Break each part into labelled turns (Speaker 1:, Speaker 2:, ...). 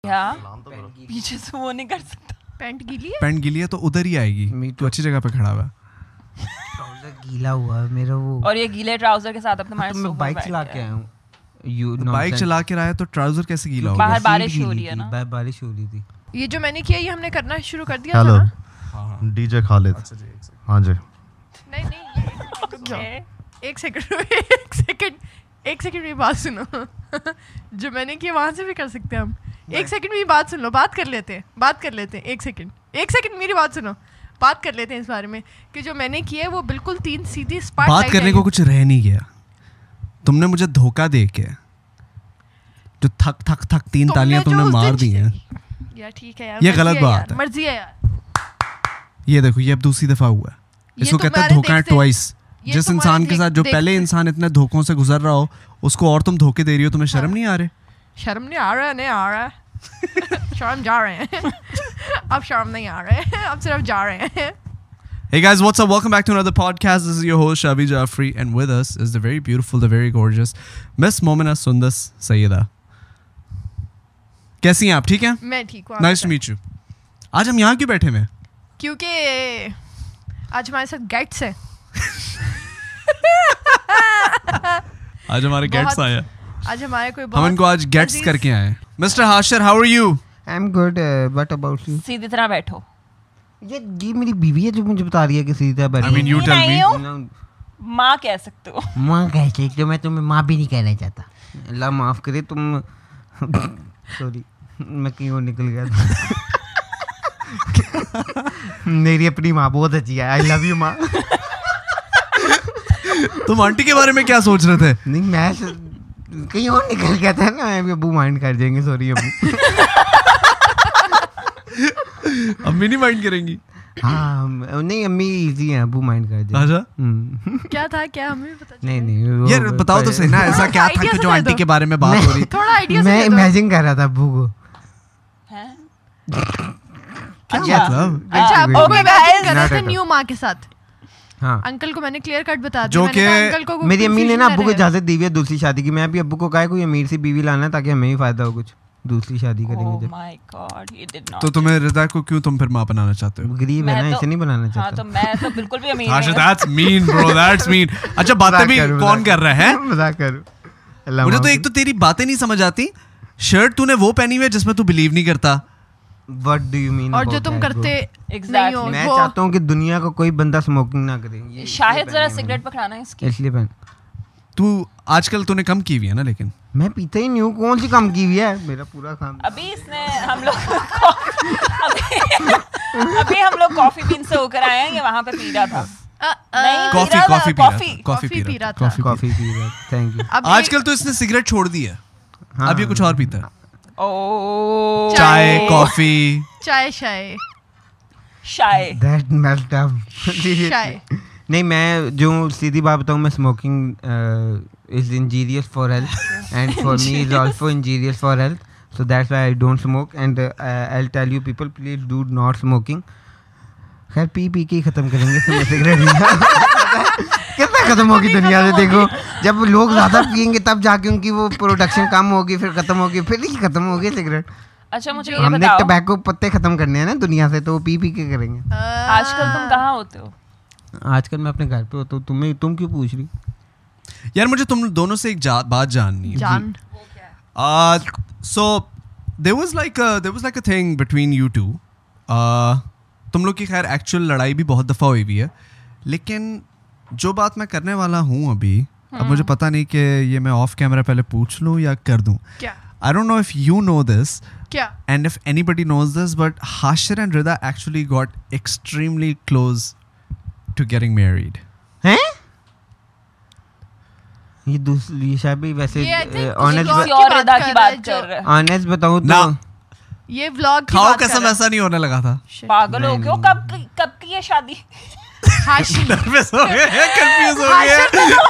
Speaker 1: کیا پیچھے سے وہ نہیں کر سکتا
Speaker 2: پینٹ گیلی ہے
Speaker 3: پینٹ گیلی ہے تو ادھر ہی آئے گی تو اچھی جگہ پہ کھڑا ہوا ہے
Speaker 4: ٹراؤزر گیلا ہوا ہے میرا وہ
Speaker 1: اور یہ گیلے ٹراؤزر کے ساتھ اپنے
Speaker 4: تو میں بائک چلا کے آیا ہوں یو
Speaker 3: بائک چلا کے آیا تو ٹراؤزر کیسے گیلا ہوگا
Speaker 1: باہر بارش ہو رہی ہے نا
Speaker 4: بارش ہو رہی تھی
Speaker 2: یہ جو میں نے کیا یہ ہم نے کرنا شروع کر دیا تھا
Speaker 5: ہیلو
Speaker 2: نا
Speaker 5: ڈی جے خالد ہاں جی
Speaker 2: نہیں نہیں ایک سیکنڈ ایک سیکنڈ ایک سیکنڈ میری بات سنو جو میں نے کیا وہاں سے بھی کر سکتے ہیں ہم ایک سیکنڈ میری بات سن لو بات کر لیتے ہیں بات کر لیتے ہیں ایک سیکنڈ ایک سیکنڈ میری بات سنو بات کر لیتے ہیں اس بارے میں کہ جو میں نے کیا ہے وہ بالکل تین سیدھی اسپاٹ
Speaker 3: بات کرنے کو کچھ رہ نہیں گیا تم نے مجھے دھوکہ دے کے جو تھک تھک تھک تین تالیاں تم نے مار دی ہیں
Speaker 2: یار ٹھیک ہے یار مرضی ہے یار
Speaker 3: یہ دیکھو یہ اب دوسری دفعہ ہوا ہے اس کو کہتا ہے دھوکہ ٹوائس جس انسان کے ساتھ جو پہلے انسان اتنے دھوکوں سے گزر رہا ہو اس کو اور تم دھوکے دے رہی ہو تمہیں شرم نہیں آ رہے
Speaker 2: شرم نہیں آ رہا ہے نہیں آ رہا ہے شرم جا رہے ہیں اب شرم نہیں آ رہے ہیں اب صرف جا رہے ہیں
Speaker 3: Hey guys, what's up? Welcome back to another podcast. This is your host Shabi Jafri, and with us is the very beautiful, the very gorgeous Miss Momina Sundas Sayeda. کیسی ہیں آپ ٹھیک ہیں
Speaker 2: میں ٹھیک ہوں
Speaker 3: نائس ٹو میٹ یو آج ہم یہاں کیوں بیٹھے ہوئے ہیں
Speaker 2: کیونکہ آج ہمارے ساتھ گیٹس ہیں
Speaker 3: آج ہمارے گیٹس آئے
Speaker 2: آج ہمارے کوئی
Speaker 3: ہم ان کو آج گیٹس کر کے آئے ہیں mister Hashir how are you
Speaker 4: I am good but about you
Speaker 1: سیدھی طرح بیٹھو
Speaker 4: یہ یہ میری بیوی ہے جو مجھے بتا رہی ہے کہ سیدھا بیٹھ
Speaker 3: you tell me.
Speaker 1: ماں کہہ سکتے ہو
Speaker 4: ماں کہتے کہ میں تمہیں ماں بھی نہیں کہنا چاہتا اللہ معاف کرے تم سوری میں کہیں اور نکل گیا تھا میری اپنی ماں بہت اچھی ہے آئی لو یو ماں
Speaker 3: تم آنٹی کے بارے میں کیا سوچ رہے تھے
Speaker 4: نہیں میں کہیں اور نکل گیا تھا نا ابھی ابو مائنڈ کر دیں گے سوری ابو
Speaker 3: امی نہیں مائنڈ کریں گی
Speaker 4: ہاں نہیں امی ایزی ہیں ابو مائنڈ کر دیں
Speaker 3: اچھا
Speaker 2: کیا تھا کیا ہمیں پتا
Speaker 4: نہیں نہیں
Speaker 3: یار بتاؤ تو صحیح نا ایسا کیا تھا کہ جو آنٹی کے بارے میں بات ہو رہی
Speaker 2: تھوڑا آئیڈیا
Speaker 4: میں امیجن کر رہا تھا ابو کو
Speaker 1: اچھا۔
Speaker 3: مطلب
Speaker 2: اچھا نیو ماں کے ساتھ
Speaker 4: اچھا، ہاں
Speaker 2: انکل کو میں نے کلیئر کٹ بتا
Speaker 3: جو کہ
Speaker 2: دیا انکل کو
Speaker 4: میری امی نے نا ابو کو اجازت دی ہوئی ہے دوسری شادی کی میں ابھی ابو کو کہا ہے کوئی امیر سی بیوی لانا ہے تاکہ ہمیں بھی فائدہ ہو کچھ دوسری شادی کریں
Speaker 1: Oh
Speaker 4: گے جب
Speaker 3: تو تمہیں رضا کو کیوں تم پھر ماں بنانا چاہتے ہو
Speaker 4: غریب ہے نا اسے نہیں بنانا
Speaker 1: ہاں
Speaker 4: چاہتا
Speaker 1: تو میں تو بالکل بھی امیر
Speaker 3: Asha, that's mean, bro. That's mean. اچھا باتیں بھی کون کر رہا ہے
Speaker 4: مزاق کرو اللہ
Speaker 3: مجھے تو ایک تو تیری باتیں نہیں سمجھ آتی شرٹ تو نے وہ پہنی ہوئی ہے جس میں تو بلیو نہیں کرتا
Speaker 4: واٹ ڈو یو مین
Speaker 2: اور جو تم کرتے نہیں ہو
Speaker 4: میں چاہتا ہوں کہ دنیا کو کوئی بندہ اسموکنگ نہ کرے
Speaker 1: شاید ذرا سگریٹ پکڑانا اس کی
Speaker 4: اس لیے پہن
Speaker 3: تو آج کل تو نے کم کی ہوئی ہے نا لیکن
Speaker 4: میں پیتا ہی نہیں ہوں کون سی کام کی ہوئی ہے میرا پورا کام
Speaker 1: ابھی اس نے ہم لوگ ابھی ہم لوگ کافی بین سے ہو کر آئے ہیں یہ وہاں پہ پی رہا تھا
Speaker 3: کافی کافی پی رہا
Speaker 2: کافی
Speaker 3: تھا کافی پی رہا تھا
Speaker 2: تھا
Speaker 4: کافی پی رہا تھینک یو
Speaker 3: آج کل تو اس نے سگریٹ چھوڑ دی ہے اب یہ کچھ اور پیتا ہے
Speaker 1: او
Speaker 3: چائے کافی
Speaker 2: چائے شائے
Speaker 1: شائے
Speaker 4: دیٹ میلٹ نہیں میں جو سیدھی بات بتاؤں میں smoking is dangerous for health and for me is also dangerous for health so that's why I don't smoke and I tell you people please do not smoking خیر پی پی کے ہی ختم کریں گے سگریٹ کتنا ختم ہوگی دنیا سے دیکھو جب لوگ زیادہ پئیں گے تب جا کے ان کی وہ پروڈکشن کم ہوگی پھر ختم ہوگی پھر ہی ختم ہوگی سگریٹ
Speaker 1: اچھا مجھے
Speaker 4: ہم
Speaker 1: یہ
Speaker 4: نے
Speaker 1: بتاؤ
Speaker 4: ٹبیکو پتے ختم کرنے ہیں نا دنیا سے تو وہ پی پی کے کریں گے
Speaker 1: آج کل تم کہاں ہوتے ہو
Speaker 4: آج کل میں اپنے گھر پہ ہوتا ہوں تمہیں تم کیوں پوچھ رہی
Speaker 3: یار مجھے تم دونوں سے ایک بات
Speaker 4: جی۔
Speaker 3: جاننی ہے
Speaker 2: جان
Speaker 3: Uh, so there was like there was like a thing between you two Uh, تم لوگ کی خیر ایکچوئل لڑائی بھی بہت دفعہ ہوئی بھی ہے لیکن جو بات میں کرنے والا ہوں ابھی اب مجھے پتہ نہیں کہ یہ میں آف کیمرہ پہلے پوچھ لوں یا کر دوں
Speaker 2: کیا
Speaker 3: I don't know if you know this
Speaker 2: کیا
Speaker 3: and if anybody knows this but Hashir and Rida actually got extremely close to getting married
Speaker 4: ہیں یہ دوسری شابی ویسے
Speaker 1: کسی اور ردا کی بات کر رہے
Speaker 4: آنےسٹ بتاؤں تو
Speaker 3: No.
Speaker 2: یہ ولاگ کی
Speaker 3: کھاؤ
Speaker 2: بات
Speaker 3: قسم ایسا نہیں ہونے لگا تھا
Speaker 1: پاگل ہو گئے کب کی کب کی ہے شادی
Speaker 2: ہاشی
Speaker 3: کنفیوز ہو گئے کنفیوز ہو گئے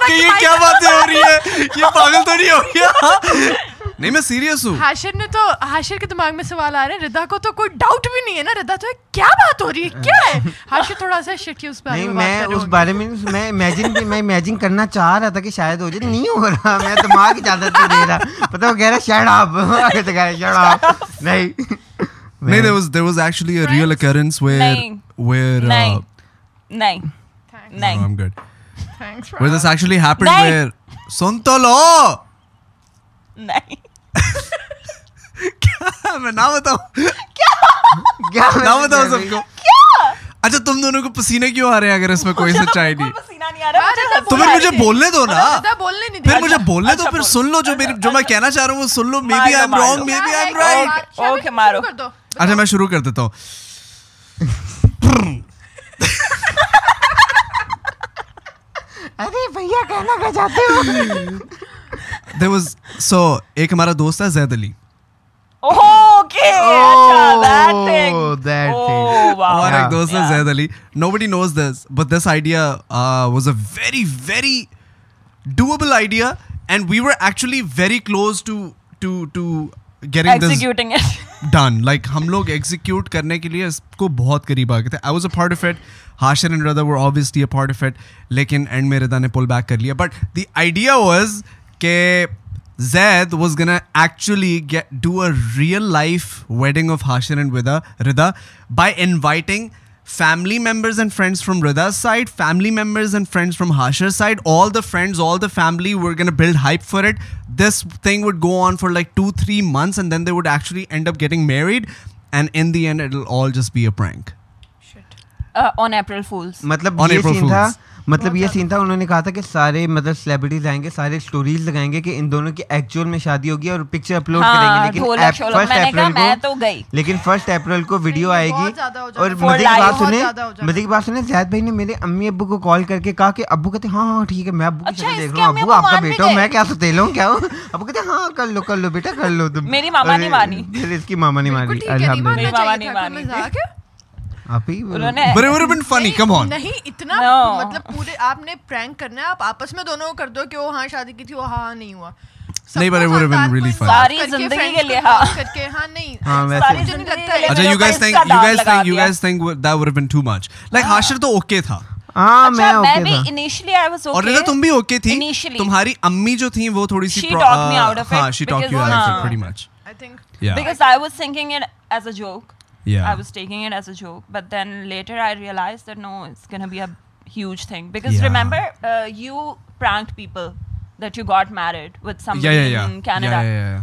Speaker 3: کہ یہ کیا باتیں ہو رہی ہے یہ پاگل تو نہیں ہو گیا نہیں میں سیریس ہوں
Speaker 2: حاشر نے تو حاشر کے دماغ میں سوال آ رہے ہیں ردا کو تو کوئی ڈاؤٹ بھی نہیں ہے نا ردا تو یہ کیا بات ہو رہی ہے کیا ہے حاشر تھوڑا سا شکی اس بارے
Speaker 4: نہیں
Speaker 2: میں
Speaker 4: میں
Speaker 2: بات کر رہا
Speaker 4: اس
Speaker 2: ہوں۔
Speaker 4: بارے میں میں امیجن میں امیجن کرنا چاہ رہا تھا کہ شاید ہو جائے نہیں ہو رہا میں دماغ اجازت نہیں دے رہا پتہ وہ کہہ رہا شٹ اپ کہہ رہا شٹ اپ نہیں
Speaker 3: نہیں there was there was actually a real occurrence where
Speaker 1: نہیں۔
Speaker 3: where uh,
Speaker 1: نہیں نہیں
Speaker 2: Thanks,
Speaker 3: no,
Speaker 1: نہیں
Speaker 3: I'm good
Speaker 2: thanks,
Speaker 3: where this actually happened
Speaker 1: नहीं।
Speaker 3: where सुन तो लो
Speaker 1: نہیں
Speaker 3: میں نہ बताऊं
Speaker 4: کیا
Speaker 3: نہ बताऊं سب کو اچھا تم دونوں کو پسینے کیوں آ رہے ہیں اگر اس میں کوئی سچائی نہیں
Speaker 1: پسینہ نہیں آ رہا
Speaker 3: تو پھر مجھے بولنے دو نا
Speaker 2: ردا بولنے نہیں دے
Speaker 3: پھر
Speaker 2: رہا۔
Speaker 3: مجھے بولنے دو پھر سن لو جو میری جو میں کہنا چاہ رہا ہوں وہ سن لو maybe I am wrong may
Speaker 2: کیا
Speaker 3: بی
Speaker 2: ہے
Speaker 3: آئی ایم
Speaker 2: کیا ہے؟
Speaker 3: رائٹ
Speaker 2: شاید
Speaker 1: Okay,
Speaker 2: شروع
Speaker 1: مارو۔
Speaker 2: کر دو۔
Speaker 3: اچھا میں شروع کر دیتا ہوں
Speaker 4: ارے بھیا کہنا کیا چاہتے ہو
Speaker 3: there was so ایک ہمارا دوست ہے زید علی
Speaker 1: اوکے اچھا that thing
Speaker 4: Oh, that thing.
Speaker 1: Oh wow
Speaker 3: ہمارا ایک
Speaker 4: Yeah.
Speaker 3: دوست ہے Zaid Ali nobody knows this but this idea was a very very doable idea and we were actually very close to to to getting this
Speaker 1: executing it
Speaker 3: done like ہم لوگ execute کرنے کے لیے اس کو بہت قریب آ گئے تھے I was a part of it Hashir and Rida were obviously a part of it لیکن اینڈ میں ردا نے پل بیک کر لیا بٹ دی آئیڈیا واز کہ Zaid was gonna actually do a real life wedding of Hashir and ودا Rida by inviting family members and friends from Rida's side family members and friends from Hashir side all the friends all the family would gonna build hype for it this thing would go on for like two three months and then they would actually end up getting married and in the end it all just be a prank
Speaker 1: on April fools
Speaker 4: مطلب
Speaker 3: On
Speaker 4: یہ
Speaker 3: April
Speaker 4: سین تھا
Speaker 3: Fools.
Speaker 4: مطلب یہ سین تھا انہوں نے کہا تھا کہ سارے مطلب سیلیبریٹیز آئیں گے سارے اسٹوریز لگائیں گے کہ ان دونوں کی ایکچوئل میں شادی ہوگی اور پکچر اپلوڈ
Speaker 1: ہاں
Speaker 4: کریں گے
Speaker 1: ڈھولک
Speaker 4: لیکن
Speaker 1: شولک میں نے کہا
Speaker 4: فرسٹ
Speaker 1: میں
Speaker 4: اپریل کو
Speaker 1: تو گئی
Speaker 4: لیکن فرسٹ اپریل کو ویڈیو آئے
Speaker 2: بہت
Speaker 4: گی
Speaker 2: زیادہ ہو جائے
Speaker 4: اور
Speaker 2: گا۔
Speaker 1: For
Speaker 4: مزے کی
Speaker 1: life.
Speaker 4: بات سنے
Speaker 2: بہت زیادہ ہو جائے
Speaker 4: مزے کی بات سنے زیاد بھائی نے میرے امی ابو کو کال کر کے کہا کہ ابو کہتے ہیں ہاں ہاں ٹھیک ہے میں ابو کی
Speaker 1: اچھا، اس
Speaker 4: شکل دیکھ
Speaker 1: کے
Speaker 4: رہا ہوں
Speaker 1: امی
Speaker 4: ابو
Speaker 1: ابو
Speaker 4: آپ کا
Speaker 1: مان بھی
Speaker 4: بیٹا ہوں
Speaker 1: گئے۔
Speaker 4: میں کیا ستیلا ہوں کیا ہوں ابو کہتے ہیں ہاں کر لو کر لو بیٹا کر لو تم
Speaker 1: میری ماما
Speaker 4: اور
Speaker 1: نہیں مانی۔
Speaker 4: پھر اس کی ماما نہیں
Speaker 2: بالکل
Speaker 4: مانی
Speaker 2: ٹھیک ہے، نہیں
Speaker 4: الحمد
Speaker 2: ماننا
Speaker 1: نہیں،
Speaker 4: للہ
Speaker 1: بابا
Speaker 2: چاہیے
Speaker 1: نہیں
Speaker 2: تھا، کوئی
Speaker 1: مانی۔
Speaker 2: مزاق ہے؟
Speaker 4: آپ ہی
Speaker 1: انہوں نے
Speaker 3: but it been funny come on
Speaker 2: نہیں اتنا
Speaker 1: No.
Speaker 2: مطلب پورے آپ نے پرینک کرنا ہے آپ آپس میں دونوں کر دو کہ وہ ہاں شادی کی تھی وہ ہاں نہیں ہوا
Speaker 3: نہیں، but it would have been really fun.
Speaker 1: ساری زندگی کے لیے ہاں۔
Speaker 2: کر کے ہاں نہیں
Speaker 4: ہاں، ویسے-
Speaker 2: ساری زندگی لگتا ہے
Speaker 3: اچھا you gas think you gas think you gas think that would been too much like
Speaker 1: Ah.
Speaker 3: Hashir تو اوکے تھا
Speaker 4: ہاں میں
Speaker 1: اچھا، میں
Speaker 4: اوکے
Speaker 1: بھی
Speaker 4: تھا
Speaker 1: انیشلی آئی واز
Speaker 3: اور رضا تم بھی اوکے تھی
Speaker 1: Initially.
Speaker 3: تمہاری امی جو تھیں وہ تھوڑی سی
Speaker 1: She ah, talked me out of it
Speaker 3: ہاں شی ٹاک
Speaker 1: because-
Speaker 3: یو
Speaker 1: ہاں۔
Speaker 3: Out much
Speaker 2: I think-
Speaker 1: because I was thinking it as a joke
Speaker 3: یا
Speaker 1: I was taking it as a joke, but then later I realized that no, it's gonna be a huge thing because
Speaker 3: Yeah.
Speaker 1: remember uh, you pranked people that you got married with somebody
Speaker 3: یا یا
Speaker 1: in Canada.
Speaker 3: یا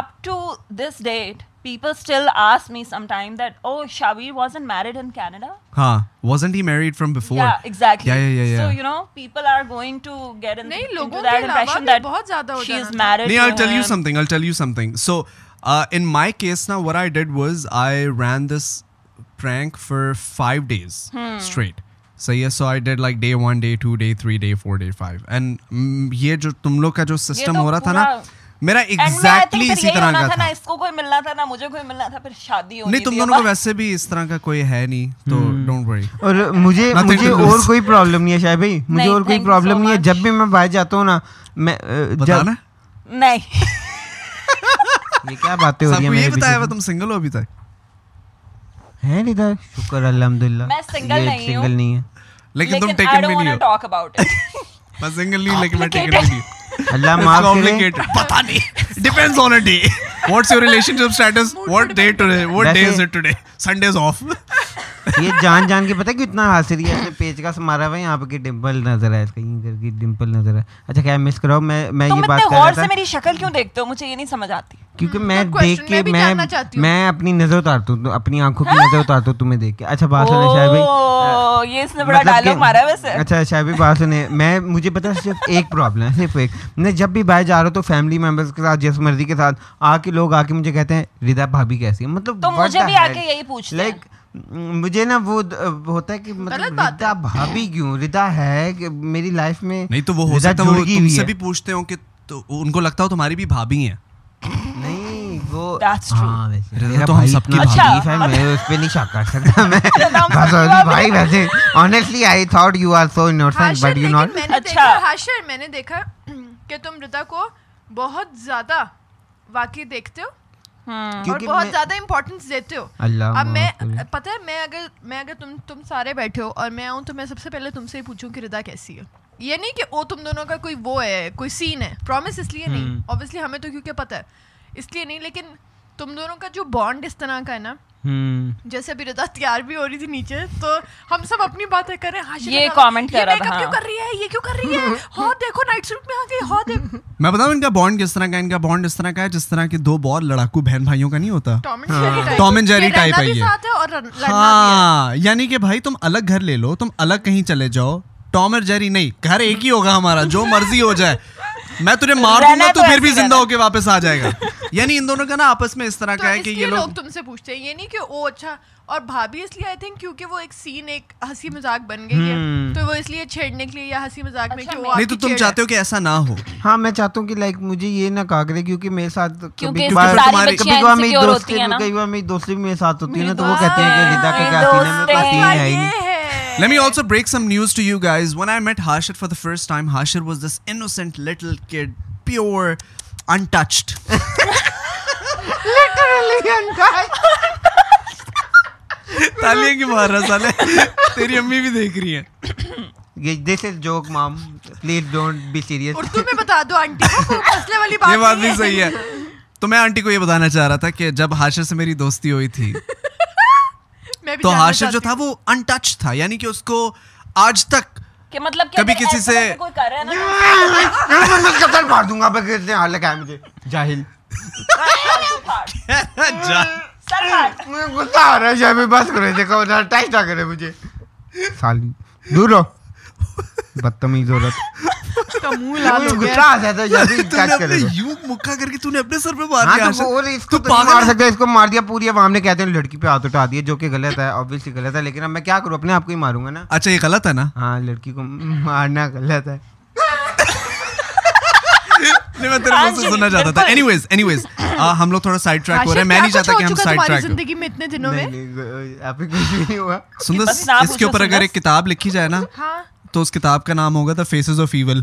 Speaker 1: Up to this date, people still ask me sometime that oh, Shavi wasn't married in Canada.
Speaker 3: ہاں wasn't he married from before
Speaker 1: Yeah, exactly.
Speaker 3: Yeah, yeah, yeah,
Speaker 1: So
Speaker 3: yeah.
Speaker 1: you know, people are going to get in,
Speaker 2: نہیں،
Speaker 1: into
Speaker 2: لوگوں
Speaker 1: that
Speaker 2: کے علاوہ
Speaker 1: impression
Speaker 2: بھی
Speaker 1: that
Speaker 2: بہت زیادہ ہو
Speaker 1: she is
Speaker 2: جانا تھا۔
Speaker 1: married.
Speaker 3: نہیں
Speaker 1: to
Speaker 3: I tell you
Speaker 1: him.
Speaker 3: Something I tell you something so in my case نا what I did was I ran this prank for five days
Speaker 1: Hmm.
Speaker 3: Straight صحیح ہے so I did like day one day two day three day four day five and یہ جو تم لوگ کا جو system
Speaker 1: تو
Speaker 3: ہو رہا تھا نا
Speaker 1: پورا-
Speaker 3: میرا
Speaker 1: And میں I think
Speaker 3: ایگزیکٹلی
Speaker 1: پھر
Speaker 3: اسی
Speaker 1: یہی
Speaker 3: طرح
Speaker 1: ہونا
Speaker 3: کا
Speaker 1: تھا نا
Speaker 3: تھا
Speaker 1: اس کو کوئی ملنا تھا نہ مجھے کوئی ملنا تھا پھر شادی ہونی
Speaker 3: نہیں تم
Speaker 1: تھی
Speaker 3: دونوں کو
Speaker 1: اب۔
Speaker 3: ویسے بھی اس طرح کا کوئی ہے نہیں تو ڈونٹ وری
Speaker 4: اور مجھے
Speaker 3: Nothing
Speaker 4: مجھے
Speaker 3: to
Speaker 4: اور
Speaker 3: lose.
Speaker 4: کوئی پرابلم نہیں ہے شاہ بھائی مجھے
Speaker 1: نہیں,
Speaker 4: اور کوئی
Speaker 1: thank you so
Speaker 4: پرابلم نہیں ہے
Speaker 1: much.
Speaker 4: جب بھی میں باہر جاتا ہوں نا میں
Speaker 3: بتانا
Speaker 1: نہیں
Speaker 4: یہ کیا باتیں ہو
Speaker 3: سب
Speaker 4: رہی ہیں
Speaker 3: کو یہی
Speaker 4: میرے
Speaker 3: بتایا ہوا
Speaker 4: پیچھے
Speaker 3: تم سنگل ہو ابھی تک
Speaker 4: ہے رضا شکر الحمد للہ
Speaker 1: मैं single नहीं हूँ।
Speaker 4: سنگل نہیں ہے
Speaker 3: لیکن تم
Speaker 1: I
Speaker 3: ٹیکن
Speaker 1: don't
Speaker 3: بھی نہیں
Speaker 1: wanna
Speaker 3: ہو
Speaker 1: talk about it.
Speaker 3: میں سنگل نہیں لیکن میں ٹیکن بھی
Speaker 1: Complicated.
Speaker 3: نہیں ہوں
Speaker 4: اللہ
Speaker 3: It's
Speaker 4: معاف کرے
Speaker 3: complicated. پتا نہیں depends on a day what's your relationship status what day today what day is it today Sundays of
Speaker 4: یہ جان جان کے پتہ ہے کتنا حاصل ہے ایسے پیچ کا سمارا ہوا ہے یہاں پہ کہ ڈمپل نظر آئے کہیں کر کے ڈمپل نظر آئے اچھا کیا مس کراؤ میں میں
Speaker 1: तुम
Speaker 4: یہ بات
Speaker 1: इतने
Speaker 4: کر رہا
Speaker 1: गौर
Speaker 4: تھا
Speaker 1: से मेरी शक्ल क्यों देखते हो मुझे ये नहीं समझ आती
Speaker 4: کیونکہ میں
Speaker 2: Good question,
Speaker 4: دیکھ
Speaker 2: میں
Speaker 4: کے
Speaker 2: بھی
Speaker 4: میں
Speaker 2: جاننا चाहती हूँ।
Speaker 4: میں اپنی نظر اتارتا ہوں اپنی آنکھوں کی نظر اتارتا ہوں تمہیں دیکھ کے اچھا بات سنیں شاہ بھائی
Speaker 1: ओ, ये इसने बड़ा
Speaker 3: مطلب
Speaker 1: डायलॉग मारा है वैसे
Speaker 4: مطلب اچھا اچھا ابھی بات سنیں میں مجھے پتا صرف ایک پرابلم ہے صرف ایک میں جب بھی باہر جا رہا ہوں تو فیملی ممبرس کے ساتھ جس مرضی کے ساتھ آ کے لوگ آ کے مجھے کہتے ہیں ردا بھابھی کیسی ہے مطلب
Speaker 1: तो मुझे भी आके यही पूछते हैं।
Speaker 4: لائک مجھے نا وہ ہوتا ہے کہ مطلب ردا بھابھی کیوں ردا ہے کہ میری لائف میں
Speaker 3: نہیں تو وہ ہو سکتا ہے وہ تم سے بھی پوچھتے ہوں کہ تو ان کو لگتا ہو تمہاری بھی بھابھی ہیں
Speaker 4: نہیں وہ ہاں، اس پہ نہیں شک کر سکتا میں
Speaker 3: اچھا،
Speaker 4: بھائی ویسے honestly I thought you are so innocent
Speaker 2: Hashir
Speaker 4: but you
Speaker 2: لیکن
Speaker 4: ناٹ
Speaker 2: میں نے
Speaker 1: अच्छा।
Speaker 2: دیکھا ہاشر میں نے دیکھا کہ تم ردا کو بہت زیادہ واقعی دیکھتے ہو
Speaker 1: ہوں
Speaker 2: اور
Speaker 4: کیونکہ
Speaker 2: بہت
Speaker 4: میں-
Speaker 2: زیادہ امپورٹینس دیتے ہو
Speaker 4: اللہ
Speaker 2: اب میں
Speaker 4: معاف کرے۔
Speaker 2: پتہ ہے میں اگر میں اگر تم تم سارے بیٹھے ہو اور میں آؤں تو میں سب سے پہلے تم سے ہی پوچھوں کہ ردا کیسی ہے یہ نہیں کہ او تم دونوں کا کوئی وہ ہے کوئی سین ہے پرومس اس لیے نہیں اوبیسلی ہمیں تو کیونکہ پتہ ہے اس لیے نہیں لیکن تم دونوں کا جو بانڈ اس طرح کا ہے نا
Speaker 4: ہوں
Speaker 2: جیسے ابھی ردا تیار بھی ہو رہی تھی نیچے تو ہم سب اپنی باتیں کر رہے ہیں
Speaker 1: یہ comment کر رہا تھا،
Speaker 2: کیوں
Speaker 1: ہاں۔
Speaker 2: کر رہی ہے یہ کیوں کر رہی ہے ہاں دیکھو نائٹ سوٹ میں آ گئی ہاں دیکھ
Speaker 3: میں بتاؤں ان کا بانڈ کس طرح کا ہے؟ ان کا بانڈ اس طرح کا ہے جس طرح کے دو بہت لڑاکو بہن بھائیوں کا نہیں ہوتا
Speaker 2: ٹام اینڈ جیری ٹائپ
Speaker 3: ہاں، Tom and Jerry type ہے یہ۔
Speaker 2: ساتھ ہے اور لڑنا بھی ہے
Speaker 3: ہاں یعنی کہ بھائی تم الگ گھر لے لو تم الگ کہیں چلے جاؤ ٹام اور جیری نہیں گھر ایک ہی ہوگا ہمارا جو مرضی ہو جائے میں تجھے مار دوں
Speaker 1: رہنا
Speaker 3: گا تو
Speaker 1: تو
Speaker 3: پھر
Speaker 1: ایسے
Speaker 3: بھی
Speaker 1: ہی
Speaker 3: زندہ
Speaker 1: رہنا۔
Speaker 3: ہو کے واپس آ جائے گا یعنی ان دونوں کا نا آپس میں اس طرح
Speaker 2: تو
Speaker 3: کا ہے
Speaker 2: اس
Speaker 3: ہاں، کہ
Speaker 2: لیے
Speaker 3: یہ
Speaker 2: لوگ
Speaker 3: لوگ
Speaker 2: تم سے پوچھتے ہیں یہ نہیں کہ او اچھا اور بھابھی اس لیے آئی تھنک کیونکہ وہ ایک سین ایک ہنسی مذاق بن گئی ہے تو وہ اس لیے چھیڑنے کے لیے یا ہنسی مذاق میں کہ وہ
Speaker 3: نہیں تو تم چاہتے ہو کہ ایسا نہ ہو
Speaker 4: ہاں میں چاہتا ہوں کہ لائک مجھے یہ نہ کہا کرے کیونکہ میرے ساتھ
Speaker 1: کیونکہ
Speaker 4: کبھی
Speaker 1: اس
Speaker 4: کبھار
Speaker 1: کی ساری
Speaker 3: تمہاری-
Speaker 4: کبھی
Speaker 1: بچیاں
Speaker 4: کبھار میری
Speaker 1: insecure
Speaker 4: دوست
Speaker 1: ہوتی ہیں نا
Speaker 4: کبھی کبھار میری دوست بھی میرے ساتھ ہوتی ہے نا تو وہ
Speaker 1: دوست
Speaker 4: کہتے ہیں
Speaker 2: ہاں،
Speaker 4: کہ ردا کے
Speaker 1: میری
Speaker 4: کیا سین ہے میرے پاس
Speaker 1: دوست
Speaker 4: سین ہے ہی
Speaker 1: ہیں۔
Speaker 4: نہیں
Speaker 3: Let me also break some news to you guys. When I met Harshit for the first time, Harshit was this innocent little kid, pure, untouched. تالیاں کیوں مار رہا سالے تیری امی بھی دیکھ رہی ہیں
Speaker 4: یہ this is joke mom please don't be serious
Speaker 2: Urdu میں بتا دو آنٹی کو کوئی مسئلے والی
Speaker 3: یہ بات
Speaker 2: بات
Speaker 3: بھی صحیح ہے تو میں آنٹی کو یہ بتانا چاہ رہا تھا کہ جب ہاشر سے میری دوستی ہوئی تھی
Speaker 2: میں بھی
Speaker 3: تو
Speaker 2: جاننا
Speaker 3: ہاشر جو
Speaker 2: چاہتی
Speaker 3: تھا
Speaker 2: ہوں۔
Speaker 3: وہ انٹچ تھا یعنی کہ اس کو آج تک
Speaker 1: کہ مطلب کہ
Speaker 3: کبھی
Speaker 1: اگر
Speaker 3: کسی
Speaker 1: ایسا
Speaker 3: سے-
Speaker 1: ویسا کوئی کر رہا ہے نا
Speaker 4: قتل مار دوں گا بغیر سے حال لگا ہے مجھے جاہل
Speaker 1: سر کاٹ۔
Speaker 4: مجھے غصہ آ رہا ہے شاید میں بس کرے دیکھو ذرا ٹائٹ نہ کرے مجھے سالی دور رہو بدتمیز عورت
Speaker 2: کا منہ لال ہو
Speaker 4: غصہ
Speaker 2: گیا
Speaker 4: آ جاتا ہے جلدی ٹچ کرے تو۔
Speaker 3: یوں مکا کر کے تو نے اپنے سر پہ مار
Speaker 4: ہاں
Speaker 3: دیا
Speaker 4: تو وہ-
Speaker 3: ہاشر
Speaker 4: اور اس کو
Speaker 3: تو
Speaker 4: تو نہیں
Speaker 3: پاگل
Speaker 4: مار
Speaker 3: ہے۔
Speaker 4: سکتے اس کو مار دیا پوری عوام نے کہتے ہیں لڑکی پہ ہاتھ اٹھا دیے جو کہ غلط ہے obviously غلط ہے لیکن اب میں کیا کروں اپنے آپ کو ہی ماروں گا نا
Speaker 3: اچھا یہ غلط ہے نا
Speaker 4: ہاں لڑکی کو مارنا غلط ہے
Speaker 3: نہیں میں تیرے منہ سے سننا چاہتا تھا اینی ویز اینی ویز ہم لوگ تھوڑا سائڈ ٹریک ہو رہے
Speaker 2: ہاشم،
Speaker 3: ہیں میں
Speaker 2: کیا
Speaker 3: نہیں
Speaker 2: کچھ
Speaker 3: چاہتا
Speaker 2: ہو
Speaker 3: کہ ہم
Speaker 2: چکا
Speaker 3: سائڈ
Speaker 2: تمہاری
Speaker 3: ٹریک ہوں
Speaker 2: زندگی میں اتنے دنوں میں
Speaker 4: نہیں نہیں آپ ہی کچھ بھی نہیں ہوا
Speaker 3: سندر
Speaker 1: بس نہ
Speaker 3: اس کے
Speaker 1: پوچھو،
Speaker 3: اوپر اگر
Speaker 1: سندر۔
Speaker 3: ایک کتاب لکھی جائے نا
Speaker 2: ہاں
Speaker 3: تو اس کتاب کا نام ہوگا دا فیسز آف ایول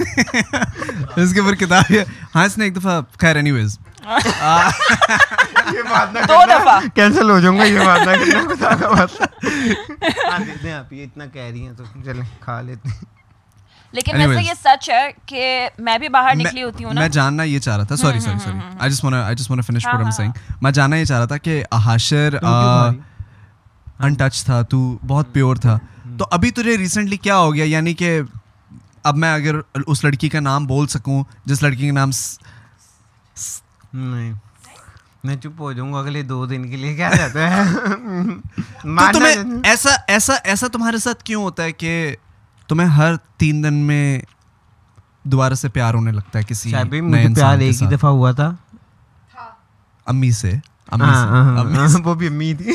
Speaker 3: اس کے اوپر کتاب ہے ہاں اس نے ایک دفعہ خیر اینی ویز
Speaker 4: یہ بات نہ
Speaker 1: دو دفعہ
Speaker 4: کینسل ہو جاؤں گا یہ بات نہ کرنا خدا کا واسطہ ہاں دیتے ہیں آپ یہ اتنا کہہ رہی ہیں تو چلیں کھا لیتے ہیں
Speaker 1: لیکن
Speaker 3: Anyways.
Speaker 1: ویسے یہ سچ ہے کہ میں بھی باہر نکلی ہوتی ہوں نا
Speaker 3: میں جاننا یہ چاہ رہا تھا سوری سوری سوری آئی جس آئی جس فنش
Speaker 1: ہاں،
Speaker 3: پروگرام سینگ میں جاننا یہ چاہ رہا تھا کہ ہاشر انٹچ تھا تو بہت پیور تھا تو ابھی تجھے ریسنٹلی کیا ہو گیا یعنی کہ اب میں اگر اس لڑکی کا نام بول سکوں جس لڑکی کا نام
Speaker 4: نہیں میں چپ ہو جاؤں گا اگلے دو دن کے لیے کیا رہتا ہے
Speaker 3: تو
Speaker 4: ماننا
Speaker 3: تمہیں
Speaker 4: چاہیے۔
Speaker 3: ایسا ایسا ایسا تمہارے ساتھ کیوں ہوتا ہے کہ تمہیں ہر تین دن میں دوبارہ سے پیار ہونے لگتا ہے کسی
Speaker 4: شاید بھی
Speaker 3: نئے
Speaker 4: مجھے
Speaker 3: انسان
Speaker 4: پیار
Speaker 3: کے
Speaker 4: ایک ہی
Speaker 3: ساتھ؟
Speaker 4: دفعہ ہوا تھا
Speaker 3: امی سے امی
Speaker 4: ہاں
Speaker 3: سے امی
Speaker 4: ہاں،
Speaker 3: سے
Speaker 4: وہ بھی امی تھی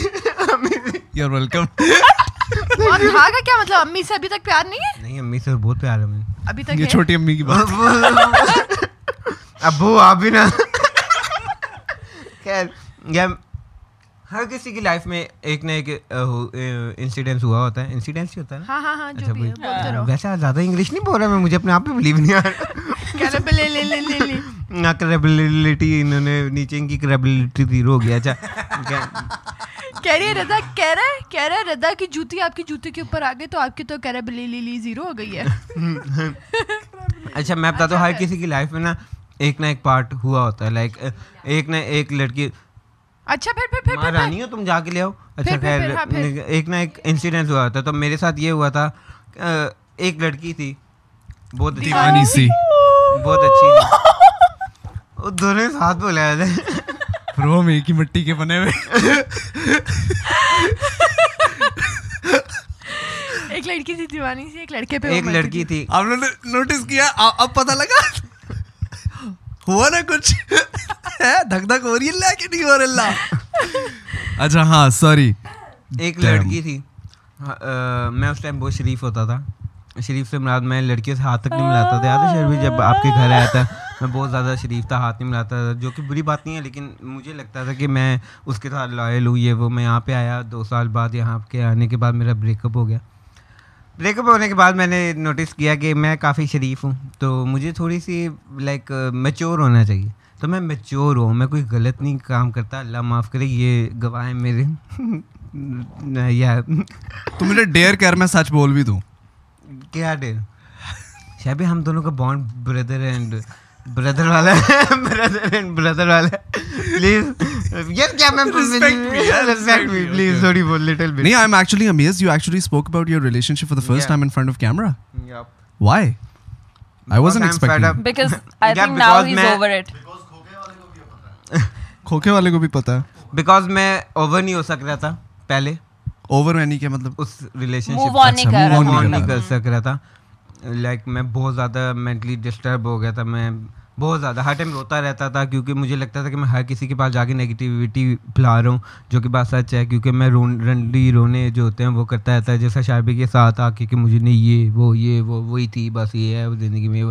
Speaker 3: یور ویلکم
Speaker 2: اور ہاں کا کیا مطلب امی سے ابھی تک پیار نہیں ہے
Speaker 4: نہیں امی سے بہت پیار ہے مجھے
Speaker 2: ابھی
Speaker 3: یہ
Speaker 2: تک ہے؟
Speaker 3: چھوٹی امی کی بات
Speaker 4: ابو آپ بھی نا خیر یا ہر کسی کی لائف میں ایک نہ ایک انسیڈنس ہوا ہوتا ہے انسیڈنس ہی ہوتا ہے نا
Speaker 2: ہاں ہاں ہاں
Speaker 4: اچھا
Speaker 2: جو بھی ہے
Speaker 4: بھائی۔
Speaker 2: بولتے رہو
Speaker 4: ویسے آج زیادہ انگلش نہیں بول رہا میں مجھے اپنے آپ پہ بلیو نہیں آ رہا
Speaker 2: کہہ رہے بلے لے لے لے لے
Speaker 4: نہ کریبلٹی انہوں نے نیچے ان کی کریبلٹی زیرو ہو گیا اچھا کیا-
Speaker 2: کہہ رہی ہے ردا کہہ رہا ہے کہہ رہا ہے ردا کی جوتی آپ کی جوتی کے اوپر آ گئی تو آپ کی تو کہہ رہا ہے بلی لی لی زیرو ہو گئی ہے
Speaker 4: اچھا میں بتاتا ہوں ہر کسی کی لائف میں نا ایک نہ ایک پارٹ ہوا ہوتا ہے لائک ایک نہ ایک لڑکی
Speaker 2: اچھا پھر پھر پھر
Speaker 4: ماں رانی ہو تم جا کے لے آؤ اچھا خیر
Speaker 2: ہاں،
Speaker 4: ایک نہ ایک انسیڈنٹ ہوا ہوتا تو میرے ساتھ یہ ہوا تھا ایک لڑکی تھی بہت اچھی
Speaker 3: دیوانی سی
Speaker 4: بہت اچھی تھی دونوں ساتھ بولا
Speaker 3: رو میں ایک ہی مٹی کے بنے ہوئے
Speaker 2: ایک لڑکی تھی دیوانی سی ایک لڑکے پہ
Speaker 4: ایک لڑکی تھی
Speaker 3: آپ نے نوٹس کیا اب پتہ لگا ہوا نا کچھ دھک دھک ہو رہی ہے اللہ کی نہیں ہو رہا اللہ اچھا ہاں سوری
Speaker 4: ایک لڑکی تھی ہاں، میں اس ٹائم بہت شریف ہوتا تھا شریف سے مراد میں لڑکیوں سے ہاتھ تک نہیں ملاتا تھا یاد ہے شریف جب آپ کے گھر آیا تھا میں بہت زیادہ شریف تھا ہاتھ نہیں ملاتا تھا جو کہ بری بات نہیں ہے لیکن مجھے لگتا تھا کہ میں اس کے ساتھ لائل ہوں یہ وہ میں یہاں پہ آیا دو سال بعد یہاں کے آنے کے بعد میرا بریک اپ ہو گیا بریک اپ ہونے کے بعد میں نے نوٹس کیا کہ میں کافی شریف ہوں تو مجھے تھوڑی سی لائک میچور ہونا چاہیے تو میں میچور ہوں میں کوئی غلط نہیں کام کرتا اللہ معاف کرے یہ گواہ ہیں میرے یا
Speaker 3: تو مجھے ڈیئر کر میں سچ بول بھی دوں
Speaker 4: کیا ڈے شاید ہم دونوں کا بانڈ بردر اینڈ بردر والا ہے بردر اینڈ بردر والا ہے پلیز یار کیا میں
Speaker 3: Respect me, yeah, respect me,
Speaker 4: please
Speaker 3: okay.
Speaker 4: تھوڑی بول لٹل
Speaker 3: نہیں I am actually amaze you actually spoke about your relationship for the first
Speaker 4: Yeah.
Speaker 3: Time in front of camera
Speaker 4: but
Speaker 3: why I was
Speaker 4: Because
Speaker 3: N
Speaker 4: I'm fed
Speaker 3: expecting
Speaker 4: up.
Speaker 1: because I
Speaker 4: Yeah,
Speaker 1: think now
Speaker 4: because
Speaker 1: he's
Speaker 4: मैं-
Speaker 1: over it.
Speaker 3: اچھا، کھوکھے والے کو بھی پتا ہے
Speaker 4: because میں over نہیں ہو سک رہا تھا پہلے
Speaker 3: اوور مینی کیا مطلب
Speaker 4: اس ریلیشن
Speaker 1: Move
Speaker 4: شپ
Speaker 1: on نہیں کر
Speaker 3: اچھا، move on
Speaker 1: رہا
Speaker 3: نہیں
Speaker 4: آن
Speaker 3: کر
Speaker 4: نہیں کر سک رہا تھا لائک میں بہت زیادہ مینٹلی ڈسٹرب ہو گیا تھا میں بہت زیادہ ہر ٹائم روتا رہتا تھا کیونکہ مجھے لگتا تھا کہ میں ہر کسی کے پاس جا کے نگیٹیوٹی پھیلا رہا ہوں جو کہ بات سچ ہے کیونکہ میں رون رنڈی رونے جو ہوتے ہیں وہ کرتا رہتا ہے جیسا شاعبے کے ساتھ آ کے کہ مجھے نہیں یہ وہ یہ وہ وہی تھی بس یہ ہے زندگی میں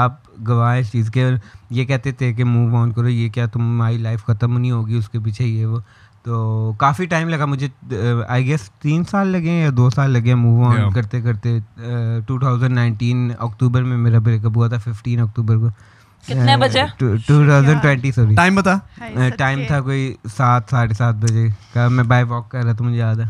Speaker 4: آپ گواہ اس چیز کے یہ کہتے تھے کہ موو آن کرو یہ کیا تمہاری لائف ختم نہیں ہوگی اس کے پیچھے یہ وہ تو کافی ٹائم لگا مجھے آئی گیس تین سال لگے یا دو سال لگے موو آن
Speaker 3: Yeah.
Speaker 4: کرتے کرتے ٹو تھاؤزینڈ نائنٹین اکتوبر میں میرا بریک اپ ہوا تھا ففٹین اکتوبر کو
Speaker 1: कितने बजे?
Speaker 4: Two thousand twenty sorry
Speaker 3: time بتا
Speaker 2: ہاں،
Speaker 4: ٹائم تھا کوئی سات ساڑھے سات بجے کا میں بائی واک کر رہا تھا مجھے یاد ہے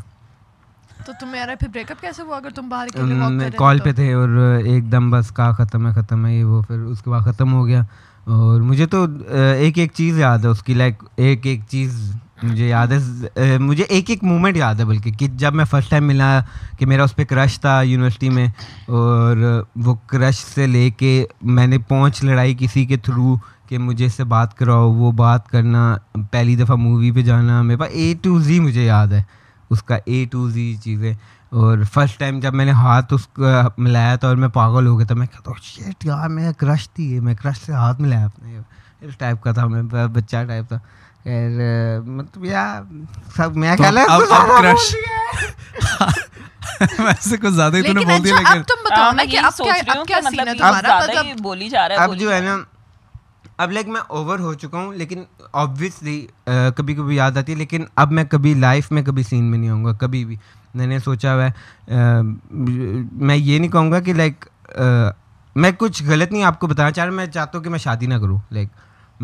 Speaker 2: تو تم یار پھر بریک اپ کیسے ہوا اگر تم باہر کے لیے walk کر رہے
Speaker 4: کال
Speaker 2: ہو
Speaker 4: پہ تھے اور ایک دم بس کہا ختم ہے ختم ہے یہ وہ پھر اس کے بعد ختم ہو گیا اور مجھے تو ایک ایک چیز یاد ہے اس کی لائک ایک ایک چیز مجھے یاد ہے مجھے ایک ایک مومنٹ یاد ہے بلکہ کہ جب میں فرسٹ ٹائم ملا کہ میرا اس پہ کرش تھا یونیورسٹی میں اور وہ کرش سے لے کے میں نے پہنچ لڑائی کسی کے تھرو کہ مجھے اس سے بات کراؤ وہ بات کرنا پہلی دفعہ مووی پہ جانا میرے پاس اے ٹو زی مجھے یاد ہے اس کا اے ٹو زی چیزیں اور فرسٹ ٹائم جب میں نے ہاتھ اس کا ملایا تھا اور میں پاگل ہو گیا تھا میں کہتا ہوں شیٹ یار میرا کرش تھی یہ میں کرش سے ہاتھ ملایا آپ نے اس ٹائپ کا تھا میں ب- بچہ ٹائپ تھا خیر اہ، مطلب یار سب میں
Speaker 3: تو
Speaker 4: کہا
Speaker 3: اب- اب crush- ویسے کچھ زیادہ ہی تو نے
Speaker 2: لیکن
Speaker 3: بول دیا
Speaker 2: اچھا اب
Speaker 3: لیکن
Speaker 2: تم بتاؤ
Speaker 1: हाँ,
Speaker 2: نا
Speaker 1: मैं
Speaker 2: کہ
Speaker 1: यही
Speaker 2: اب
Speaker 1: सोच
Speaker 2: کیا
Speaker 1: रही हूँ
Speaker 2: اب کیا
Speaker 1: कि
Speaker 2: سین
Speaker 1: मतलब
Speaker 2: ہے
Speaker 1: ये
Speaker 2: تمہارا
Speaker 1: ज्यादा
Speaker 2: مطلب
Speaker 1: ही बोली जा रहा है
Speaker 4: اب
Speaker 1: बोली
Speaker 4: جو
Speaker 1: जा
Speaker 4: ہے
Speaker 1: रहा
Speaker 4: نا اب لائک میں اوور ہو چکا ہوں لیکن آبویسلی کبھی کبھی یاد آتی ہے لیکن اب میں کبھی لائف میں کبھی سین میں نہیں ہوں گا کبھی بھی میں نے سوچا ہوا ہے اہ، میں یہ نہیں کہوں گا کہ لائک اہ، میں کچھ غلط نہیں آپ کو بتانا چاہ رہا میں چاہتا ہوں کہ میں شادی نہ کروں لائک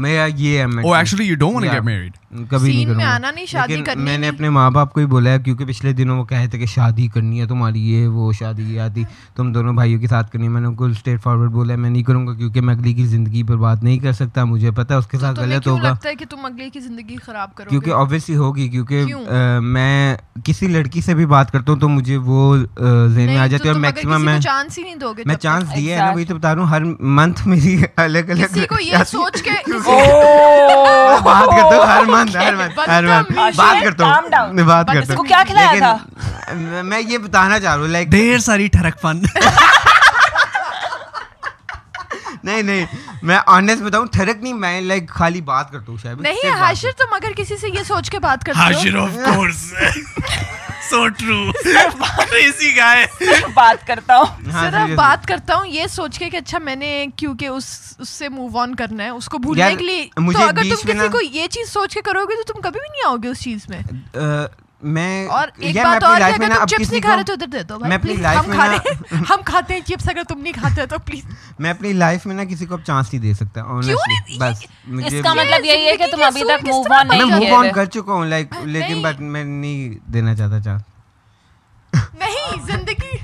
Speaker 4: میرا یہ ہے
Speaker 3: oh
Speaker 4: mentally.
Speaker 3: Actually you don't want
Speaker 4: Yeah.
Speaker 3: Get married
Speaker 4: کبھی
Speaker 2: Scene
Speaker 4: نہیں
Speaker 2: میں
Speaker 4: کروں گا
Speaker 2: آنا نہیں, شادی
Speaker 4: لیکن
Speaker 2: کرنی
Speaker 4: میں نے
Speaker 2: نہیں۔
Speaker 4: اپنے ماں باپ کو ہی بولا ہے کیونکہ پچھلے دنوں وہ کہے تھے کہ شادی کرنی ہے تمہاری یہ وہ شادی یہ آدھی تم دونوں بھائیوں کے ساتھ کرنی ہے میں نے ان کو اسٹریٹ فارورڈ بولا ہے میں نہیں کروں گا کیونکہ میں اگلی کی زندگی برباد نہیں کر سکتا مجھے پتا اس کے ساتھ
Speaker 2: تمہیں
Speaker 4: غلط
Speaker 2: کیوں
Speaker 4: ہوگا
Speaker 2: لگتا ہے کہ تم اگلے کی زندگی خراب کرو
Speaker 4: کیونکہ
Speaker 2: گے
Speaker 4: آبویسلی ہوگی کیونکہ
Speaker 2: کیوں؟
Speaker 4: اہ، میں کسی لڑکی سے بھی بات کرتا ہوں تو مجھے وہ اہ، ذہن میں آ جاتی ہے اور میکسیمم میں
Speaker 2: چانس ہی نہیں دو گے
Speaker 4: میں چانس دیا ہے نا وہی تو بتا رہا ہوں ہر منتھ میری الگ الگ
Speaker 2: کسی کو یہ سوچ کے
Speaker 1: है
Speaker 4: بات کرتا ہوں ہر منتھ ہر منتھ ہر منتھ
Speaker 1: بدتمیز۔
Speaker 4: بات کرتا
Speaker 1: Calm down.
Speaker 4: ہوں بات کرتا
Speaker 1: इसको
Speaker 4: ہوں
Speaker 1: क्या खिलाया था
Speaker 4: لیکن میں یہ بتانا چاہ رہا ہوں لائک
Speaker 3: ڈھیر ساری ٹھڑک فن
Speaker 4: نہیں نہیں میں آنےسٹ بتاؤں ٹھڑک نہیں میں لائک خالی بات کرتا ہوں شاید
Speaker 2: نہیں حاشر تم اگر کسی سے یہ سوچ کے بات کرتے
Speaker 3: حاشر
Speaker 2: ہو
Speaker 3: of course so true crazy گائے
Speaker 1: बात करता हूँ
Speaker 4: ہاں،
Speaker 2: صرف بات کرتا ہوں یہ سوچ کے کہ اچھا میں نے کیونکہ اس اس سے موو آن کرنا ہے اس کو بھولنے کے لیے تو اگر تم کسی کو یہ چیز سوچ کے کرو گے تو تم کبھی بھی نہیں آؤ گے اس چیز میں
Speaker 4: میں
Speaker 2: اور ایک
Speaker 4: یار، میں
Speaker 2: بات
Speaker 4: اپنی
Speaker 2: اور
Speaker 4: لائف میں نا
Speaker 2: اگر تم
Speaker 4: اب
Speaker 2: چپس
Speaker 4: کسی
Speaker 2: نہیں کھا
Speaker 4: کو-
Speaker 2: رہے تو ادھر دے دو
Speaker 4: میں اپنی لائف
Speaker 2: ہم
Speaker 4: میں
Speaker 2: کھا
Speaker 4: نا-
Speaker 2: رہے ہیں ہم کھاتے ہیں چپس اگر تم نہیں کھاتے تو پلیز
Speaker 4: میں اپنی لائف میں نا کسی کو اب چانس نہیں دے سکتا آنےسٹلی بس مجھے
Speaker 1: इसका
Speaker 2: مطلب
Speaker 1: मतलब यही है कि
Speaker 2: जिंदगी
Speaker 1: तुम अभी
Speaker 2: के असूल
Speaker 1: तक
Speaker 2: किस
Speaker 1: मूव ऑन
Speaker 2: तरह
Speaker 4: میں
Speaker 1: नहीं
Speaker 4: موو
Speaker 2: बदल
Speaker 1: किए
Speaker 4: آن
Speaker 1: हुए।
Speaker 4: کر چکا ہوں لائک لیکن بٹ میں نہیں دینا چاہتا چانس
Speaker 2: نہیں زندگی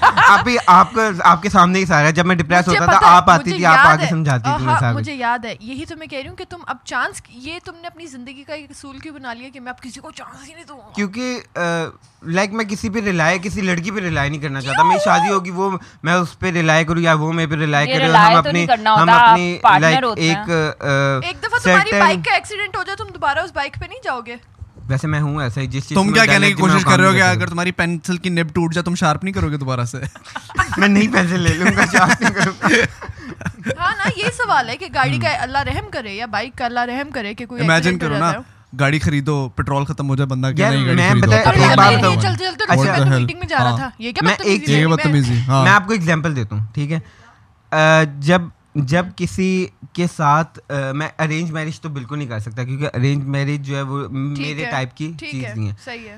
Speaker 4: آپ ہی آپ کا آپ کے سامنے ہی سارا جب میں ڈپریس
Speaker 2: مجھے
Speaker 4: ہوتا تھا
Speaker 2: پتا ہے،
Speaker 4: آپ آتی
Speaker 2: مجھے
Speaker 4: تھی آپ آ
Speaker 2: یاد
Speaker 4: کے
Speaker 2: ہے،
Speaker 4: سمجھاتی تھی
Speaker 2: ہاں،
Speaker 4: میں سارا
Speaker 2: مجھے یاد ہے یہی تو میں کہہ رہی ہوں کہ تم اب چانس یہ تم نے اپنی زندگی کا ایک اصول کیوں بنا لیا کہ میں اب کسی کو چانس ہی نہیں دوں گا
Speaker 4: کیونکہ لائک میں کسی پہ ریلائی کسی لڑکی پہ ریلائی نہیں کرنا چاہتا میری شادی ہوگی وہ میں اس پہ ریلائی کروں یا وہ میرے پہ ریلائی کرے ہم اپنی ہم اپنی لائک ایک
Speaker 2: ایک دفعہ تمہاری بائک کا ایکسیڈنٹ ہو جائے تم دوبارہ اس بائک پہ نہیں جاؤ گے
Speaker 4: ویسے میں ہوں ایسا ہی جس چیز
Speaker 3: تم کیا کہنے کی کوشش کر رہے ہو کہ اگر تمہاری پینسل کی نب ٹوٹ جائے تم شارپ نہیں کرو گے دوبارہ سے
Speaker 4: میں نہیں پیسے لے لوں گا
Speaker 2: ہاں نا یہ سوال ہے کہ گاڑی کا اللہ رحم کرے یا بائک کا اللہ رحم کرے کہ کوئی
Speaker 3: امیجن کرو نا گاڑی خریدو پیٹرول ختم ہو جائے بندہ کہ نہیں گاڑی
Speaker 2: چلتے
Speaker 3: خریدو
Speaker 2: چلتے
Speaker 4: اچھا، ہاں۔
Speaker 2: میٹنگ میں جا رہا تھا یہ
Speaker 3: یہ
Speaker 2: کیا
Speaker 3: بدتمیزی ہاں
Speaker 4: میں آپ کو ایگزامپل دیتا ہوں ٹھیک ہے جب جب کسی کے ساتھ میں ارینج میرج تو بالکل نہیں کر سکتا کیونکہ ارینج میرج جو ہے وہ میرے ٹائپ کی چیز نہیں ہے
Speaker 2: صحیح ہے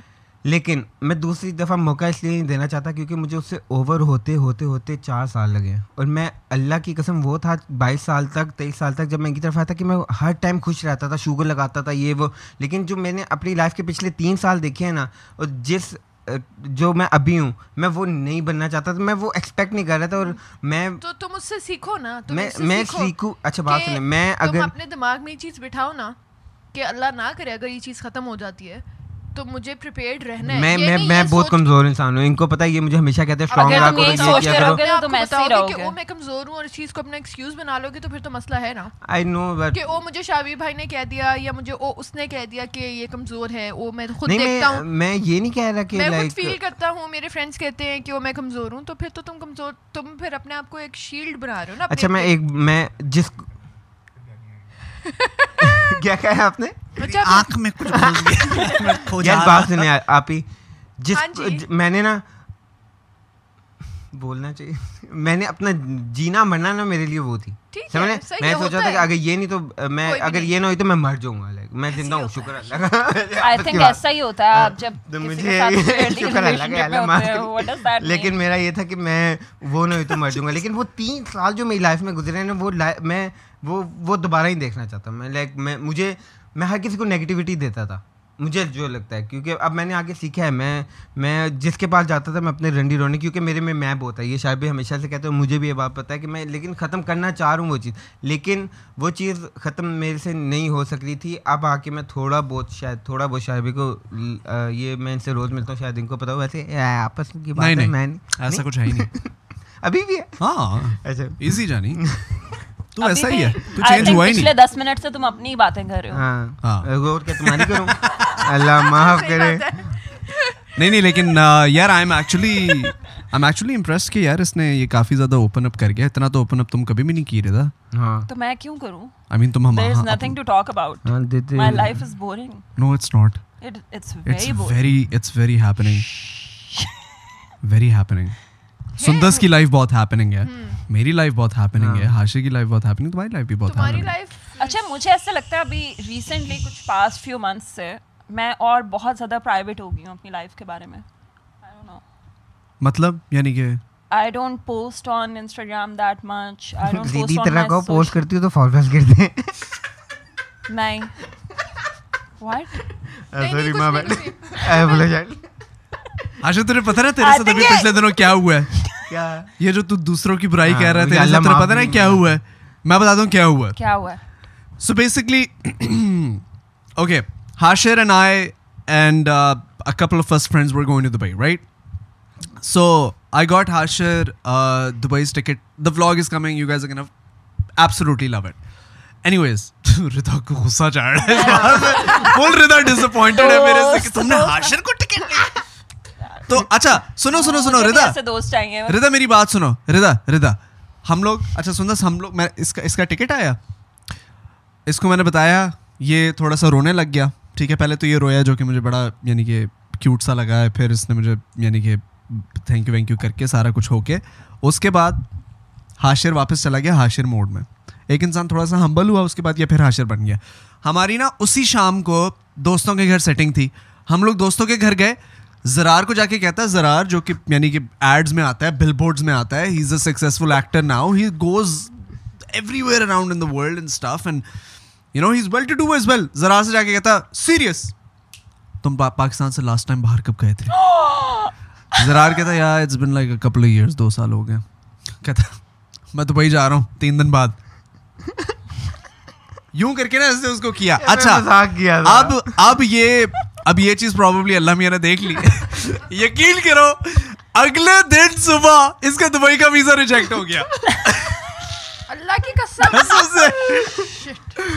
Speaker 4: لیکن میں دوسری دفعہ موقع اس لیے نہیں دینا چاہتا کیونکہ مجھے اس سے اوور ہوتے ہوتے ہوتے چار سال لگے اور میں اللہ کی قسم وہ تھا بائیس سال تک تیئیس سال تک جب میں ان کی طرف آیا تھا کہ میں ہر ٹائم خوش رہتا تھا شوگر لگاتا تھا یہ وہ لیکن جو میں نے اپنی لائف کے پچھلے تین سال دیکھے ہیں نا اور جس جو میں ابھی ہوں میں وہ نہیں بننا چاہتا تھا میں وہ ایکسپیکٹ نہیں کر رہا تھا اور میں
Speaker 2: تو تم اس سے سیکھو نا تم
Speaker 4: میں-
Speaker 2: اس سے
Speaker 4: میں
Speaker 2: سیکھو
Speaker 4: سیکھوں- اچھا بات
Speaker 2: کہ
Speaker 4: سنیں، میں
Speaker 2: تم
Speaker 4: اگر-
Speaker 2: اپنے دماغ میں یہ چیز بٹھاؤ نا کہ اللہ نہ کرے اگر یہ چیز ختم ہو جاتی ہے تو مجھے پریپیئرڈ رہنا ہے
Speaker 4: میں
Speaker 2: یہ
Speaker 4: میں
Speaker 2: نہیں
Speaker 4: میں
Speaker 2: یہ
Speaker 4: بہت
Speaker 2: سوچ-
Speaker 4: کمزور انسان ہوں ان کو پتا یہ مجھے ہمیشہ کہتے ہیں اسٹرانگ
Speaker 1: اگر
Speaker 4: رہا
Speaker 1: تم
Speaker 4: کرو
Speaker 1: یہی
Speaker 4: یہ
Speaker 1: سوچتے
Speaker 4: کیا کرو
Speaker 1: رہو گے تو
Speaker 2: اپنے آپ کو
Speaker 1: تم ایسے ہی
Speaker 2: بتاؤ گے
Speaker 1: رہو
Speaker 2: کہ
Speaker 1: گے۔
Speaker 2: او میں کمزور ہوں اور اس چیز کو اپنا ایکسکیوز بنا لو گے تو پھر تو مسئلہ ہے نا
Speaker 4: آئی نو بٹ
Speaker 2: کہ او مجھے شاوی بھائی نے کہہ دیا یا مجھے او اس نے کہہ دیا کہ یہ کمزور ہے او میں خود
Speaker 4: نہیں
Speaker 2: دیکھتا
Speaker 4: میں
Speaker 2: ہوں
Speaker 4: میں یہ نہیں کہہ رہا کہ
Speaker 2: میں خود
Speaker 4: لائک
Speaker 2: فیل کرتا ہوں میرے فرینڈس کہتے ہیں کہ وہ میں کمزور ہوں تو پھر تو تم کمزور تم پھر اپنے آپ کو ایک شیلڈ بنا رہے ہو نا اپنے-
Speaker 4: اچھا میں ایک میں جس کیا کہا ہے آپ نے
Speaker 2: اچھا،
Speaker 3: آنکھ میں کچھ گھس گیا میں کھو جا
Speaker 4: یار
Speaker 3: رہا
Speaker 4: بات سنیں آپ ہی جس میں نے نا بولنا چاہیے میں نے اپنا جینا مرنا نا میرے لیے وہ تھی میں سوچا تھا کہ اگر یہ نہیں تو میں اگر یہ نہ ہوئی تو میں مر جاؤں گا میں زندہ ہوں شکر اللہ
Speaker 1: آئی تھنک ایسا ہی ہوتا ہے آپ جب
Speaker 4: تو
Speaker 1: کسی
Speaker 4: مجھے
Speaker 1: کے ساتھ seriously
Speaker 4: شکر اللہ
Speaker 1: relationship
Speaker 4: کا
Speaker 1: میں
Speaker 4: اللہ
Speaker 1: ہوتے ہو, what does
Speaker 4: معاف
Speaker 1: that
Speaker 4: لیکن
Speaker 1: mean?
Speaker 4: میرا یہ تھا کہ میں وہ نہ ہوئی تو مر جاؤں گا لیکن وہ تین سال جو میری لائف میں گزرے ہیں نا وہ لائ- میں وہ وہ دوبارہ ہی دیکھنا چاہتا ہوں میں لائک میں مجھے میں ہر کسی کو نگیٹیوٹی دیتا تھا مجھے جو لگتا ہے کیونکہ اب میں نے آگے سیکھا ہے میں میں جس کے پاس جاتا تھا میں اپنے رنڈی رونے کیونکہ میرے میں میپ ہوتا ہے یہ شاید بھی ہمیشہ سے کہتا ہوں مجھے بھی یہ بات پتہ ہے کہ میں لیکن ختم کرنا چاہ رہا ہوں وہ چیز لیکن وہ چیز ختم میرے سے نہیں ہو سک رہی تھی اب آ کے میں تھوڑا بہت شاید تھوڑا بہت شاید کو یہ میں ان سے روز ملتا ہوں شاید ان کو پتا ہو ویسے آپس کی
Speaker 3: نہیں
Speaker 4: بات ہے میں
Speaker 3: نہیں ایسا کچھ ہے ہی نہیں
Speaker 4: ابھی بھی ہے
Speaker 3: ہاں
Speaker 4: اچھا
Speaker 3: ایزی جانی تو
Speaker 1: ابھی
Speaker 3: ایسا ہی
Speaker 1: بھی-
Speaker 3: ہے تو
Speaker 1: I
Speaker 3: چینج
Speaker 1: think
Speaker 3: ہوا ہی
Speaker 1: پچھلے
Speaker 3: نہیں
Speaker 1: دس منٹ سے تم اپنی ہی باتیں کر رہے ہو
Speaker 4: ہاں اور کیا تمہاری کروں اللہ معاف کرے
Speaker 3: نہیں نہیں لیکن یار I am actually I am actually impress کہ یار اس نے یہ کافی زیادہ اوپن اپ کر گیا اتنا تو اوپن اپ تم کبھی بھی نہیں کی رہے تھا
Speaker 4: ہاں
Speaker 1: تو میں کیوں کروں
Speaker 3: آئی مین تم
Speaker 1: دیر از
Speaker 3: ہمارا
Speaker 1: نتھنگ ٹو ٹاک اباؤٹ
Speaker 4: ہاں دیتے
Speaker 1: my life is boring
Speaker 3: no it's not
Speaker 1: it's
Speaker 3: it's
Speaker 1: very boring
Speaker 3: very it's very happening very happening سندس کی لائف بہت ہیپننگ ہے میری لائف بہت ہیپننگ ہے ہاشی کی لائف بہت ہیپننگ تمہاری لائف بھی بہت
Speaker 2: تمہاری
Speaker 3: ہیپننگ
Speaker 2: لائف
Speaker 1: اچھا مجھے ایسا لگتا ہے ابھی ریسنٹلی کچھ پاسٹ فیو منتھس سے میں اور بہت زیادہ پرائیویٹ ہو گئی ہوں اپنی لائف کے بارے میں
Speaker 3: مطلب یعنی کہ
Speaker 1: I don't post on Instagram that much I don't
Speaker 4: سیدھی
Speaker 1: پوسٹ
Speaker 4: طرح کو
Speaker 1: آن
Speaker 4: پوسٹ کرتی ہوں تو فالوورز کرتے ہیں
Speaker 1: نہیں واٹ
Speaker 4: سوری ماں بولو شاید
Speaker 3: آشا تجھے پتا ہے تیرے ساتھ ابھی پچھلے دنوں کیا ہوا ہے
Speaker 4: کیا
Speaker 3: یہ جو تو دوسروں کی برائی
Speaker 4: हाँ,
Speaker 3: کہہ رہا
Speaker 4: मुझे
Speaker 3: تھا
Speaker 4: अल्लाह
Speaker 3: تیرے
Speaker 4: माफ़
Speaker 3: پتہ نہیں
Speaker 4: नहीं
Speaker 3: کیا ہوا ہے میں بتاتا ہوں کیا ہوا ہے
Speaker 1: کیا ہوا ہے
Speaker 3: so basically okay Hashir and I and couple of first friends were going to Dubai right so I got Hashir Dubai's ticket the vlog is coming you guys again absolutely love it anyways Rida کو غصہ چڑھ رہا ہے فل ردا ڈس اپوائنٹڈ ہے میرے سے کہ تم نے ہاشر کو ٹکٹ تو اچھا سنو سنو سنو
Speaker 1: مجھے بھی
Speaker 3: ردا
Speaker 1: ایسے دوست چاہیے
Speaker 3: ردا میری بات سنو ردا ردا ہم لوگ اچھا سندس ہم لوگ میں اس کا اس کا ٹکٹ آیا اس کو میں نے بتایا یہ تھوڑا سا رونے لگ گیا ٹھیک ہے پہلے تو یہ رویا جو کہ مجھے بڑا یعنی کہ کیوٹ سا لگا ہے پھر اس نے مجھے یعنی کہ تھینک یو وینک یو کر کے سارا کچھ ہو کے اس کے بعد ہاشر واپس چلا گیا ہاشر موڈ میں ایک انسان تھوڑا سا ہمبل ہوا اس کے بعد یہ پھر ہاشر بن گیا ہماری نا اسی شام کو دوستوں کے گھر سیٹنگ تھی ہم لوگ دوستوں کے گھر گئے زرار کو جا کے کہتا ہے زرار جو کہ یعنی کہ ایڈز میں آتا ہے بل بورڈز میں آتا ہے he is a successful actor now he goes everywhere around in the world and stuff and you know he is well to do is well ذرا سے جا کے کہتا سیریس تم پا- پاکستان سے لاسٹ ٹائم باہر کب گئے تھے زرار کہتا یار it's been like couple years دو سال ہو گئے کہتا میں دبئی جا رہا ہوں تین دن بعد یوں کر کے نا اس نے اس کو کیا اچھا
Speaker 4: مذاق کیا تھا۔
Speaker 3: اب اب یہ اب یہ چیز پرابیبلی اللہ میاں نے دیکھ لی یقین کرو اگلے دن صبح اس کا دبئی کا ویزا ریجیکٹ ہو گیا
Speaker 2: اللہ کی قسم
Speaker 3: قسم سے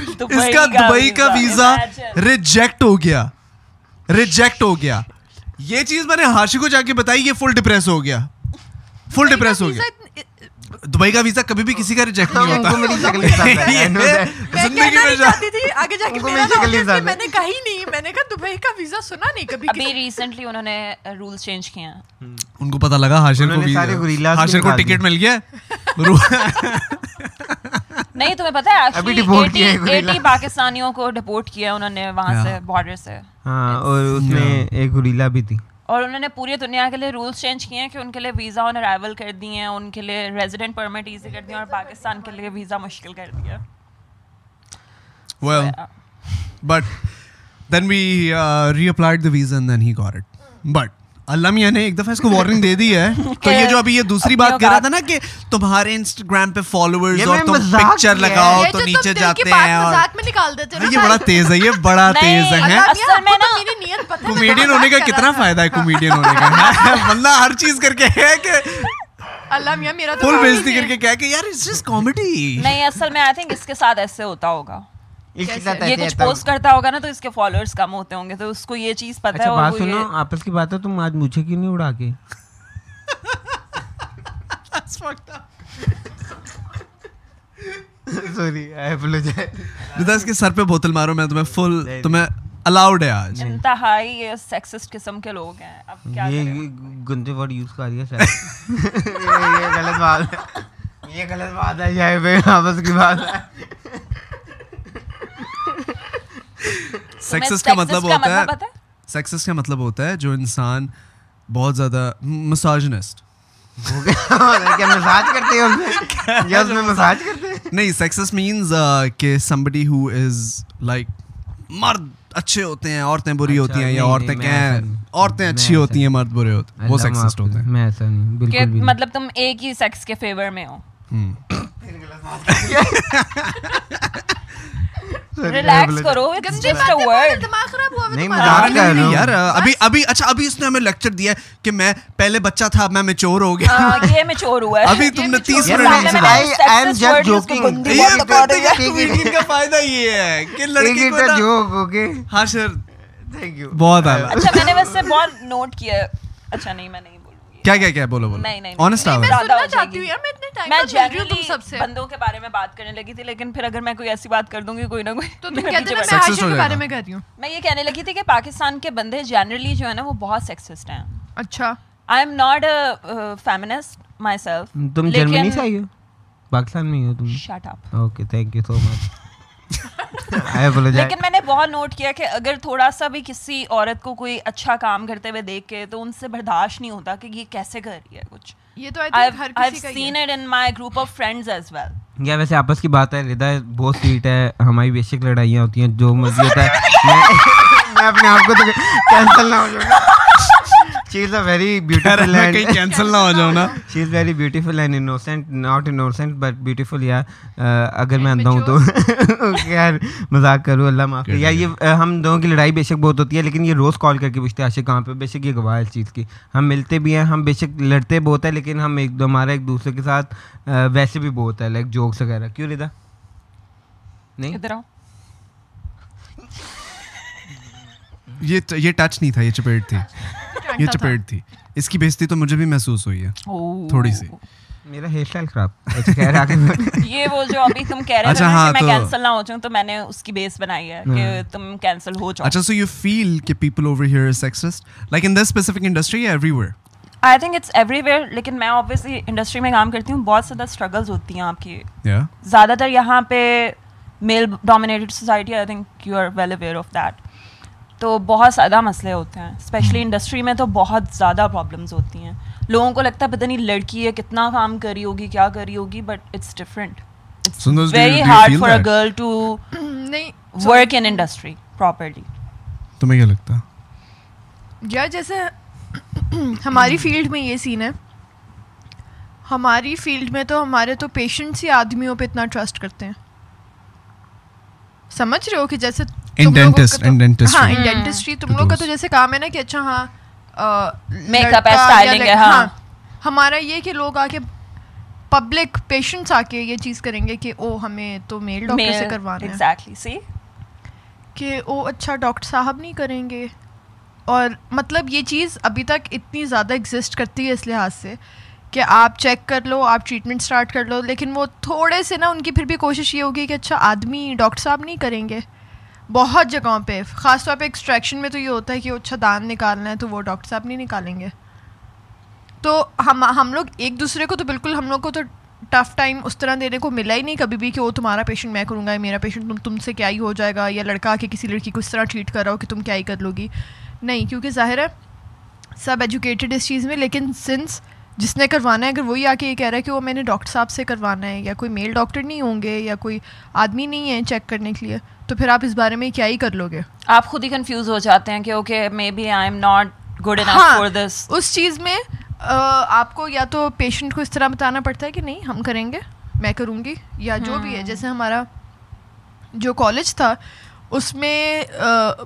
Speaker 3: اس کا دبئی کا ویزا ریجیکٹ ہو گیا ریجیکٹ ہو گیا یہ چیز میں نے ہاشی کو جا کے بتائی یہ فل ڈپریس ہو گیا فل ڈپریس ہو گیا دبئی کا ویزا کبھی بھی کسی کا ریجیکٹ نہیں
Speaker 4: ان کو میری شکل
Speaker 3: ہوتا
Speaker 2: میں
Speaker 3: زندگی میں
Speaker 2: چاہتی تھی آگے جا کے میرا میں نے کہا ہی نہیں میں نے کہا دبئی کا ویزا سنا نہیں کبھی
Speaker 1: ابھی ریسنٹلی انہوں نے رولز چینج کیے ہیں
Speaker 3: ان کو پتا لگا ہاشر کو ہاشر کو ٹکٹ مل گیا
Speaker 1: نہیں تمہیں پتا ہے
Speaker 4: अभी deport किया है
Speaker 1: ایٹی
Speaker 4: gorillas.
Speaker 1: ایٹی پاکستانیوں کو ڈپورٹ کیا انہوں نے وہاں سے بارڈر سے
Speaker 4: ہاں اور اس میں ایک گریلا بھی تھی
Speaker 1: اور انہوں نے پوری دنیا کے لیے رولز چینج کیے ہیں کہ ان کے لیے ویزا آن ارائیول کر دیے ہیں ان کے لیے ریزیڈنٹ پرمٹ ایزی کر دیے اور پاکستان کے لیے ویزا مشکل کر دیا
Speaker 3: Well, but then we uh, reapplied the visa and then he got it. But اللہ میاں نے ایک دفعہ اس کو وارننگ دے دی ہے تو یہ جو ابھی یہ دوسری بات کر رہا تھا نا کہ تمہارے انسٹاگرام پہ فالوورز اور تم پکچر لگاؤ تو نیچے جاتے ہیں اور
Speaker 2: مذاق میں نکال دیتے ہو
Speaker 3: یہ بڑا تیز ہے یہ بڑا تیز ہے
Speaker 1: اصل میں نا
Speaker 2: میری نیت پتہ ہے
Speaker 3: کمیڈین ہونے کا کتنا فائدہ ہے کمیڈین ہونے کا بندہ ہر چیز کر کے ہے کہ
Speaker 2: اللہ میاں میرا تو
Speaker 3: فل بےزتی کر کے کہہ کہ یار اٹس جسٹ کامیڈی
Speaker 1: نہیں اصل میں آئی تھنک اس کے ساتھ ایسے ہوتا ہوگا یہ کچھ پوسٹ
Speaker 4: اچھا
Speaker 1: کرتا ہوگا نا تو اس کے فالوورس کم ہوتے ہوں گے تو اس کو یہ چیز پتا ہے اور
Speaker 4: اچھا، بات
Speaker 1: وہ
Speaker 4: سنو
Speaker 1: یہ-
Speaker 4: آپس کی بات ہے تم آج مجھے کیوں نہیں اڑا کے سوری
Speaker 3: اس کے سر پہ بوتل مارو میں تمہیں فل تمہیں الاؤڈ ہے آج
Speaker 1: انتہائی یہ سیکسسٹ قسم کے لوگ ہیں اب کیا
Speaker 4: یہ
Speaker 1: کریں؟
Speaker 4: گندے ورڈ یوز کر رہی ہے شاید یہ غلط بات ہے یہ غلط بات ہے یہ بے آپس کی بات ہے
Speaker 1: تمہیں
Speaker 3: سیکسس کا
Speaker 1: sexist
Speaker 3: مطلب ہوتا ہے
Speaker 1: پتا ہے
Speaker 3: سیکسس کا مطلب ہوتا ہے جو انسان بہت زیادہ مساجنسٹ
Speaker 4: کیا مساج مطلب کرتے ہیں اس میں اس میں مساج کرتے ہیں
Speaker 3: نہیں سیکسس مینز کہ سمبڈی ہو از لائک مرد اچھے ہوتے ہیں عورتیں بری ہوتی ہیں یا عورتیں کہیں عورتیں اچھی ہوتی ہیں مرد برے ہوتے ہیں وہ سیکسسٹ ہوتے ہیں
Speaker 4: میں ایسا نہیں
Speaker 1: کہ
Speaker 4: بالکل بھی
Speaker 1: مطلب تم ایک ہی سیکس کے فیور میں ہو ریلیکس کرو it's just a word.
Speaker 2: دماغ خراب ہوا
Speaker 4: نہیں
Speaker 2: تمہارا
Speaker 4: مزاق کر رہا
Speaker 3: یار
Speaker 4: ہوں
Speaker 3: ابھی ابھی اچھا ابھی اس نے ہمیں لیکچر دیا کہ میں پہلے بچہ تھا میں میچور ہو گیا
Speaker 1: ہاں، یہ mature ہوا ہے۔
Speaker 3: ابھی تم نے تیس
Speaker 4: یار
Speaker 3: minute
Speaker 4: I am just joking
Speaker 3: کا فائدہ یہ ہے کہ لڑکی کو نا-
Speaker 4: جوک اوکے
Speaker 3: ہاں سر
Speaker 4: تھینک یو
Speaker 3: بہت اعلیٰ
Speaker 1: اچھا میں نے ویسے بہت نوٹ کیا ہے۔ اچھا نہیں میں نہیں بولوں گی
Speaker 3: کیا کیا کیا بولو بولو
Speaker 1: نہیں، نہیں، نہیں۔
Speaker 3: آنےسٹ آور
Speaker 2: میں
Speaker 1: زیادہ
Speaker 2: سننا
Speaker 1: ہو جائے
Speaker 2: چاہتی ہوں
Speaker 1: گی۔
Speaker 2: یار میں اتنے ٹائم
Speaker 1: میں
Speaker 2: سے مل رہی ہوں تم سب
Speaker 1: جنرلی
Speaker 2: سے
Speaker 1: بندوں کے بارے میں بات کرنے لگی تھی لیکن پھر اگر میں کوئی ایسی بات کر دوں گی کوئی نہ کوئی
Speaker 2: تو تم
Speaker 1: میرے
Speaker 2: کہتے
Speaker 1: پیچھے
Speaker 2: ہو میں
Speaker 1: پڑ
Speaker 3: ہو
Speaker 1: جائے۔
Speaker 2: عائشہ کے
Speaker 3: جائے
Speaker 2: بارے
Speaker 3: گا۔
Speaker 2: میں کہہ رہی ہوں
Speaker 1: میں یہ کہنے لگی تھی کہ پاکستان کے بندے جنرلی جو ہے نا وہ بہت سیکسسٹ ہیں
Speaker 2: اچھا
Speaker 1: I am not a feminist myself
Speaker 4: تم جرمنی سے آئی ہو پاکستان میں ہی ہو تم
Speaker 1: shut up
Speaker 4: okay thank you so much I apologise
Speaker 1: لیکن میں نے بہت نوٹ کیا کہ اگر تھوڑا سا بھی کسی عورت کو کوئی اچھا کام کرتے ہوئے دیکھ کے تو ان سے برداشت نہیں ہوتا کہ یہ کیسے کر رہی ہے کچھ
Speaker 2: یہ تو آئی تھنک ہر کسی کا ہی
Speaker 1: seen it in my group of friends as well
Speaker 4: یا ویسے آپس کی بات ہے ردا بہت سویٹ ہے ہماری بیشک لڑائیاں ہوتی ہیں جو مرضی ہوتا ہے میں اپنے آپ کو تو کینسل نہ ہو جاؤں she is a very beautiful
Speaker 3: میں کہیں کینسل نہ ہو جاؤ نا
Speaker 4: she is very beautiful and innocent not innocent but beautiful یا اگر میں اندھا ہوں تو یار مذاق کروں اللہ معاف یا یہ ہم دونوں کی لڑائی بے شک بہت ہوتی ہے لیکن یہ روز کال کر کے پوچھتے ہیں عاشق کہاں پہ بے شک یہ گواہ ہے اس چیز کی ہم ملتے بھی ہیں ہم بے شک لڑتے بہت ہیں لیکن ہم ایک ہمارا ایک دوسرے کے ساتھ ویسے بھی بہت ہے لائک جوکس وغیرہ کیوں ردا نہیں
Speaker 1: ادھر آؤ
Speaker 3: یہ یہ ٹچ نہیں تھا یہ چپیٹ تھی یہ چپیٹ تھی اس کی بےزتی تو مجھے بھی محسوس ہوئی ہے
Speaker 1: Oh.
Speaker 3: تھوڑی سی
Speaker 4: میرا ہیئر اسٹائل خراب اچھا خیر آگے
Speaker 1: یہ وہ جو ابھی تم کہہ
Speaker 3: اچھا،
Speaker 1: رہے تھے
Speaker 3: ہاں،
Speaker 1: کہ میں کینسل نہ ہو جاؤں تو میں نے اس کی بیس بنائی ہے کہ تم کینسل ہو جاؤ
Speaker 3: اچھا سو یو فیل کہ people over here is sexist like in this specific industry everywhere
Speaker 1: I think it's everywhere لیکن میں آبویسلی انڈسٹری میں کام کرتی ہوں بہت زیادہ اسٹرگلز ہوتی ہیں آپ کی
Speaker 3: یا
Speaker 1: زیادہ تر یہاں پہ male dominated society I think you are well aware of that تو بہت زیادہ مسئلے ہوتے ہیں اسپیشلی انڈسٹری میں تو بہت زیادہ پرابلمز ہوتی ہیں لوگوں کو لگتا ہے پتہ نہیں لڑکی ہے کتنا کام کری ہوگی کیا کری ہوگی but it's different
Speaker 3: Sundas, do you- do
Speaker 1: very
Speaker 3: you
Speaker 1: hard
Speaker 3: feel
Speaker 1: for a
Speaker 3: that?
Speaker 1: Girl to
Speaker 2: نہیں
Speaker 1: ورک ان انڈسٹری پراپرلی
Speaker 3: تمہیں کیا لگتا ہے
Speaker 2: یار جیسے ہماری فیلڈ میں یہ سین ہے ہماری فیلڈ میں تو ہمارے تو پیشنٹس ہی آدمیوں پہ اتنا ٹرسٹ کرتے ہیں سمجھ رہے ہو کہ جیسے تم لوگوں کا
Speaker 3: Indentist,
Speaker 2: تو-
Speaker 3: indentistry.
Speaker 2: ہاں انڈینٹسٹری تم
Speaker 3: To
Speaker 2: لوگ کا تو
Speaker 3: those.
Speaker 2: جیسے کام ہے نا کہ اچھا ہاں میک
Speaker 1: Makeup ہے, styling ہے, ہاں۔
Speaker 2: ہمارا یہ کہ لوگ آ کے پبلک پیشنٹس آ کے یہ چیز کریں گے کہ او ہمیں تو میل ڈاکٹر سے کروانا ہے
Speaker 1: ایگزیکٹلی سی
Speaker 2: کہ وہ اچھا ڈاکٹر صاحب نہیں کریں گے اور مطلب یہ چیز ابھی تک اتنی زیادہ ایگزسٹ کرتی ہے اس لحاظ سے کہ آپ چیک کر لو آپ ٹریٹمنٹ سٹارٹ کر لو لیکن وہ تھوڑے سے نا ان کی پھر بھی کوشش یہ ہوگی کہ اچھا آدمی ڈاکٹر صاحب نہیں کریں گے بہت جگہوں پہ خاص طور پہ ایکسٹریکشن میں تو یہ ہوتا ہے کہ اچھا دان نکالنا ہے تو وہ ڈاکٹر صاحب نہیں نکالیں گے تو ہم ہم لوگ ایک دوسرے کو تو بالکل ہم لوگ کو تو ٹف ٹائم اس طرح دینے کو ملا ہی نہیں کبھی بھی کہ وہ تمہارا پیشنٹ میں کروں گا یا میرا پیشنٹ تم تم سے کیا ہی ہو جائے گا یا لڑکا کہ کسی لڑکی کو اس طرح ٹریٹ کر رہا ہو کہ تم کیا ہی کر لو گی نہیں کیونکہ ظاہر ہے سب ایجوکیٹڈ اس چیز میں لیکن سنس جس نے کروانا ہے اگر وہی آ کے یہ کہہ رہا ہے کہ وہ میں نے ڈاکٹر صاحب سے کروانا ہے یا کوئی میل ڈاکٹر نہیں ہوں گے یا کوئی آدمی نہیں ہے چیک کرنے کے لیے تو پھر آپ اس بارے میں کیا ہی کر لو گے
Speaker 1: آپ خود ہی کنفیوز ہو جاتے ہیں کہ okay maybe I am not good enough for
Speaker 2: ہاں
Speaker 1: دس
Speaker 2: اس چیز میں آپ کو یا تو پیشنٹ کو اس طرح بتانا پڑتا ہے کہ نہیں ہم کریں گے میں کروں گی یا جو بھی ہے جیسے ہمارا جو کالج تھا اس میں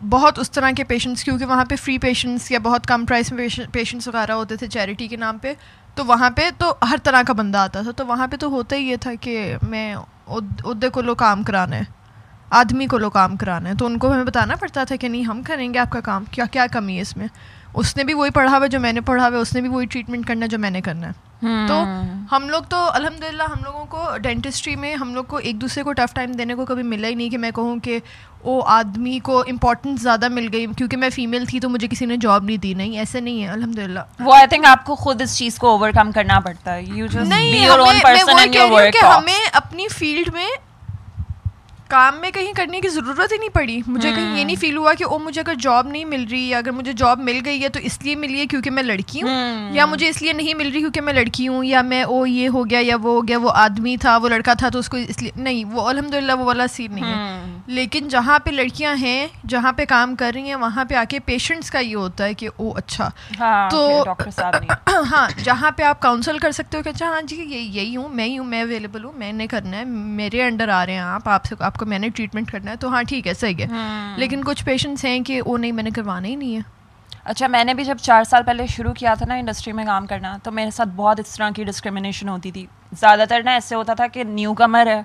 Speaker 2: بہت اس طرح کے پیشنٹس کیونکہ وہاں پہ فری پیشنٹس یا بہت کم پرائز میں پیشنٹس وغیرہ ہوتے تھے چیریٹی کے نام پہ تو وہاں پہ تو ہر طرح کا بندہ آتا تھا تو وہاں پہ تو ہوتا ہی یہ تھا کہ میں عہدے کو لو کام کرانا ہے آدمی کو لو کام کرانا ہے تو ان کو ہمیں بتانا پڑتا تھا کہ نہیں ہم کریں گے آپ کا کام کیا کیا کمی ہے اس میں اس نے بھی وہی پڑھا ہوا ہے جو میں نے پڑھا ہوا ہے اس نے بھی وہی ٹریٹمنٹ کرنا ہے جو میں نے کرنا ہے تو ہم لوگ تو الحمد للہ ہم لوگوں کو ڈینٹسٹری میں ہم لوگ کو ایک دوسرے کو ٹف ٹائم دینے کو کبھی ملا ہی نہیں کہ میں کہوں کہ وہ آدمی کو امپورٹنس زیادہ مل گئی کیونکہ میں فیمیل تھی تو مجھے کسی نے جاب نہیں دی نہیں ایسے نہیں ہے الحمد للہ
Speaker 1: وہ آئی تھنک آپ کو خود اس چیز کو اوور کم کرنا پڑتا ہے you just be your own person and your work
Speaker 2: ہمیں اپنی فیلڈ میں کام میں کہیں کرنے کی ضرورت ہی نہیں پڑی مجھے کہیں یہ نہیں فیل ہوا کہ او مجھے اگر جاب نہیں مل رہی یا اگر مجھے جاب مل گئی ہے تو اس لیے ملی ہے کیونکہ میں لڑکی ہوں یا مجھے اس لیے نہیں مل رہی کیونکہ میں لڑکی ہوں یا میں او یہ ہو گیا یا وہ ہو گیا وہ آدمی تھا وہ لڑکا تھا تو اس کو اس لیے نہیں وہ الحمد للہ وہ والا سین نہیں
Speaker 1: Hmm.
Speaker 2: ہے لیکن جہاں پہ لڑکیاں ہیں جہاں پہ کام کر رہی ہیں وہاں پہ آ کے پیشنٹس کا یہ ہوتا ہے کہ او اچھا
Speaker 1: تو ڈاکٹر ہاں، صاحب نے
Speaker 2: ہاں جہاں پہ آپ کاؤنسل کر سکتے ہو کہ اچھا ہاں جی یہ یہی ہوں میں ہی ہوں میں اویلیبل ہوں میں نے کرنا ہے میرے انڈر آ رہے ہیں آپ آپ سے آپ کو میں نے ٹریٹمنٹ کرنا ہے تو ہاں ٹھیک ہے صحیح ہے لیکن کچھ پیشنٹس ہیں کہ وہ نہیں میں نے کروانا ہی نہیں ہے
Speaker 1: اچھا میں نے بھی جب چار سال پہلے شروع کیا تھا نا انڈسٹری میں کام کرنا تو میرے ساتھ بہت اس طرح کی ڈسکرمنیشن ہوتی تھی زیادہ تر نا ایسے ہوتا تھا کہ نیو کمر ہے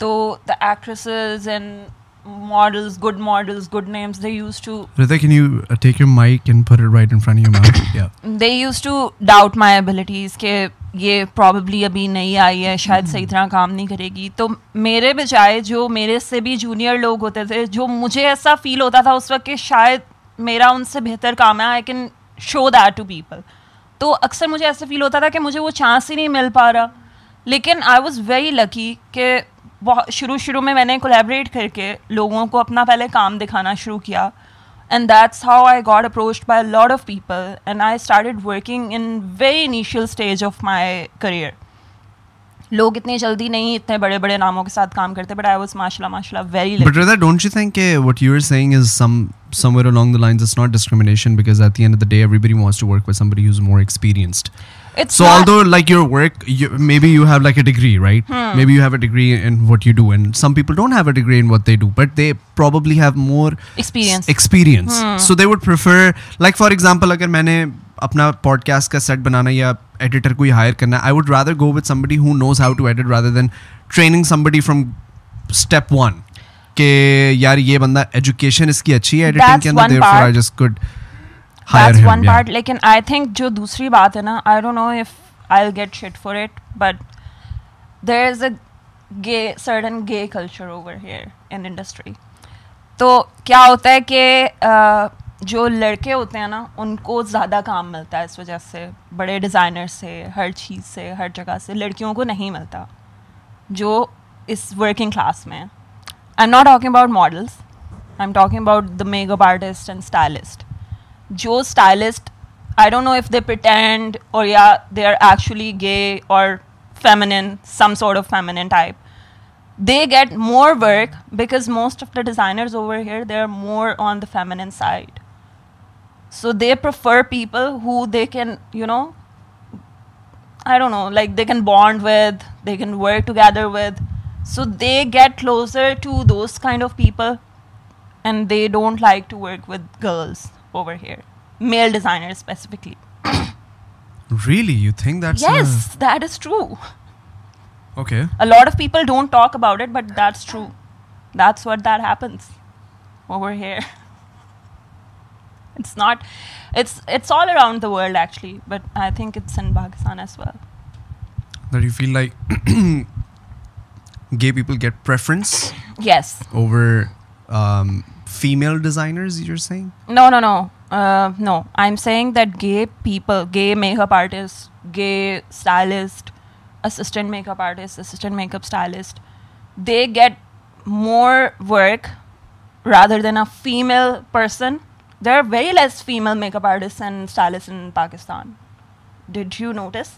Speaker 1: تو the actresses and models good models good names they used to
Speaker 3: Rita, can you uh, take your mic and put it right in front of your mouth? Yeah.
Speaker 1: They used to doubt my abilities کہ یہ probably ابھی نہیں آئی ہے شاید صحیح طرح کام نہیں کرے گی تو میرے بجائے جو میرے سے بھی جونیئر لوگ ہوتے تھے جو مجھے ایسا فیل ہوتا تھا اس وقت کہ شاید میرا ان سے بہتر کام ہے I can show that to people تو اکثر مجھے ایسا فیل ہوتا تھا کہ مجھے وہ چانس ہی نہیں مل پا رہا لیکن آئی واز ویری لکی کہ بہت شروع شروع میں میں نے کولیبریٹ کر کے لوگوں کو اپنا پہلے کام دکھانا شروع کیا and that's how I got approached by lot of people and I started working in very initial stage of my career لوگ اتنی جلدی نہیں اتنے بڑے بڑے ناموں کے ساتھ کام کرتے بٹ آئی واز ماشاء اللہ ماشاء اللہ very
Speaker 3: But Rita, don't you think uh, what you're saying is some somewhere along the lines it's not discrimination because at the end of the day everybody wants to work with somebody who's more experienced. So although like your work, you, maybe you have like a degree, right?
Speaker 1: Hmm.
Speaker 3: Maybe you have a degree in what you do, and some people don't have a degree in what they do, but they probably have more
Speaker 1: Experience. Hmm.
Speaker 3: s- experience. So they would prefer, like for example, अगर मैंने अपना podcast का set बनाना या editor को ही hire करना, I would rather go with somebody who knows how to edit rather than training somebody from step one. कि यार ये बंदा education इसकी अच्छी है editing
Speaker 1: That's
Speaker 3: के अंदर,
Speaker 1: one
Speaker 3: therefore I
Speaker 1: part.
Speaker 3: just could hire
Speaker 1: that's
Speaker 3: him.
Speaker 1: One
Speaker 3: yeah.
Speaker 1: Part لیکن آئی تھنک جو دوسری بات ہے نا I don't know if I get shit for it but there is a gay sudden gay culture over here in industry تو کیا ہوتا ہے کہ آ، جو لڑکے ہوتے ہیں نا ان کو زیادہ کام ملتا ہے اس وجہ سے بڑے ڈیزائنر سے ہر چیز سے ہر جگہ سے لڑکیوں کو نہیں ملتا جو اس ورکنگ کلاس میں ہیں I am not talking about models I am talking about the makeup artist and stylist جو stylist I don't know if they pretend اور یا دے آر ایکچولی گے اور feminine some sort of feminine type they get more work because most of the designers over here they are more on the feminine side. So they prefer people who they can, you know, I don't know, like they can bond with, they can work together with. So they get closer to those kind of people, and they don't like to work with girls over here, male designers specifically.
Speaker 3: Really? You think that's... Yes,
Speaker 1: that is true.
Speaker 3: Okay.
Speaker 1: A lot of people don't talk about it, but that's true. That's what that happens over here. It's not, it's all around the world actually, but I think it's in Pakistan as well.
Speaker 3: That you feel like gay people get preference?
Speaker 1: Yes.
Speaker 3: Over female designers, you're saying?
Speaker 1: No. No, I'm saying that gay people, gay makeup artists, gay stylist, assistant makeup artist, assistant makeup stylist, they get more work rather than a female person There are very less female makeup artists and stylists in Pakistan. Did you notice?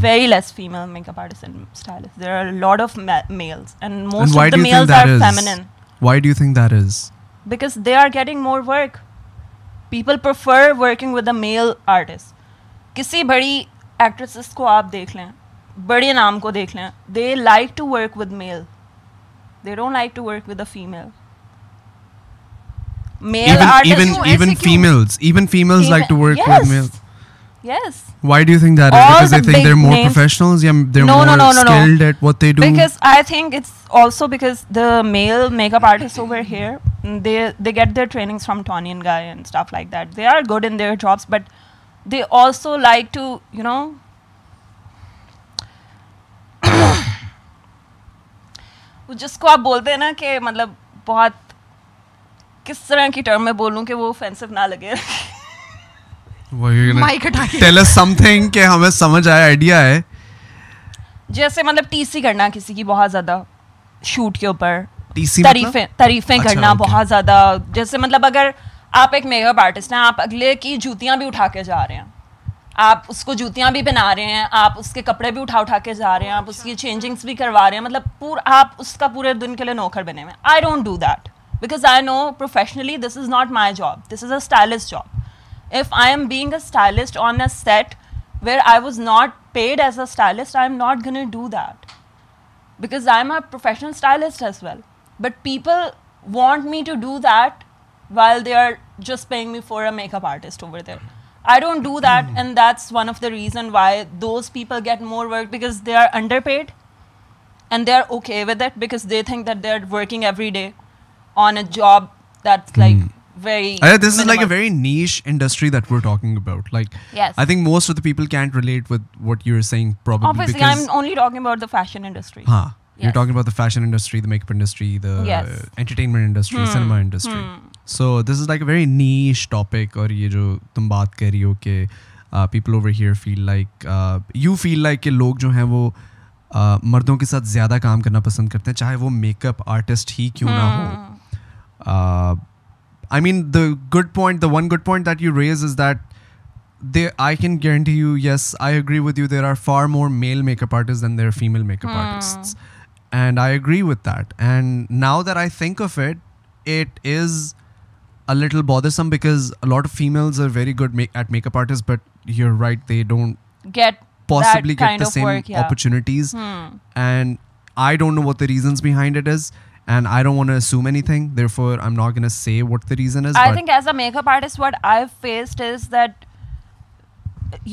Speaker 1: Very less female makeup artists and stylists. There are a lot of ma- males, and most of the males are feminine
Speaker 3: Why do you think that is?
Speaker 1: because they are getting more work people prefer working with a male artist किसी बड़ी actresses को आप देख लें बड़े नाम को देख लें they like to work with male they don't like to work with a female male
Speaker 3: even
Speaker 1: artists
Speaker 3: even
Speaker 2: Yo,
Speaker 3: even
Speaker 2: SQ.
Speaker 3: females, even females like to work with males.
Speaker 1: yes
Speaker 3: Why do you think that is?
Speaker 1: All
Speaker 3: Because
Speaker 1: the
Speaker 3: they think
Speaker 1: big
Speaker 3: they're more
Speaker 1: names-
Speaker 3: professionals. Yeah, they're
Speaker 1: No,
Speaker 3: more
Speaker 1: no, no, no, no.
Speaker 3: skilled at what they do.
Speaker 1: Because I think it's also because the male makeup artists over here, mm, they they get their trainings from Tony and Guy and stuff like that. They are good in their jobs, but they also like to, you know. वो जिसको आप बोलते हैं ना कि मतलब बहुत किस तरह की टर्म में बोलूं कि वो ऑफेंसिव ना लगे
Speaker 3: Well, you're gonna
Speaker 2: माइक हटा के
Speaker 3: tell us something कि हमें समझ आया idea है.
Speaker 1: जैसे मतलब टीसी करना किसी की बहुत ज्यादा शूट के ऊपर
Speaker 3: TC
Speaker 1: तारीफें
Speaker 3: मतलब?
Speaker 1: तारीफें
Speaker 3: अच्छा,
Speaker 1: करना
Speaker 3: مطلب؟ okay.
Speaker 1: बहुत ज़्यादा जैसे मतलब अगर आप एक मेकअप आर्टिस्ट हैं आप अगले की जूतियाँ भी उठा के जा रहे हैं आप उसको जूतियाँ भी पहना रहे हैं आप उसके कपड़े भी उठा उठा के जा रहे हैं आप उसकी चेंजिंग्स भी करवा रहे हैं मतलब पूरा आप उसका पूरे दिन के लिए नौकर बने हुए I don't do that because I know professionally this is not my job this is a stylist job if I am being a stylist on a set where I was not paid as a stylist I am not gonna do that because I'm a professional stylist as well. But people want me to do that while they are just paying me for a makeup artist over there. I don't do that, and that's one of the reason why those people get more work because they are underpaid, and they are okay with it because they think that they're working every day on a job that's like very.
Speaker 3: Hmm. I, this is like a
Speaker 1: minimal.
Speaker 3: very niche industry that we're talking about. Like,
Speaker 1: Yes.
Speaker 3: I think most of the people can't relate with what you're saying. Probably
Speaker 1: Obviously,
Speaker 3: because,
Speaker 1: I'm only talking about the fashion industry.
Speaker 3: Huh. You're
Speaker 1: Yes.
Speaker 3: talking about the fashion industry, the makeup industry, the
Speaker 1: Yes. Hmm.
Speaker 3: uh, entertainment industry, cinema industry. So this is like a very niche topic और ये जो तुम बात कर रही हो कि uh, people over here feel like uh, you feel like कि लोग जो हैं वो uh, मर्दों के साथ ज़्यादा काम करना पसंद करते हैं चाहे वो मेकअप आर्टिस्ट ही क्यों ना
Speaker 1: Hmm.
Speaker 3: हो uh, I mean, the good point, the one good point that you raise is that they, I can guarantee you, yes, I agree with you. There are far more male makeup artists than there are female
Speaker 1: Hmm.
Speaker 3: makeup artists. And I agree with that. And now that I think of it, it is a little bothersome because a lot of females are very good make- at makeup artists, but you're right, they don't
Speaker 1: Get
Speaker 3: possibly
Speaker 1: that kind
Speaker 3: get the
Speaker 1: of
Speaker 3: same
Speaker 1: work, yeah. Hmm.
Speaker 3: opportunities and i don't know what the reasons behind it is and i don't want to assume anything therefore i'm not going to say what the reason is
Speaker 1: I
Speaker 3: but
Speaker 1: think as a makeup artist, what I've faced is that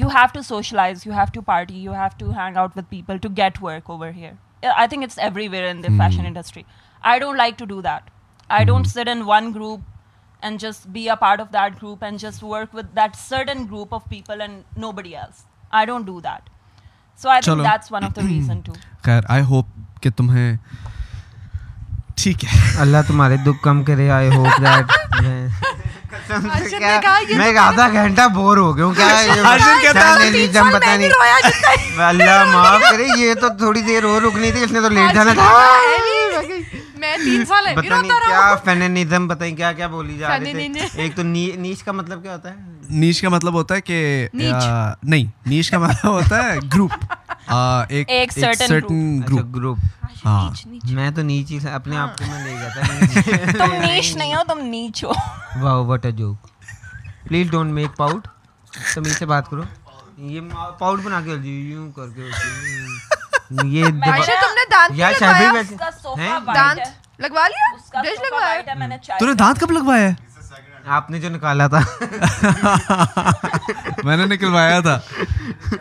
Speaker 1: you have to socialize, you have to party, you have to hang out with people to get work over here. Uh, I think it's everywhere in the
Speaker 3: Hmm.
Speaker 1: fashion industry. I don't like to do that. I don't sit in one group and just be a part of that group and just work with that certain group of people and nobody else. I don't do that. So I think
Speaker 3: Chalo.
Speaker 1: that's one of the reason too.
Speaker 3: खैर i hope कि तुम्हें ठीक है
Speaker 4: अल्लाह तुम्हारे दुख कम करे I hope that
Speaker 2: Arshad ने कहा ये
Speaker 4: मैं आधा घंटा बोर हो गया हूँ क्या ये-
Speaker 3: अर्शद कहता है,
Speaker 4: चैनल
Speaker 2: तीन
Speaker 4: निजम
Speaker 2: साल
Speaker 4: पता
Speaker 2: मैंने
Speaker 4: नहीं
Speaker 2: रोया जितना ये
Speaker 4: अल्लाह माफ करे ये तो थोड़ी देर और रुकनी थी इसने तो लेट
Speaker 2: اچھا،
Speaker 4: जाना था
Speaker 2: ہاں، मैं तीन साल है भी
Speaker 4: पता नहीं
Speaker 2: रोता रहा
Speaker 4: क्या फेनिनिज्म पता नहीं क्या क्या बोली जा रही
Speaker 2: Feminism।
Speaker 4: थी एक तो नी, नीच का मतलब क्या होता है
Speaker 3: नीश का मतलब होता है कि अ, नहीं नीश का मतलब होता है ग्रुप एक
Speaker 1: एक certain
Speaker 3: certain
Speaker 4: अच्छा
Speaker 3: group ہاں۔
Speaker 4: ग्रुप
Speaker 3: हाँ
Speaker 4: मैं तो नीच ही अपने आप को मैं ले गया था
Speaker 1: तुम नीच नहीं हो तुम नीच हो
Speaker 4: wow what a joke please don't make pout तुम इससे बात करो ये पाउट बना के यूं करके होती है। ये दबा-
Speaker 2: अच्छा तुमने दांत
Speaker 4: यार
Speaker 2: नहीं
Speaker 4: शायद भी
Speaker 2: लगवाया
Speaker 4: वैसे
Speaker 1: उसका सोफा
Speaker 4: हैं?
Speaker 1: वाइट
Speaker 2: दांत
Speaker 1: है
Speaker 2: लगवा लिया
Speaker 1: उसका
Speaker 2: ब्रश
Speaker 1: सोफा
Speaker 2: लगवाया
Speaker 1: वाइट है मैंने चाय
Speaker 3: तूने दांत कब लगवाया है?
Speaker 4: आपने जो निकाला था
Speaker 3: मैंने निकलवाया था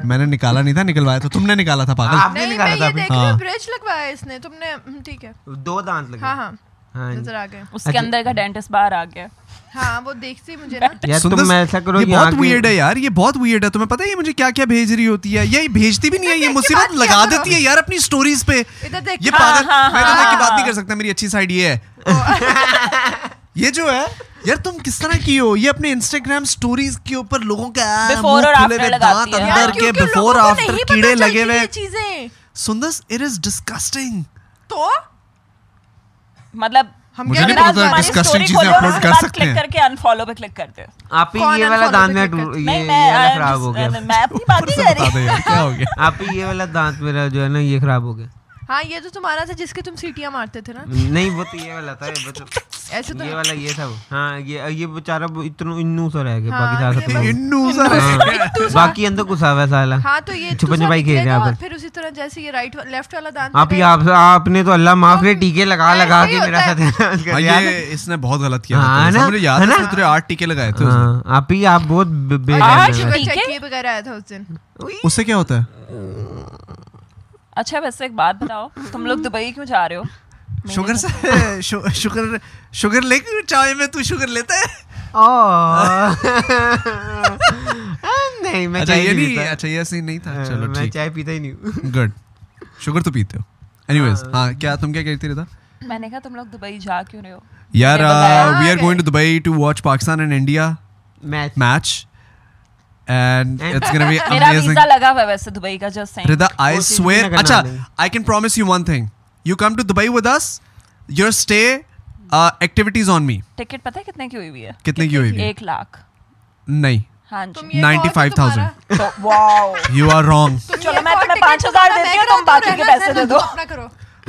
Speaker 3: मैंने निकाला नहीं था निकलवाया था तुमने निकाला था पागल
Speaker 4: आपने
Speaker 2: नहीं मैं
Speaker 4: निकाला था अभी।
Speaker 2: ये देख रही हूँ
Speaker 3: हाँ।
Speaker 2: ब्रश लगवाया इसने तुमने हम्म, ठीक है
Speaker 4: दो दांत लगे
Speaker 2: हाँ हाँ
Speaker 4: हाँ
Speaker 2: नजर आ गए
Speaker 1: उसके अंदर का डेंटिस्ट बाहर आ गया
Speaker 2: हाँ वो देखती मुझे ना
Speaker 4: यार
Speaker 3: सुंदर-
Speaker 4: तुम ऐसा करो
Speaker 3: ये
Speaker 4: यहाँ
Speaker 3: बहुत
Speaker 4: के-
Speaker 3: वियर्ड है यार ये बहुत वियर्ड है तुम्हें पता है ये मुझे क्या क्या भेज रही होती है ये भेजती भी नहीं है ये
Speaker 2: इधर देख के
Speaker 3: मुसीबत
Speaker 2: बात
Speaker 3: लगा
Speaker 2: किया करो।
Speaker 3: देती है यार अपनी स्टोरीज पे
Speaker 2: इधर देख
Speaker 1: ہاں،
Speaker 3: ये
Speaker 2: के-
Speaker 3: पागल
Speaker 1: हाँ,
Speaker 3: मैं तो
Speaker 1: हाँ,
Speaker 3: की बात
Speaker 1: हाँ।
Speaker 3: नहीं कर सकता मेरी अच्छी साइड ये है ये जो है यार तुम किस तरह की हो ये अपने इंस्टाग्राम स्टोरीज के ऊपर लोगों का
Speaker 1: Before
Speaker 3: मुंह
Speaker 1: और
Speaker 3: खुले
Speaker 1: after
Speaker 3: हुए
Speaker 1: लगाती
Speaker 3: दांत
Speaker 1: है।
Speaker 2: यार,
Speaker 3: अंदर के
Speaker 2: क्योंकि लोगों
Speaker 3: बिफोर
Speaker 2: को
Speaker 3: आफ्टर
Speaker 2: नहीं पता
Speaker 3: कीड़े
Speaker 2: चलती
Speaker 3: लगे
Speaker 2: ये
Speaker 3: हुए
Speaker 2: चीजें
Speaker 3: सुंदर इट इज डिस्गस्टिंग
Speaker 2: तो
Speaker 1: मतलब
Speaker 2: हम
Speaker 3: मुझे
Speaker 2: क्या
Speaker 3: नहीं
Speaker 2: करें?
Speaker 3: पता था
Speaker 2: हमारी
Speaker 3: مطلب disgusting
Speaker 2: story
Speaker 3: चीजें
Speaker 2: खोलो और
Speaker 3: upload
Speaker 2: उसके
Speaker 3: कर
Speaker 2: बाद
Speaker 3: सकते
Speaker 1: क्लिक
Speaker 3: हैं।
Speaker 1: करके अनफॉलो पे क्लिक कर दो
Speaker 4: आप ही
Speaker 2: कौन
Speaker 4: ये वाला
Speaker 2: unfollow
Speaker 4: दांत
Speaker 2: पे
Speaker 4: मेरा
Speaker 2: click
Speaker 4: टूट-
Speaker 2: करता
Speaker 1: नहीं
Speaker 4: ये ये
Speaker 1: मैं
Speaker 4: वाला
Speaker 1: I'm
Speaker 4: खराब हो
Speaker 1: just-
Speaker 4: गया
Speaker 1: मैं अपनी बात ही
Speaker 3: से
Speaker 1: कर रही
Speaker 3: बता दे यार क्या हो गया
Speaker 4: आप ही ये वाला दांत मेरा जो है ना ये खराब हो गया
Speaker 2: हाँ ये तो तुम्हारा था जिसके तुम सीटियां मारते थे ना
Speaker 4: नहीं वो तो ये वाला था ये वो तो-
Speaker 2: ऐसे तो
Speaker 4: ये वाला ये था वो हाँ ये ये बेचारा वो इतना इन्नू सा रह गया
Speaker 2: हाँ,
Speaker 4: बाकी सारा
Speaker 2: ये
Speaker 4: तेल-
Speaker 3: इन्नू
Speaker 1: ہاں،
Speaker 3: सर
Speaker 4: ہاں۔ हाँ, बाकी अंदर घुसा हुआ है साला
Speaker 2: हाँ तो ये
Speaker 4: छुपन
Speaker 2: दूसरा
Speaker 4: छुपाई खेल रहे
Speaker 2: निकलेगा
Speaker 4: हैं
Speaker 2: और
Speaker 4: आप
Speaker 2: फिर उसी तरह जैसे ये राइट लेफ्ट वाला दांत
Speaker 4: आप ही
Speaker 2: निकलेगा।
Speaker 4: आप आपने तो अल्लाह माफ करे टीके लगा
Speaker 2: ऐसे
Speaker 4: लगा के
Speaker 2: ही
Speaker 4: मेरा
Speaker 2: होता है।
Speaker 4: साथ नाश कर
Speaker 3: हाँ,
Speaker 4: दिया
Speaker 3: ये इसने बहुत गलत किया
Speaker 4: हाँ,
Speaker 3: था तेरे
Speaker 4: ना?
Speaker 3: साथ। मुझे याद
Speaker 4: है
Speaker 3: है
Speaker 4: ना?
Speaker 3: इसने तेरे आठ टीके लगाए थे उसने।
Speaker 4: हाँ, आप ही आप बहुत बे-
Speaker 2: और
Speaker 4: बेकार
Speaker 1: आज शुगर
Speaker 4: हैं।
Speaker 2: ये शुगर
Speaker 1: ठीक है।
Speaker 2: चक्की वगैरह आया था उस दिन
Speaker 3: उससे क्या होता है
Speaker 1: अच्छा वैसे एक बात बताओ तुम लोग दुबई क्यों जा रहे हो मैंने
Speaker 3: शुगर से शु- शुगर शुगर लेके चाय में तू शुगर लेता है
Speaker 4: ओह। नहीं मैं
Speaker 3: अच्छा
Speaker 4: चाय
Speaker 3: ये
Speaker 4: नहीं
Speaker 3: नहीं
Speaker 4: पीता
Speaker 3: अच्छा ये सीन नहीं था
Speaker 4: हाँ,
Speaker 3: चलो
Speaker 4: मैं
Speaker 3: ठीक
Speaker 4: चाय पीता ही नहीं हूँ
Speaker 3: गुड शुगर तो पीते हो एनीवेज हाँ क्या तुम क्या कहती रहता
Speaker 1: कहा- मैंने कहा तुम लोग दुबई जा क्यों रहे हो
Speaker 3: यार
Speaker 1: मैंने बताया
Speaker 3: वी आर
Speaker 2: कि-
Speaker 3: going to Dubai to watch Pakistan and India
Speaker 4: मैं
Speaker 3: match and
Speaker 4: And-
Speaker 3: it's gonna be
Speaker 1: मेरा
Speaker 3: amazing.
Speaker 1: वीजा लगा हुआ है वैसे दुबई का जस्ट सेइंग
Speaker 3: Rida, I
Speaker 4: कोशिश भी
Speaker 3: swear.
Speaker 4: ना करना
Speaker 3: Acha,
Speaker 4: नहीं।
Speaker 3: I can promise you one thing. You come to Dubai with us, your stay, uh, activities on me.
Speaker 1: Ticket पता है कितने की हुई हुई है
Speaker 3: कितने की हुई हुई है?
Speaker 1: एक लाख
Speaker 3: नहीं.
Speaker 1: हाँ
Speaker 2: तुम
Speaker 1: जी
Speaker 2: ये कहो तो
Speaker 3: 95,000
Speaker 2: तुम्हारा-
Speaker 1: तो वाओ
Speaker 3: You are wrong.
Speaker 2: तुम
Speaker 1: चलो,
Speaker 2: ये
Speaker 1: मैं
Speaker 2: कहो,
Speaker 1: तुम्हें
Speaker 2: टिकट
Speaker 1: 5,000
Speaker 2: तुम्हारा
Speaker 1: देती हूँ,
Speaker 2: मैं
Speaker 1: तुम
Speaker 2: करता हूँ,
Speaker 1: बाकी के
Speaker 2: रहना
Speaker 1: पैसे
Speaker 2: सहना
Speaker 1: दे
Speaker 2: तुम
Speaker 1: दो।
Speaker 2: अपना करो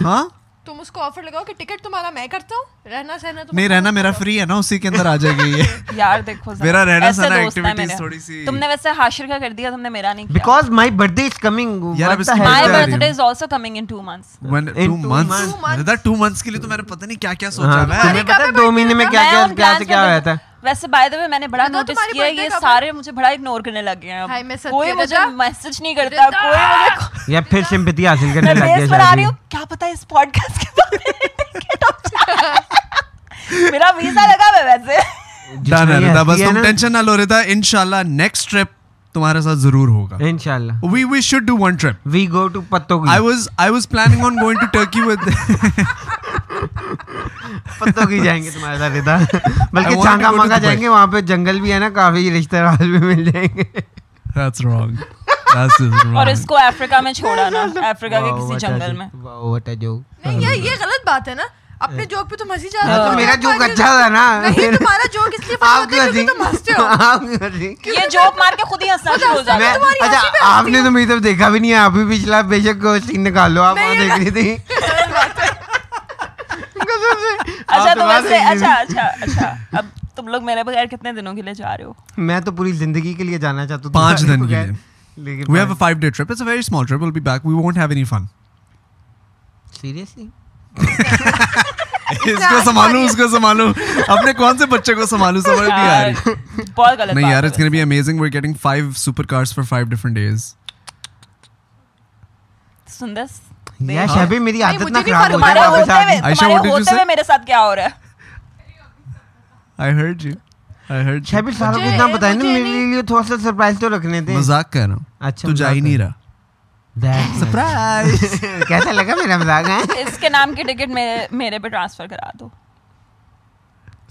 Speaker 3: हाँ?
Speaker 2: तुम उसको ऑफर लगाओ कि टिकट तुम्हारा मैं करता हूँ रहना सहना तुम
Speaker 3: नहीं
Speaker 2: अपना
Speaker 3: रहना मेरा
Speaker 2: करो।
Speaker 3: फ्री है ना उसी के अंदर आ जाएगी ये.
Speaker 1: यार देखो जरा,
Speaker 3: मेरा रहना
Speaker 1: ऐसे
Speaker 3: सहना
Speaker 1: दोस्त है
Speaker 3: activities
Speaker 1: मेरे।
Speaker 3: थोड़ी सी-
Speaker 1: तुमने वैसे हाशिर का कर दिया तुमने मेरा नहीं किया
Speaker 4: because my birthday is coming
Speaker 3: यार, अब इसकी
Speaker 1: माय
Speaker 3: है यार।
Speaker 1: Birthday is also coming in 2 months
Speaker 4: In
Speaker 3: When two
Speaker 4: two
Speaker 3: months. ہاں،
Speaker 4: months.
Speaker 2: Two months.
Speaker 3: Rida, two months के लिए तो मैंने पता नहीं क्या क्या सोचा
Speaker 4: हाँ,
Speaker 3: है.
Speaker 4: तुम्हें
Speaker 2: तुम्हारी
Speaker 3: मैं.
Speaker 4: पता है
Speaker 2: कब
Speaker 4: दो
Speaker 2: birthday
Speaker 4: महीने में
Speaker 2: होता
Speaker 4: क्या
Speaker 1: मैं
Speaker 4: क्या
Speaker 1: उन
Speaker 4: क्या
Speaker 1: plans
Speaker 4: से
Speaker 1: में
Speaker 4: क्या
Speaker 1: भी-
Speaker 4: होया था
Speaker 1: वैसे बाय द वे मैंने बड़ा
Speaker 2: रदा,
Speaker 1: नोटिस
Speaker 2: तुम्हारी
Speaker 1: किया है,
Speaker 2: birthday
Speaker 1: ये
Speaker 2: कब है?
Speaker 1: सारे मुझे बड़ा इग्नोर करने लग गए हैं
Speaker 2: हाय, मैं
Speaker 1: अब।
Speaker 2: सत्य
Speaker 1: कोई मुझे
Speaker 2: रदा।
Speaker 1: मैसेज नहीं करता
Speaker 2: रदा।
Speaker 1: कोई मुझे
Speaker 4: या फिर सिंपति हासिल करने
Speaker 1: मैं
Speaker 4: लग गया
Speaker 1: बेस पर आ
Speaker 4: शायद
Speaker 1: रही
Speaker 4: ये।
Speaker 1: हूँ क्या पता इस पॉडकास्ट के बाद मेरा वीजा लगा हुआ है वैसे
Speaker 4: जितना
Speaker 3: Done है,
Speaker 4: ये
Speaker 3: Rida. बस
Speaker 4: हंसती है
Speaker 3: तुम
Speaker 4: ना,
Speaker 3: टेंशन ना लो Rida. इंशाल्लाह next trip तुम्हारे साथ जरूर होगा.
Speaker 4: इंशाल्लाह
Speaker 3: We we should do one trip.
Speaker 4: We go to पत्तों
Speaker 3: I
Speaker 4: की
Speaker 3: was I was planning on going to Turkey with.
Speaker 4: पत्तों की जाएंगे तुम्हारे साथ रिदा बल्कि
Speaker 3: I want to
Speaker 4: Changa
Speaker 3: go to
Speaker 4: मांगा
Speaker 3: Dubai.
Speaker 4: जाएंगे वहाँ पे जंगल भी है ना काफी रिश्तेदार भी मिल जाएंगे
Speaker 3: That's wrong. That's just wrong.
Speaker 1: और इसको अफ्रीका में छोड़ा ना अफ्रीका के किसी जंगल में
Speaker 4: व्हाट अ जोक
Speaker 2: नहीं यार ये गलत बात है ना अपने
Speaker 4: ہاں۔
Speaker 2: जोक पे तुम हंसी जा रहे
Speaker 4: तो
Speaker 2: हो
Speaker 4: मेरा
Speaker 2: तुम
Speaker 4: जोक
Speaker 2: पागल-
Speaker 4: अच्छा था ना
Speaker 2: नहीं तुम्हारा जोक इसलिए
Speaker 4: आप क्यों
Speaker 2: फंसाते हो क्योंकि
Speaker 4: हंसी
Speaker 2: तुम हंसते हो
Speaker 4: आप क्यों हंसी
Speaker 1: ये जोक मार के खुद ही हंसना शुरू हो जाता
Speaker 4: मैं
Speaker 1: है
Speaker 2: तुम्हारी
Speaker 4: अच्छा
Speaker 2: हंसी पे
Speaker 4: आपने तो मेरी तरफ देखा भी नहीं है आप भी पिछला बेशक को सीन निकाल लो आप
Speaker 2: मैं
Speaker 4: वहाँ
Speaker 2: ये
Speaker 4: देख रही थी कसम से
Speaker 1: अच्छा तो वैसे
Speaker 4: आप वहाँ देख रही
Speaker 1: अच्छा
Speaker 4: थी।
Speaker 1: अच्छा अच्छा अब तुम लोग मेरे बगैर कितने दिनों के लिए जा रहे हो
Speaker 4: मैं तो पूरी जिंदगी के लिए जाना चाहता हूँ
Speaker 3: पाँच दिन के
Speaker 4: गए,
Speaker 3: लिए।
Speaker 4: लेकिन
Speaker 3: We have a five day trip. It's a very small trip. We'll be back. We won't have any fun.
Speaker 4: Seriously
Speaker 3: इसको संभालू उसको संभालू अपने कौन से बच्चे को संभालू समझ नहीं आ
Speaker 1: यार,
Speaker 3: रही
Speaker 1: बहुत गलत
Speaker 3: नहीं
Speaker 1: बात
Speaker 3: यार
Speaker 1: है
Speaker 3: it's gonna be amazing we are getting five super cars for five different days
Speaker 1: वैसे। सुन दिस
Speaker 4: यार शबी मेरी
Speaker 2: नहीं,
Speaker 4: आदत
Speaker 2: मुझे
Speaker 4: ना
Speaker 2: नहीं
Speaker 4: खराब हो
Speaker 2: फर्क
Speaker 4: जाए
Speaker 1: तुम्हारे होते
Speaker 2: बाबा
Speaker 4: वापस
Speaker 1: हुए
Speaker 3: Aisha,
Speaker 1: तुम्हारे
Speaker 3: what
Speaker 1: होते
Speaker 3: did you say?
Speaker 1: हुए मेरे साथ क्या हो रहा है
Speaker 3: I heard you I heard
Speaker 4: Shabi सारा को
Speaker 2: मुझे-
Speaker 4: इतना बताया ना
Speaker 2: मुझे
Speaker 4: मेरे लिए थोड़ा सा सरप्राइज तो रखने थे
Speaker 3: मजाक कर रहा हूँ
Speaker 4: अच्छा,
Speaker 3: तू जा ही
Speaker 4: मजाक
Speaker 3: नहीं
Speaker 4: है।
Speaker 3: रहा
Speaker 4: That's nice.
Speaker 3: प्राइस
Speaker 4: कैसा लगा मेरा मजाक है
Speaker 1: इसके नाम की टिकट मेरे मेरे पे ट्रांसफर करा दो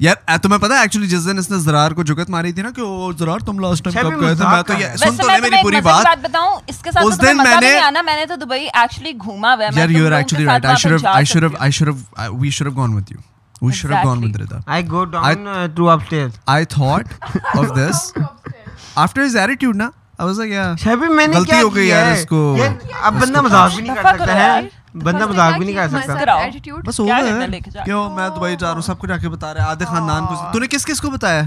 Speaker 3: यार आ, तुम्हें पता है एक्चुअली जिस दिन इसने जरार को जुगत मारी थी ना कि ओ जरार तुम लास्ट टाइम
Speaker 4: अच्छा,
Speaker 3: कब
Speaker 4: भी
Speaker 3: गए थे मैं
Speaker 4: मजाक
Speaker 3: तो
Speaker 4: का
Speaker 3: ये
Speaker 4: है।
Speaker 3: सुन तो
Speaker 1: मैं
Speaker 3: ले मेरी
Speaker 1: तुम्हें एक
Speaker 3: पूरी
Speaker 1: मजे की
Speaker 3: बात
Speaker 1: बताऊं इसके साथ
Speaker 3: उस
Speaker 1: तो तुम्हें
Speaker 3: दिन
Speaker 1: मजा भी
Speaker 3: मैंने-
Speaker 1: नहीं आना मैंने तो दुबई एक्चुअली घूमा हुआ है मैं
Speaker 3: यार
Speaker 1: तुम
Speaker 3: यू आर
Speaker 1: लोगों के
Speaker 3: एक्चुअली
Speaker 1: साथ
Speaker 3: राइट आई
Speaker 1: वहाँ पे
Speaker 3: शुड हैव
Speaker 1: जा
Speaker 3: आई शुड
Speaker 1: सकती
Speaker 3: have I should have we should have gone with you we should have gone with
Speaker 1: Exactly.
Speaker 3: Rida
Speaker 4: I go down to upstairs
Speaker 3: I thought of this after his attitude, na. I was like, yeah.
Speaker 4: Shabi मैंने
Speaker 3: गलती
Speaker 4: क्या
Speaker 3: हो गई
Speaker 4: किया
Speaker 3: यार
Speaker 4: है?
Speaker 3: इसको-
Speaker 4: यार, अब बंदा मजाक भी नहीं कर
Speaker 1: दफा करो
Speaker 4: सकता है
Speaker 1: यार।
Speaker 4: बंदा मजाक भी नहीं कर सकता
Speaker 1: कराओ।
Speaker 2: एटीट्यूड
Speaker 3: बस हो
Speaker 1: क्या
Speaker 3: गया
Speaker 1: करना
Speaker 3: है।
Speaker 1: लेके जा?
Speaker 3: क्यों मैं दुबई जा रहा हूँ सबको जाके बता रहा है आधे खानदान को तूने किस किस को बताया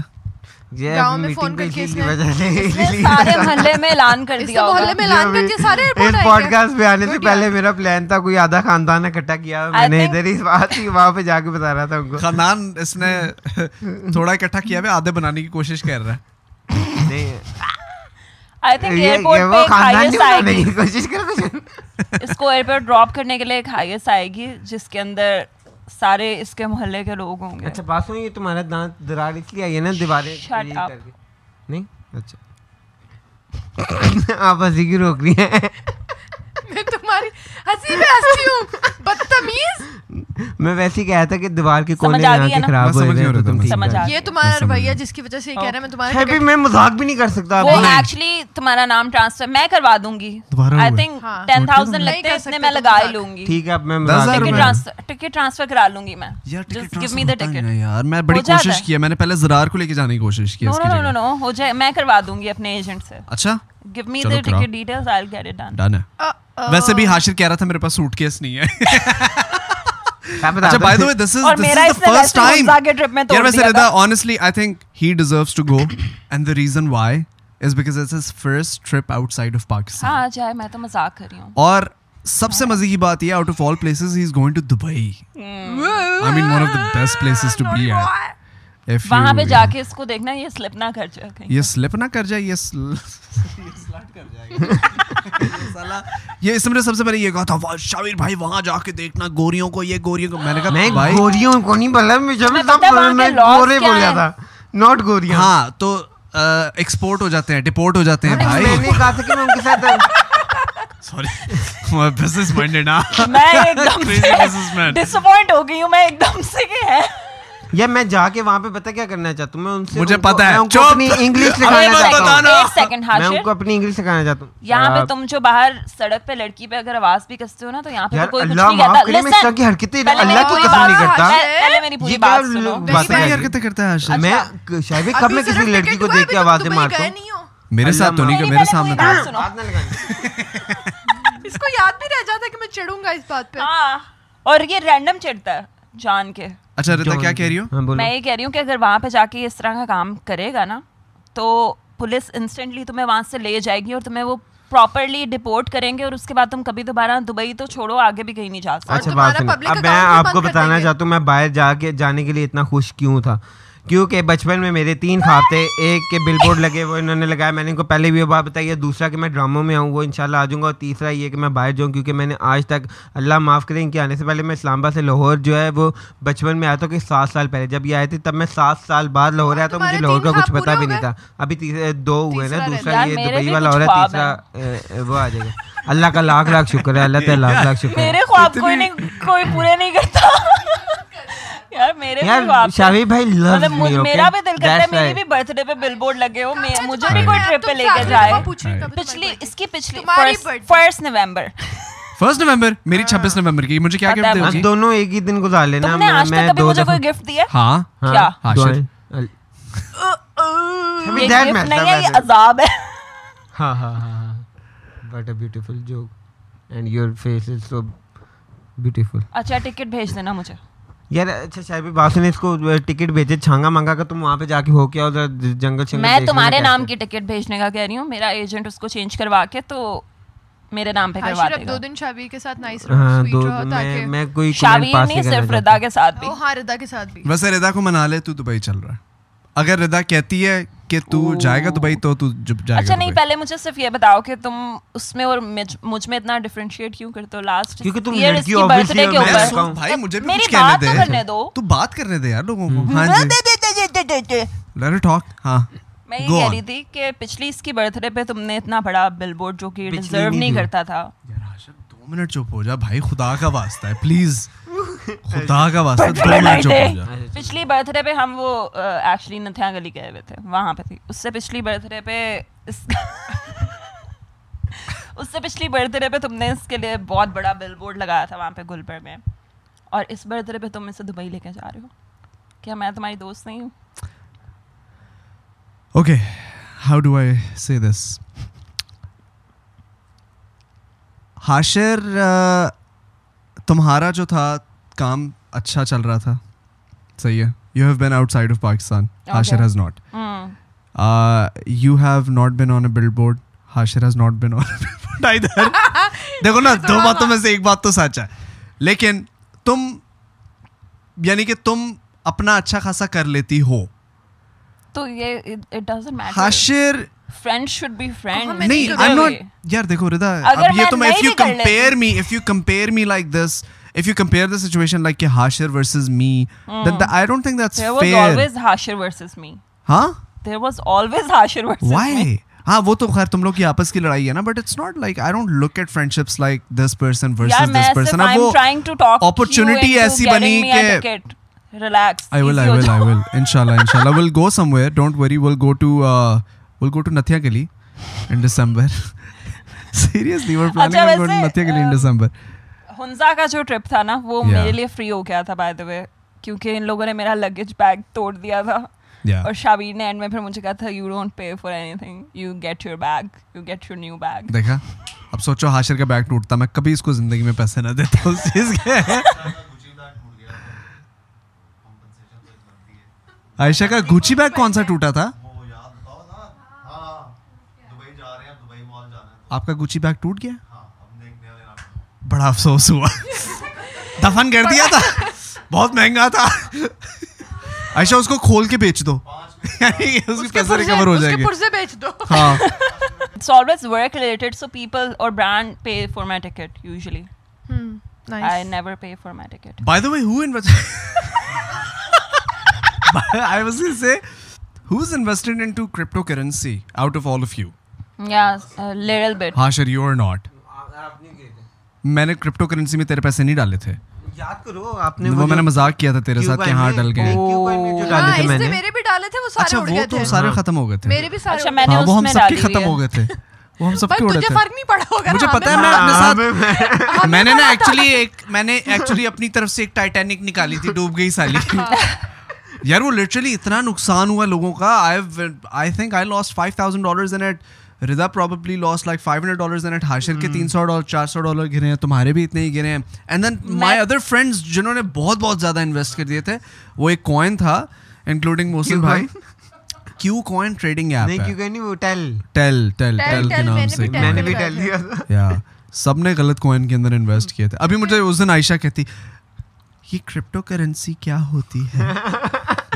Speaker 4: ये
Speaker 2: गाँव
Speaker 4: अभी
Speaker 2: में
Speaker 4: جی، meeting
Speaker 2: फोन
Speaker 4: पे
Speaker 2: करके
Speaker 4: इसी
Speaker 2: इसने-
Speaker 4: वजह से-
Speaker 1: इसने सारे मोहल्ले में ऐलान कर
Speaker 2: इससे
Speaker 1: दिया होगा
Speaker 2: मोहल्ले में ऐलान कर दिया सारे एयरपोर्ट
Speaker 4: इस
Speaker 2: आएंगे
Speaker 4: पॉडकास्ट पे आने से
Speaker 2: Good
Speaker 4: पहले
Speaker 2: यार।
Speaker 4: मेरा प्लान था कोई आधा खानदान इकट्ठा किया हुआ।
Speaker 1: I
Speaker 4: मैंने
Speaker 1: think-
Speaker 4: इधर ही इस बात की वहां पे जाके बता रहा था उनको
Speaker 3: खानदान इसने थोड़ा इकट्ठा किया हुआ है, आधे बनाने की कोशिश कर रहा है
Speaker 4: नहीं,
Speaker 1: आई थिंक
Speaker 4: ये- ये
Speaker 1: एयरपोर्ट पे
Speaker 4: वो
Speaker 1: एक
Speaker 4: खानदान
Speaker 1: हाईएस्ट
Speaker 4: नहीं बनाने
Speaker 1: आएगी
Speaker 4: की कोशिश कर रहे
Speaker 1: इसको एयरपोर्ट ड्रॉप करने के लिए एक हाईएस्ट आएगी जिसके अंदर सारे इसके मोहल्ले के लोग होंगे
Speaker 4: अच्छा बात सुनो ये तुम्हारा दांत दरार इसलिए आई है ना दीवारें
Speaker 1: Shut
Speaker 4: ये
Speaker 1: up.
Speaker 4: करके। नहीं अच्छा आप हंसी क्यों रोक रही हैं
Speaker 2: मैं तुम्हारी हंसी में हंसती हूँ बदतमीज
Speaker 4: میں ویسے ہی کہا تھا کہ دیوار کے کونے
Speaker 1: سمجھ آ
Speaker 4: یہاں
Speaker 1: گئی ہے
Speaker 4: کے
Speaker 1: نا؟
Speaker 4: خراب
Speaker 3: میں
Speaker 4: ہوئے ہوئے
Speaker 3: سمجھ گیا
Speaker 4: تو
Speaker 3: ہوں،
Speaker 4: تم ٹھیک
Speaker 1: سمجھ آ
Speaker 4: ہے
Speaker 1: گئی
Speaker 2: یہ تمہارا
Speaker 3: سمجھ
Speaker 2: رویہ
Speaker 3: گیا۔
Speaker 2: جس کی وجہ سے یہ کہہ رہے ہیں میں
Speaker 4: شیبی
Speaker 2: تمہارا
Speaker 4: میں مذاق بھی نہیں کر سکتا
Speaker 1: وہ
Speaker 4: آپ نے
Speaker 1: ایکچولی تمہارا نام ٹرانسفر میں کروا دوں گی
Speaker 3: دوبارہ
Speaker 1: آئی
Speaker 3: ہوگا۔
Speaker 1: تھنک
Speaker 2: ہاں۔
Speaker 1: ٹین تھاؤزینڈ
Speaker 2: نہیں
Speaker 1: لگتے
Speaker 2: کر
Speaker 1: ہیں اس نے
Speaker 2: سکتے
Speaker 1: میں
Speaker 2: تم
Speaker 1: لگا ہی
Speaker 2: مذاق۔
Speaker 1: لوں گی
Speaker 4: ٹھیک ہاں۔ ہے اب میں
Speaker 3: دس ہزار
Speaker 1: ٹکٹ
Speaker 3: روپے۔
Speaker 1: ٹرانسفر ٹکٹ ٹرانسفر کرا لوں گی میں
Speaker 3: यार ticket
Speaker 1: Just give me the
Speaker 3: transfer
Speaker 1: ticket.
Speaker 3: होता ही नहीं है यार मैं बड़ी
Speaker 1: हो जाता
Speaker 3: कोशिश
Speaker 1: है।
Speaker 3: की है मैंने पहले जरार को लेके जाने की कोशिश की है
Speaker 1: नो
Speaker 3: इसकी
Speaker 1: नो नो
Speaker 3: जगह।
Speaker 1: नो हो जाए मैं करवा दूंगी अपने एजेंट से
Speaker 3: अच्छा
Speaker 1: गिव मी
Speaker 3: चलो,
Speaker 1: द
Speaker 3: कराओ।
Speaker 1: Ticket details I will get it done
Speaker 3: done है
Speaker 4: ہاں۔
Speaker 1: Uh,
Speaker 3: वैसे भी हाशिर कह रहा था मेरे पास सूटकेस नहीं है अच्छा by the way this is
Speaker 1: और
Speaker 3: दिस
Speaker 1: मेरा
Speaker 3: इज
Speaker 1: इसने
Speaker 3: द फर्स्ट
Speaker 1: वैसे ही
Speaker 3: टाइम
Speaker 1: गुमजा के trip में
Speaker 3: यार
Speaker 1: तोड़
Speaker 3: वैसे
Speaker 1: दिया
Speaker 3: रिदा
Speaker 1: था।
Speaker 3: honestly i think he deserves to go and the reason why is because it's his first trip outside of pakistan
Speaker 1: हाँ जाए मैं तो मजाक कर रही हूँ
Speaker 3: और सबसे मजे की बात ये out of all places he is going to Dubai I mean one of the best places to be at if
Speaker 1: वहां पे जाके इसको देखना ये स्लिप ना कर जाए कहीं।
Speaker 3: ये स्लिप ना कर जाए ये sl- ये slut कर जाएगा। ये साला ये इसमें ने सबसे पहले ये कहा था "वाह, शाबिर भाई वहां जाके देखना गोरियों को ये गोरियों को मैंने
Speaker 4: میں
Speaker 3: कहा भाई
Speaker 4: گوریوں کو نہیں بولا میں جب
Speaker 1: تمہیں
Speaker 4: تب
Speaker 1: پتہ ہے وہاں
Speaker 4: میں
Speaker 1: کے laws
Speaker 4: گورے
Speaker 1: کیا
Speaker 4: بول رہا
Speaker 1: ہیں؟
Speaker 4: تھا ناٹ گوریاں
Speaker 3: हाँ तो एक्सपोर्ट हो जाते हैं डिपोर्ट हो जाते हैं
Speaker 4: میں نے
Speaker 3: भाई
Speaker 4: کہا تھا کہ میں ان کے ساتھ
Speaker 3: सॉरी बिजनेस माइंडेड ना
Speaker 1: मैं एकदम
Speaker 3: Crazy businessman.
Speaker 1: से disappoint हो गई हूँ मैं एकदम से कि है
Speaker 4: یا میں جا کے وہاں پہ پتہ کیا کرنا چاہتا ہوں میں ان سے
Speaker 3: मुझे
Speaker 4: ان को-
Speaker 3: पता
Speaker 4: میں
Speaker 3: ہے
Speaker 4: ان کو اپنی انگلش
Speaker 1: अबे
Speaker 4: سکھانا
Speaker 1: मत
Speaker 4: چاہتا ہوں
Speaker 1: बताना। एक second,
Speaker 4: میں
Speaker 1: हाशिर।
Speaker 4: ان کو اپنی انگلش سکھانا چاہتا ہوں
Speaker 1: यहाँ
Speaker 4: آ،
Speaker 1: पे तुम जो बाहर सड़क पे लड़की पे अगर आवाज भी कसते हो ना तो यहाँ पे
Speaker 4: यार
Speaker 1: तो कोई कुछ
Speaker 4: اللہ
Speaker 1: नहीं कहता
Speaker 4: معاف کرے میں اس طرح کی
Speaker 1: Listen,
Speaker 4: حرکتیں
Speaker 1: पहले मेरी
Speaker 4: اللہ
Speaker 1: पूरी
Speaker 4: کی قسم
Speaker 1: बात-
Speaker 4: نہیں کرتا
Speaker 1: पहले- पहले मेरी
Speaker 4: یہ
Speaker 1: पूरी
Speaker 4: کیا
Speaker 1: बात सुनो
Speaker 4: लोग
Speaker 2: बातें
Speaker 4: باتیں
Speaker 2: कर-
Speaker 3: हरकतें करता है आशिर
Speaker 4: میں شاید کب میں کسی لڑکی کو دیکھ کے آوازیں مارتا ہوں
Speaker 3: मेरे साथ तो नहीं
Speaker 1: मेरी
Speaker 3: मेरे
Speaker 1: पहले
Speaker 3: सामने
Speaker 1: पूरी बात
Speaker 3: तो
Speaker 1: सुनो
Speaker 4: بات نہ لگانا۔
Speaker 2: اس کو یاد بھی رہ جاتا کہ میں چڑوں گا اس بات
Speaker 1: ہاں،
Speaker 2: پہ
Speaker 1: हाँ और ये रैंडम चिढ़ता है जान के
Speaker 3: अच्छा रिता क्या कह रही हो
Speaker 4: ہاں، بولو۔
Speaker 1: मैं ये कह रही हूँ कि अगर वहाँ पे जाके इस तरह का काम करेगा ना तो पुलिस इंस्टेंटली तुम्हें वहाँ से ले जाएगी और तुम्हें वो प्रॉपरली डिपोर्ट करेंगे और उसके बाद तुम कभी दोबारा दुबई तो छोड़ो आगे भी कहीं नहीं जा सकते
Speaker 4: اچھا
Speaker 2: تمہارا
Speaker 4: بات سنو۔
Speaker 2: public
Speaker 4: اب میں
Speaker 2: account بھی
Speaker 4: آپ
Speaker 2: بند
Speaker 4: کو
Speaker 2: کر
Speaker 4: بتانا
Speaker 2: دیں گے۔
Speaker 4: چاہتا ہوں میں باہر جا کے جانے کے لیے اتنا خوش کیوں تھا کیونکہ بچپن میں میرے تین خواب تھے ایک کے بل بورڈ لگے وہ انہوں نے لگایا میں نے ان کو پہلے بھی یہ بات بتائی ہے دوسرا کہ میں ڈراموں میں آؤں وہ انشاءاللہ آ جاؤں گا اور تیسرا یہ کہ میں باہر جاؤں کیونکہ میں نے آج تک اللہ معاف کریں ان کے آنے سے پہلے میں اسلام آباد سے لاہور جو ہے وہ بچپن میں آیا تھا کہ سات سال پہلے جب یہ آئے تھے تب میں سات سال بعد لاہور آیا تو مجھے
Speaker 2: تمہارے
Speaker 4: لاہور کا
Speaker 2: تین
Speaker 4: کچھ
Speaker 2: خواب
Speaker 4: پتہ
Speaker 2: پورے
Speaker 4: بھی
Speaker 2: ہو
Speaker 4: نہیں
Speaker 2: گئے؟
Speaker 4: تھا ابھی تیسرے دو ہوئے نا
Speaker 2: تیسرا رہ
Speaker 4: دوسرا
Speaker 1: گیا۔
Speaker 4: یہ
Speaker 1: میرے
Speaker 4: دبئی
Speaker 1: بھی
Speaker 4: والا
Speaker 1: کچھ
Speaker 4: ہو رہا ہے
Speaker 1: خواب
Speaker 4: تیسرا اے، وہ آ جائے گا اللہ کا لاکھ لاکھ شکر ہے اللہ تعالیٰ لاکھ لاکھ شکر ہے
Speaker 1: मेरे ख्वाब कोई नहीं कोई पूरे नहीं करता यार मेरे भी
Speaker 4: यार
Speaker 1: ख्वाब तो-
Speaker 4: شاوی بھائی loves
Speaker 2: مطلب
Speaker 1: मतलब मुझ-
Speaker 4: me, okay?
Speaker 1: मेरा भी दिल करता है
Speaker 4: That's
Speaker 1: मेरी भी
Speaker 4: right.
Speaker 1: बर्थडे पे बिलबोर्ड लगे हो
Speaker 2: اچھا،
Speaker 1: मे- मुझे भी
Speaker 2: تمہاری
Speaker 1: कोई
Speaker 2: birthday
Speaker 1: ट्रिप पे
Speaker 2: تم
Speaker 1: लेके
Speaker 2: ساتھ
Speaker 1: जाए
Speaker 2: میں पूछ रही कब
Speaker 1: पिछली
Speaker 2: तुम्हारी
Speaker 1: इसकी पिछली
Speaker 2: तुम्हारी birthday।
Speaker 1: First November
Speaker 3: first November मेरी 26 नवंबर की मुझे क्या
Speaker 1: पता
Speaker 3: गिफ्ट
Speaker 1: है
Speaker 4: ہم
Speaker 3: दोगी
Speaker 4: ہاں، دونوں ایک ہی دن گزار لینا
Speaker 1: तुमने आज तक कभी मुझे कोई गिफ्ट
Speaker 4: ہاں،
Speaker 1: दिया
Speaker 3: हाँ
Speaker 1: हाँ, کیا? ہاں،
Speaker 4: ہمیں
Speaker 1: ये
Speaker 4: that
Speaker 1: गिफ्ट
Speaker 4: matters,
Speaker 1: नहीं है ये
Speaker 4: that matters.
Speaker 1: अजाब है
Speaker 4: ہاں ہاں ہاں what a beautiful joke and your face is so beautiful
Speaker 2: اچھا،
Speaker 1: अच्छा टिकट भेज देना मुझे
Speaker 4: یار اچھا شاہبی باسو نے اس کو ٹکٹ بھیجے چھانگا مانگا کا تم وہاں پہ جا کے ہو کے آؤ ذرا جنگل شنگل
Speaker 1: मैं
Speaker 4: دیکھ لینا
Speaker 1: तुम्हारे
Speaker 4: کیسا
Speaker 1: नाम
Speaker 4: ہے۔
Speaker 1: की टिकट भेजने का कह रही हूँ मेरा एजेंट उसको चेंज करवा के तो मेरे नाम पे करवा
Speaker 2: حاشر اب دو
Speaker 1: देगा
Speaker 2: دن شابی کے ساتھ نائس
Speaker 4: ہاں
Speaker 2: رہو
Speaker 4: دو
Speaker 2: سویٹ رہو
Speaker 4: میں
Speaker 2: تاکہ
Speaker 4: میں کوئی comment
Speaker 1: शावीर
Speaker 4: pass
Speaker 1: नहीं
Speaker 4: نہیں
Speaker 1: सिर्फ
Speaker 4: کرنا
Speaker 1: रिदा के साथ भी
Speaker 2: او ہاں ردا کے ساتھ بھی
Speaker 3: वैसे रिदा को मना ले तू दुबई चल रहा है अगर रिदा कहती है कि तू
Speaker 1: ओ।
Speaker 3: जाएगा दुबई तो तू जब जाएगा
Speaker 1: अच्छा नहीं
Speaker 3: दुबई।
Speaker 1: पहले मुझे सिर्फ ये बताओ कि तुम उसमें और मुझ मुझ में इतना डिफरेंशिएट क्यों करते हो लास्ट
Speaker 4: क्योंकि तुम लड़की
Speaker 1: इसकी
Speaker 4: हो, obviously,
Speaker 1: बर्थडे
Speaker 4: और
Speaker 1: के
Speaker 4: मैं
Speaker 3: मैं
Speaker 4: ऊपर-
Speaker 1: ऊपर
Speaker 3: सुन भाई मुझे भी
Speaker 1: मेरी
Speaker 3: कुछ कहने
Speaker 1: बात
Speaker 3: दे
Speaker 1: तो करने दो।
Speaker 3: तू बात करने दे यार लोगों को
Speaker 1: मैं
Speaker 3: हाँ जी लेट मी टॉक हां
Speaker 1: मैं ये
Speaker 3: Go
Speaker 1: कह
Speaker 3: on.
Speaker 1: रही थी कि पिछली इसकी बर्थडे पे तुमने इतना बड़ा बिलबोर्ड जो कि
Speaker 4: पिछली
Speaker 1: डिजर्व
Speaker 4: नहीं
Speaker 1: नहीं
Speaker 4: थी।
Speaker 1: करता था
Speaker 3: यार आशिक दो मिनट चुप हो जा भाई खुदा का वास्ता है प्लीज खुदा का वास्ता दो मिनट चुप हो जा
Speaker 1: पिछली बर्थडे पे हम वो एक्चुअली नथिया गली गए हुए थे वहां पे थी उससे पिछली बर्थडे पे इसका उससे पिछली बर्थडे पे तुमने इसके लिए बहुत बड़ा बिलबोर्ड लगाया था वहां पे गुलबर में और इस बर्थडे पे तुम इसे दुबई लेके जा रहे हो क्या मैं तुम्हारी दोस्त नहीं हूँ
Speaker 3: okay how do I say this Hashir uh, तुम्हारा जो था काम अच्छा चल रहा था सही है you have been outside of Pakistan Hashir
Speaker 1: Okay.
Speaker 3: Uh, has not
Speaker 1: hmm,
Speaker 3: you have not been on a billboard Hashir has not been on build either देखो ना दो बातों में से एक बात तो सच है लेकिन तुम यानी कि तुम अपना अच्छा खासा कर लेती हो
Speaker 1: तो ये it doesn't matter
Speaker 3: Hashir
Speaker 1: friend should be friend
Speaker 2: हमें नहीं
Speaker 3: नहीं
Speaker 2: तो
Speaker 3: आई एम
Speaker 2: दे
Speaker 3: नॉट यार देखो रिदा
Speaker 1: अगर
Speaker 3: अब ये
Speaker 1: मैं
Speaker 3: तुम
Speaker 1: नहीं
Speaker 3: इफ यू
Speaker 1: भी कर लेती।
Speaker 3: Compare me if you compare me like this if you compare the situation like कि Hashir versus me then I don't think that's
Speaker 1: there was
Speaker 3: fair
Speaker 1: always Hashir versus me
Speaker 3: हां
Speaker 1: there was always Hashir versus
Speaker 3: why ہاں وہ تو خیر تم لوگ کی آپس کی لڑائی ہے نا but it's not like I don't look at friendships like this person
Speaker 1: یار
Speaker 3: ورسز
Speaker 1: میں
Speaker 3: دس پرسن اب وہ اپرچونٹی ایسی بنی کہ
Speaker 1: ریلیکس
Speaker 3: آئی ول آئی ول آئی ول ان شاء اللہ ان شاء اللہ ول go somewhere don't very will go to will go to Nathia Gali in December seriously we're planning to Nathia Gali in December
Speaker 1: Hunza کا جو ٹرپ تھا نا وہ میرے لیے فری ہو گیا تھا بائی دا وے کیونکہ ان لوگوں نے میرا لگیج بیگ توڑ دیا تھا
Speaker 3: یا
Speaker 1: اور شاویر نے اینڈ میں پھر مجھے کہا تھا you don't pay for anything you get your bag you get your new bag
Speaker 3: دیکھا اب سوچو حاشر کا بیگ ٹوٹتا میں کبھی اس کو زندگی میں پیسے نہ دیتا اس چیز کے عائشہ کا گوچی بیگ کون سا ٹوٹا تھا آپ کا گوچی بیگ ٹوٹ گیا بڑا افسوس ہوا دفن کر دیا تھا بہت مہنگا تھا عائشہ اس کو کھول کے بیچ دو یعنی اس کے پیسے ریکور ہو جائیں گے
Speaker 2: پرزے بیچ دو
Speaker 3: ہاں
Speaker 1: it's always work related so people اور brand pay for my ticket usually I never pay for my ticket
Speaker 3: By the way, who invested? I was going to say, who's invested into cryptocurrency out of all of you?
Speaker 1: یا little bit
Speaker 3: Hashar, you are not. میں نے cryptocurrency میں تیرے پیسے نہیں ڈالے تھے
Speaker 4: یاد کرو آپ نے
Speaker 3: وہ میں نے مذاق کیا تھا تیرے ساتھ کہ ہاں ڈل گئے
Speaker 2: ہاں اس
Speaker 4: میں
Speaker 2: سے
Speaker 4: نے
Speaker 2: میرے بھی ڈالے تھے وہ سارے
Speaker 3: اچھا
Speaker 2: اڑ
Speaker 3: وہ
Speaker 2: گئے تھے
Speaker 3: تو سارے ختم ہو گئے تھے
Speaker 2: میرے بھی
Speaker 1: اچھا
Speaker 2: سارے
Speaker 1: میں نے
Speaker 3: ہاں وہ ہم
Speaker 1: اس میں
Speaker 3: سب کے
Speaker 1: ڈالی
Speaker 3: ختم ہو گئے تھے وہ ہم سب کے
Speaker 2: پر
Speaker 3: اڑے
Speaker 2: تجھے
Speaker 3: تھے
Speaker 2: فرق نہیں پڑا ہوگا
Speaker 3: مجھے پتا ہے میں
Speaker 2: ہاں،
Speaker 3: اپنے ساتھ میں نے نا ایکچولی ایک میں نے ایکچولی اپنی طرف سے ایک ٹائٹینک نکالی تھی ڈوب گئی سالی یار وہ لٹرلی اتنا نقصان ہوا لوگوں کا I think I lost five thousand dollars and at Rida probably lost like five hundred dollars and at Hashir کے تین سو ڈالر چار سو ڈالر گرے ہیں تمہارے بھی اتنے ہی گرے ہیں and then my other friends جنہوں نے بہت بہت زیادہ انویسٹ کر دیے تھے وہ ایک کوائن تھا انکلوڈنگ موسم بھائی کیو کوائن ٹریڈنگ ایپ ہے
Speaker 4: نہیں وہ ٹیل
Speaker 3: ٹیل ٹیل ٹیل کے نام سے
Speaker 4: میں نے بھی ٹیل دیا تھا
Speaker 3: یا سب نے غلط کوائن کے اندر انویسٹ کیے تھے ابھی مجھے اس دن عائشہ کہتی یہ کرپٹو کرنسی کیا ہوتی ہے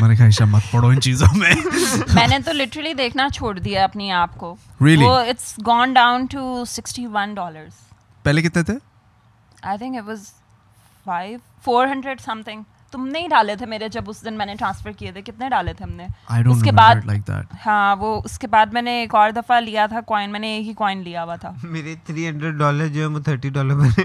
Speaker 3: میں نے کہا عائشہ مت پڑھو ان چیزوں میں
Speaker 1: میں نے تو لٹرلی دیکھنا چھوڑ دیا اپنی آپ کو
Speaker 3: Really?
Speaker 1: وہ it's gone down to sixty one dollars
Speaker 3: پہلے کتنے تھے
Speaker 1: I think it was five four hundred something تم نے ہی ڈالے تھے میرے جب اس دن میں نے ٹرانسفر کیے تھے کتنے ڈالے تھے ہم نے
Speaker 3: آئی
Speaker 1: اس
Speaker 3: ڈونٹ
Speaker 1: کے بعد
Speaker 3: لائک دیٹ
Speaker 1: ہاں وہ اس کے بعد میں نے ایک اور دفعہ لیا تھا کوائن میں نے ایک ہی کوائن لیا ہوا تھا
Speaker 4: میرے تھری ہنڈریڈ ڈالر جو ہے وہ تھرٹی ڈالر بنے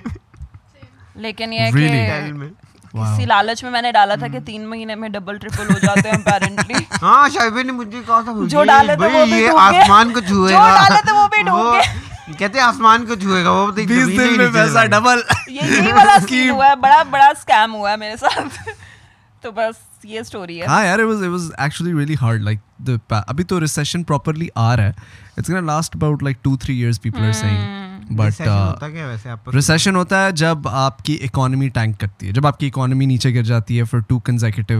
Speaker 1: لیکن یہ کہ
Speaker 3: Really? Hmm.
Speaker 4: ٹیل میں
Speaker 1: کسی لالچ میں میں نے ڈالا تھا کہ تین مہینے میں ڈبل ٹریپل ہو جاتے ہیں اپیرنٹلی
Speaker 4: ہاں شاہبہ نے مجھے کہا تھا
Speaker 1: جو ڈالے تھے وہ بھی
Speaker 4: یہ
Speaker 1: ڈوب گئے۔
Speaker 4: آسمان کو چھوئے
Speaker 1: جو ڈالے تھے وہ بھی ڈوب گئے۔
Speaker 4: کہتے آسمان کو چھوئے گا وہ
Speaker 3: بیس دن میں پیسہ ڈبل
Speaker 1: یہ یہی والا سین ہوا ہے بڑا بڑا اسکیم ہوا ہے میرے ساتھ تو بس یہ اسٹوری ہے
Speaker 3: ہاں یار it was it was actually really hard like the pa- ابھی تو recession properly آ رہا ہے it's gonna last about like two three years people are
Speaker 1: Hmm.
Speaker 3: saying but uh,
Speaker 4: ہوتا کیا ویسے آپ
Speaker 3: ریسیشن ہوتا ہے جب آپ کی اکانومی ٹینک کرتی ہے جب آپ کی اکانومی نیچے گر جاتی ہے for two consecutive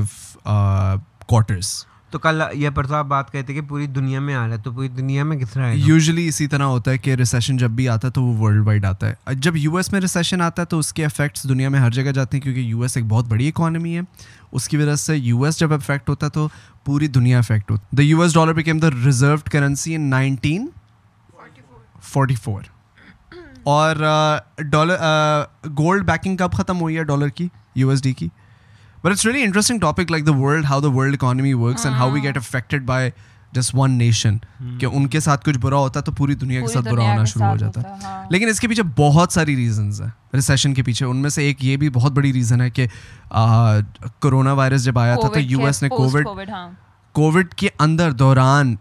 Speaker 3: uh, quarters
Speaker 4: تو کل یہ پرسوں آپ بات کہتے کہ پوری دنیا میں آ رہا ہے تو پوری دنیا میں کس طرح
Speaker 3: یوزلی اسی طرح ہوتا ہے کہ ریسیشن جب بھی آتا ہے تو وہ ورلڈ وائڈ آتا ہے جب یو ایس میں ریسیشن آتا ہے تو اس کے افیکٹس دنیا میں ہر جگہ جاتے ہیں کیونکہ یو ایس ایک بہت بڑی اکانومی ہے اس کی وجہ سے یو ایس جب افیکٹ ہوتا ہے تو پوری دنیا افیکٹ ہوتی ہے the U S dollar became the reserved currency in nineteen forty four اور ڈالر گولڈ بیکنگ کب ختم ہوئی ہے ڈالر کی یو ایس ڈی کی but it's really interesting topic like the world how the world economy works and how we get
Speaker 1: ہاں۔
Speaker 3: Affected by just one nation کہ ان کے ساتھ کچھ برا ہوتا ہے تو پوری دنیا کے
Speaker 1: پوری
Speaker 3: ساتھ برا
Speaker 1: دنیا
Speaker 3: ہونا
Speaker 1: کے
Speaker 3: شروع ہو
Speaker 1: ساتھ
Speaker 3: جاتا
Speaker 1: ہوتا ہے،
Speaker 3: ہے
Speaker 1: ہاں۔
Speaker 3: لیکن اس کے پیچھے بہت ساری ریزنز ہیں ریسیشن کے پیچھے ان میں سے ایک یہ بھی بہت بڑی ریزن ہے کہ کرونا وائرس جب آیا تھا تو یو ایس نے کووڈ
Speaker 1: کووڈ ہاں
Speaker 3: کووڈ کے اندر دوران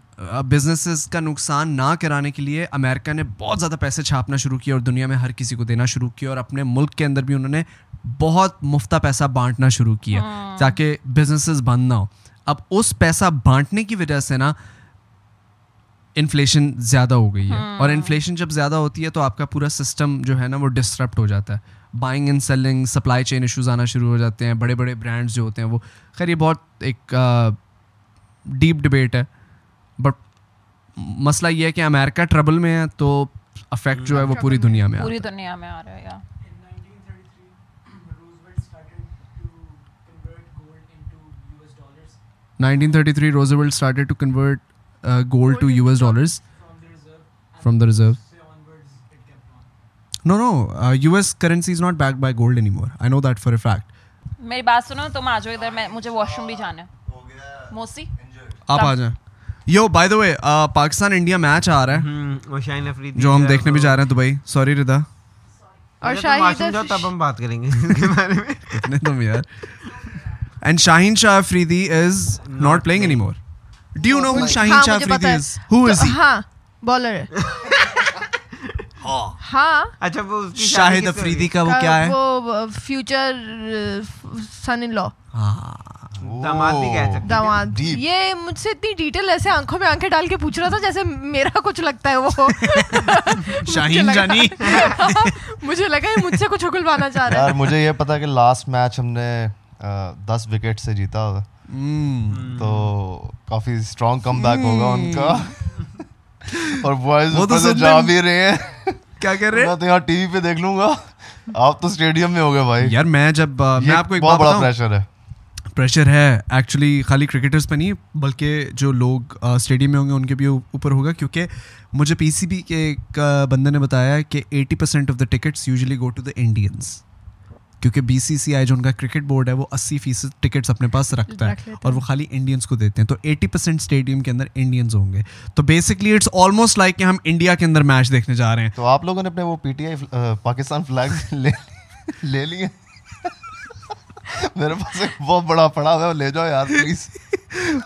Speaker 3: بزنسز کا نقصان نہ کرانے کے لیے امریکہ نے بہت زیادہ پیسے چھاپنا شروع کیا اور دنیا میں ہر کسی کو دینا شروع کیا اور اپنے ملک کے اندر بھی انہوں نے بہت مفتہ پیسہ بانٹنا شروع کیا تاکہ بزنسز بند نہ ہو اب اس پیسہ بانٹنے کی وجہ سے نا انفلیشن زیادہ ہو گئی ہے اور انفلیشن جب زیادہ ہوتی ہے تو آپ کا پورا سسٹم جو ہے نا وہ ڈسٹرپٹ ہو جاتا ہے buying and selling supply chain issues آنا شروع ہو جاتے ہیں بڑے بڑے برانڈز جو ہوتے ہیں وہ خیر یہ بہت ایک ڈیپ ڈبیٹ ہے بٹ مسئلہ یہ ہے کہ امریکہ ٹربل میں ہے تو افیکٹ جو ہے وہ پوری دنیا میں
Speaker 1: پوری دنیا میں آ رہا ہے یا
Speaker 3: nineteen thirty three Roosevelt started to convert gold to U S dollars from the reserve no no U S currency is not back by gold anymore I know that for a fact
Speaker 1: میری بات سنو تم آ جاؤ ادھر میں مجھے wash room بھی جانا ہے موسی
Speaker 3: آپ آ جائیں you by the way Pakistan India match آ رہا ہے
Speaker 4: وہ شاہین افریدی
Speaker 3: جو ہم دیکھنے بھی جا رہے ہیں دبئی سوری ردا
Speaker 2: اور
Speaker 4: تب
Speaker 2: شاہد
Speaker 4: ہم بات کریں گے اس کے بارے میں
Speaker 3: کتنے تم یار and Shaheen Shah Afridi is not playing anymore do
Speaker 5: Oh
Speaker 3: you know who Shaheen
Speaker 5: ہاں،
Speaker 3: Shah Afridi is who is he
Speaker 2: ہاں بالر ہے ہاں
Speaker 4: اچھا وہ اس کی شاہد
Speaker 3: شاہد
Speaker 4: کس سے ہوئی؟
Speaker 3: افریدی کا وہ کیا ہے
Speaker 2: وہ uh, فیوچر سن ان لا
Speaker 4: داماد بھی کہہ سکتے ہیں
Speaker 2: داماد یہ مجھ سے اتنی ڈیٹیل ایسے آنکھوں میں آنکھیں ڈال کے پوچھ رہا تھا جیسے میرا کچھ لگتا ہے وہ
Speaker 3: شاہین جانی
Speaker 2: مجھے لگا یہ مجھ سے کچھ اگلوانا چاہ رہا
Speaker 5: یار
Speaker 2: ہے
Speaker 5: مجھے یہ پتا کہ لاسٹ میچ ہم نے دس وکٹ سے جیتا ہوگا تو کافی اسٹرانگ کم بیک ہوگا ان کا اور بوائز
Speaker 3: وہ تو
Speaker 5: اوپر سے
Speaker 3: سن
Speaker 5: جا
Speaker 3: میں-
Speaker 5: بھی رہے ہیں
Speaker 3: کیا کر
Speaker 5: میں
Speaker 3: رہے
Speaker 5: تو یہاں ٹی وی پہ دیکھ لوں گا آپ تو اسٹیڈیم میں ہو گئے بھائی
Speaker 3: یار میں جب میں آپ کو ایک
Speaker 5: بہت
Speaker 3: بات
Speaker 5: بڑا
Speaker 3: بتاؤں
Speaker 5: پریشر ہے
Speaker 3: پریشر ہے ایکچولی خالی کرکٹرز پہ نہیں بلکہ جو لوگ اسٹیڈیم میں ہوں گے ان کے بھی اوپر ہوگا کیونکہ مجھے پی سی بی کے ایک بندے نے بتایا کہ eighty percent of the tickets usually go to the Indians کیونکہ بی سی سی آئی جو ان کا کرکٹ بورڈ ہے وہ اسی فیصد ٹکٹس اپنے پاس رکھتا ہے اور وہ خالی انڈینس کو دیتے ہیں تو ایٹی پرسینٹ اسٹیڈیم کے اندر انڈینس ہوں گے تو بیسکلی اٹس آلموسٹ لائک کہ ہم انڈیا کے اندر میچ دیکھنے جا رہے ہیں
Speaker 5: تو آپ لوگوں نے اپنے وہ P T I Pakistan flag لے لیے میرے پاس ایک بہت بڑا پڑا ہوا ہے لے جاؤ یار پلیز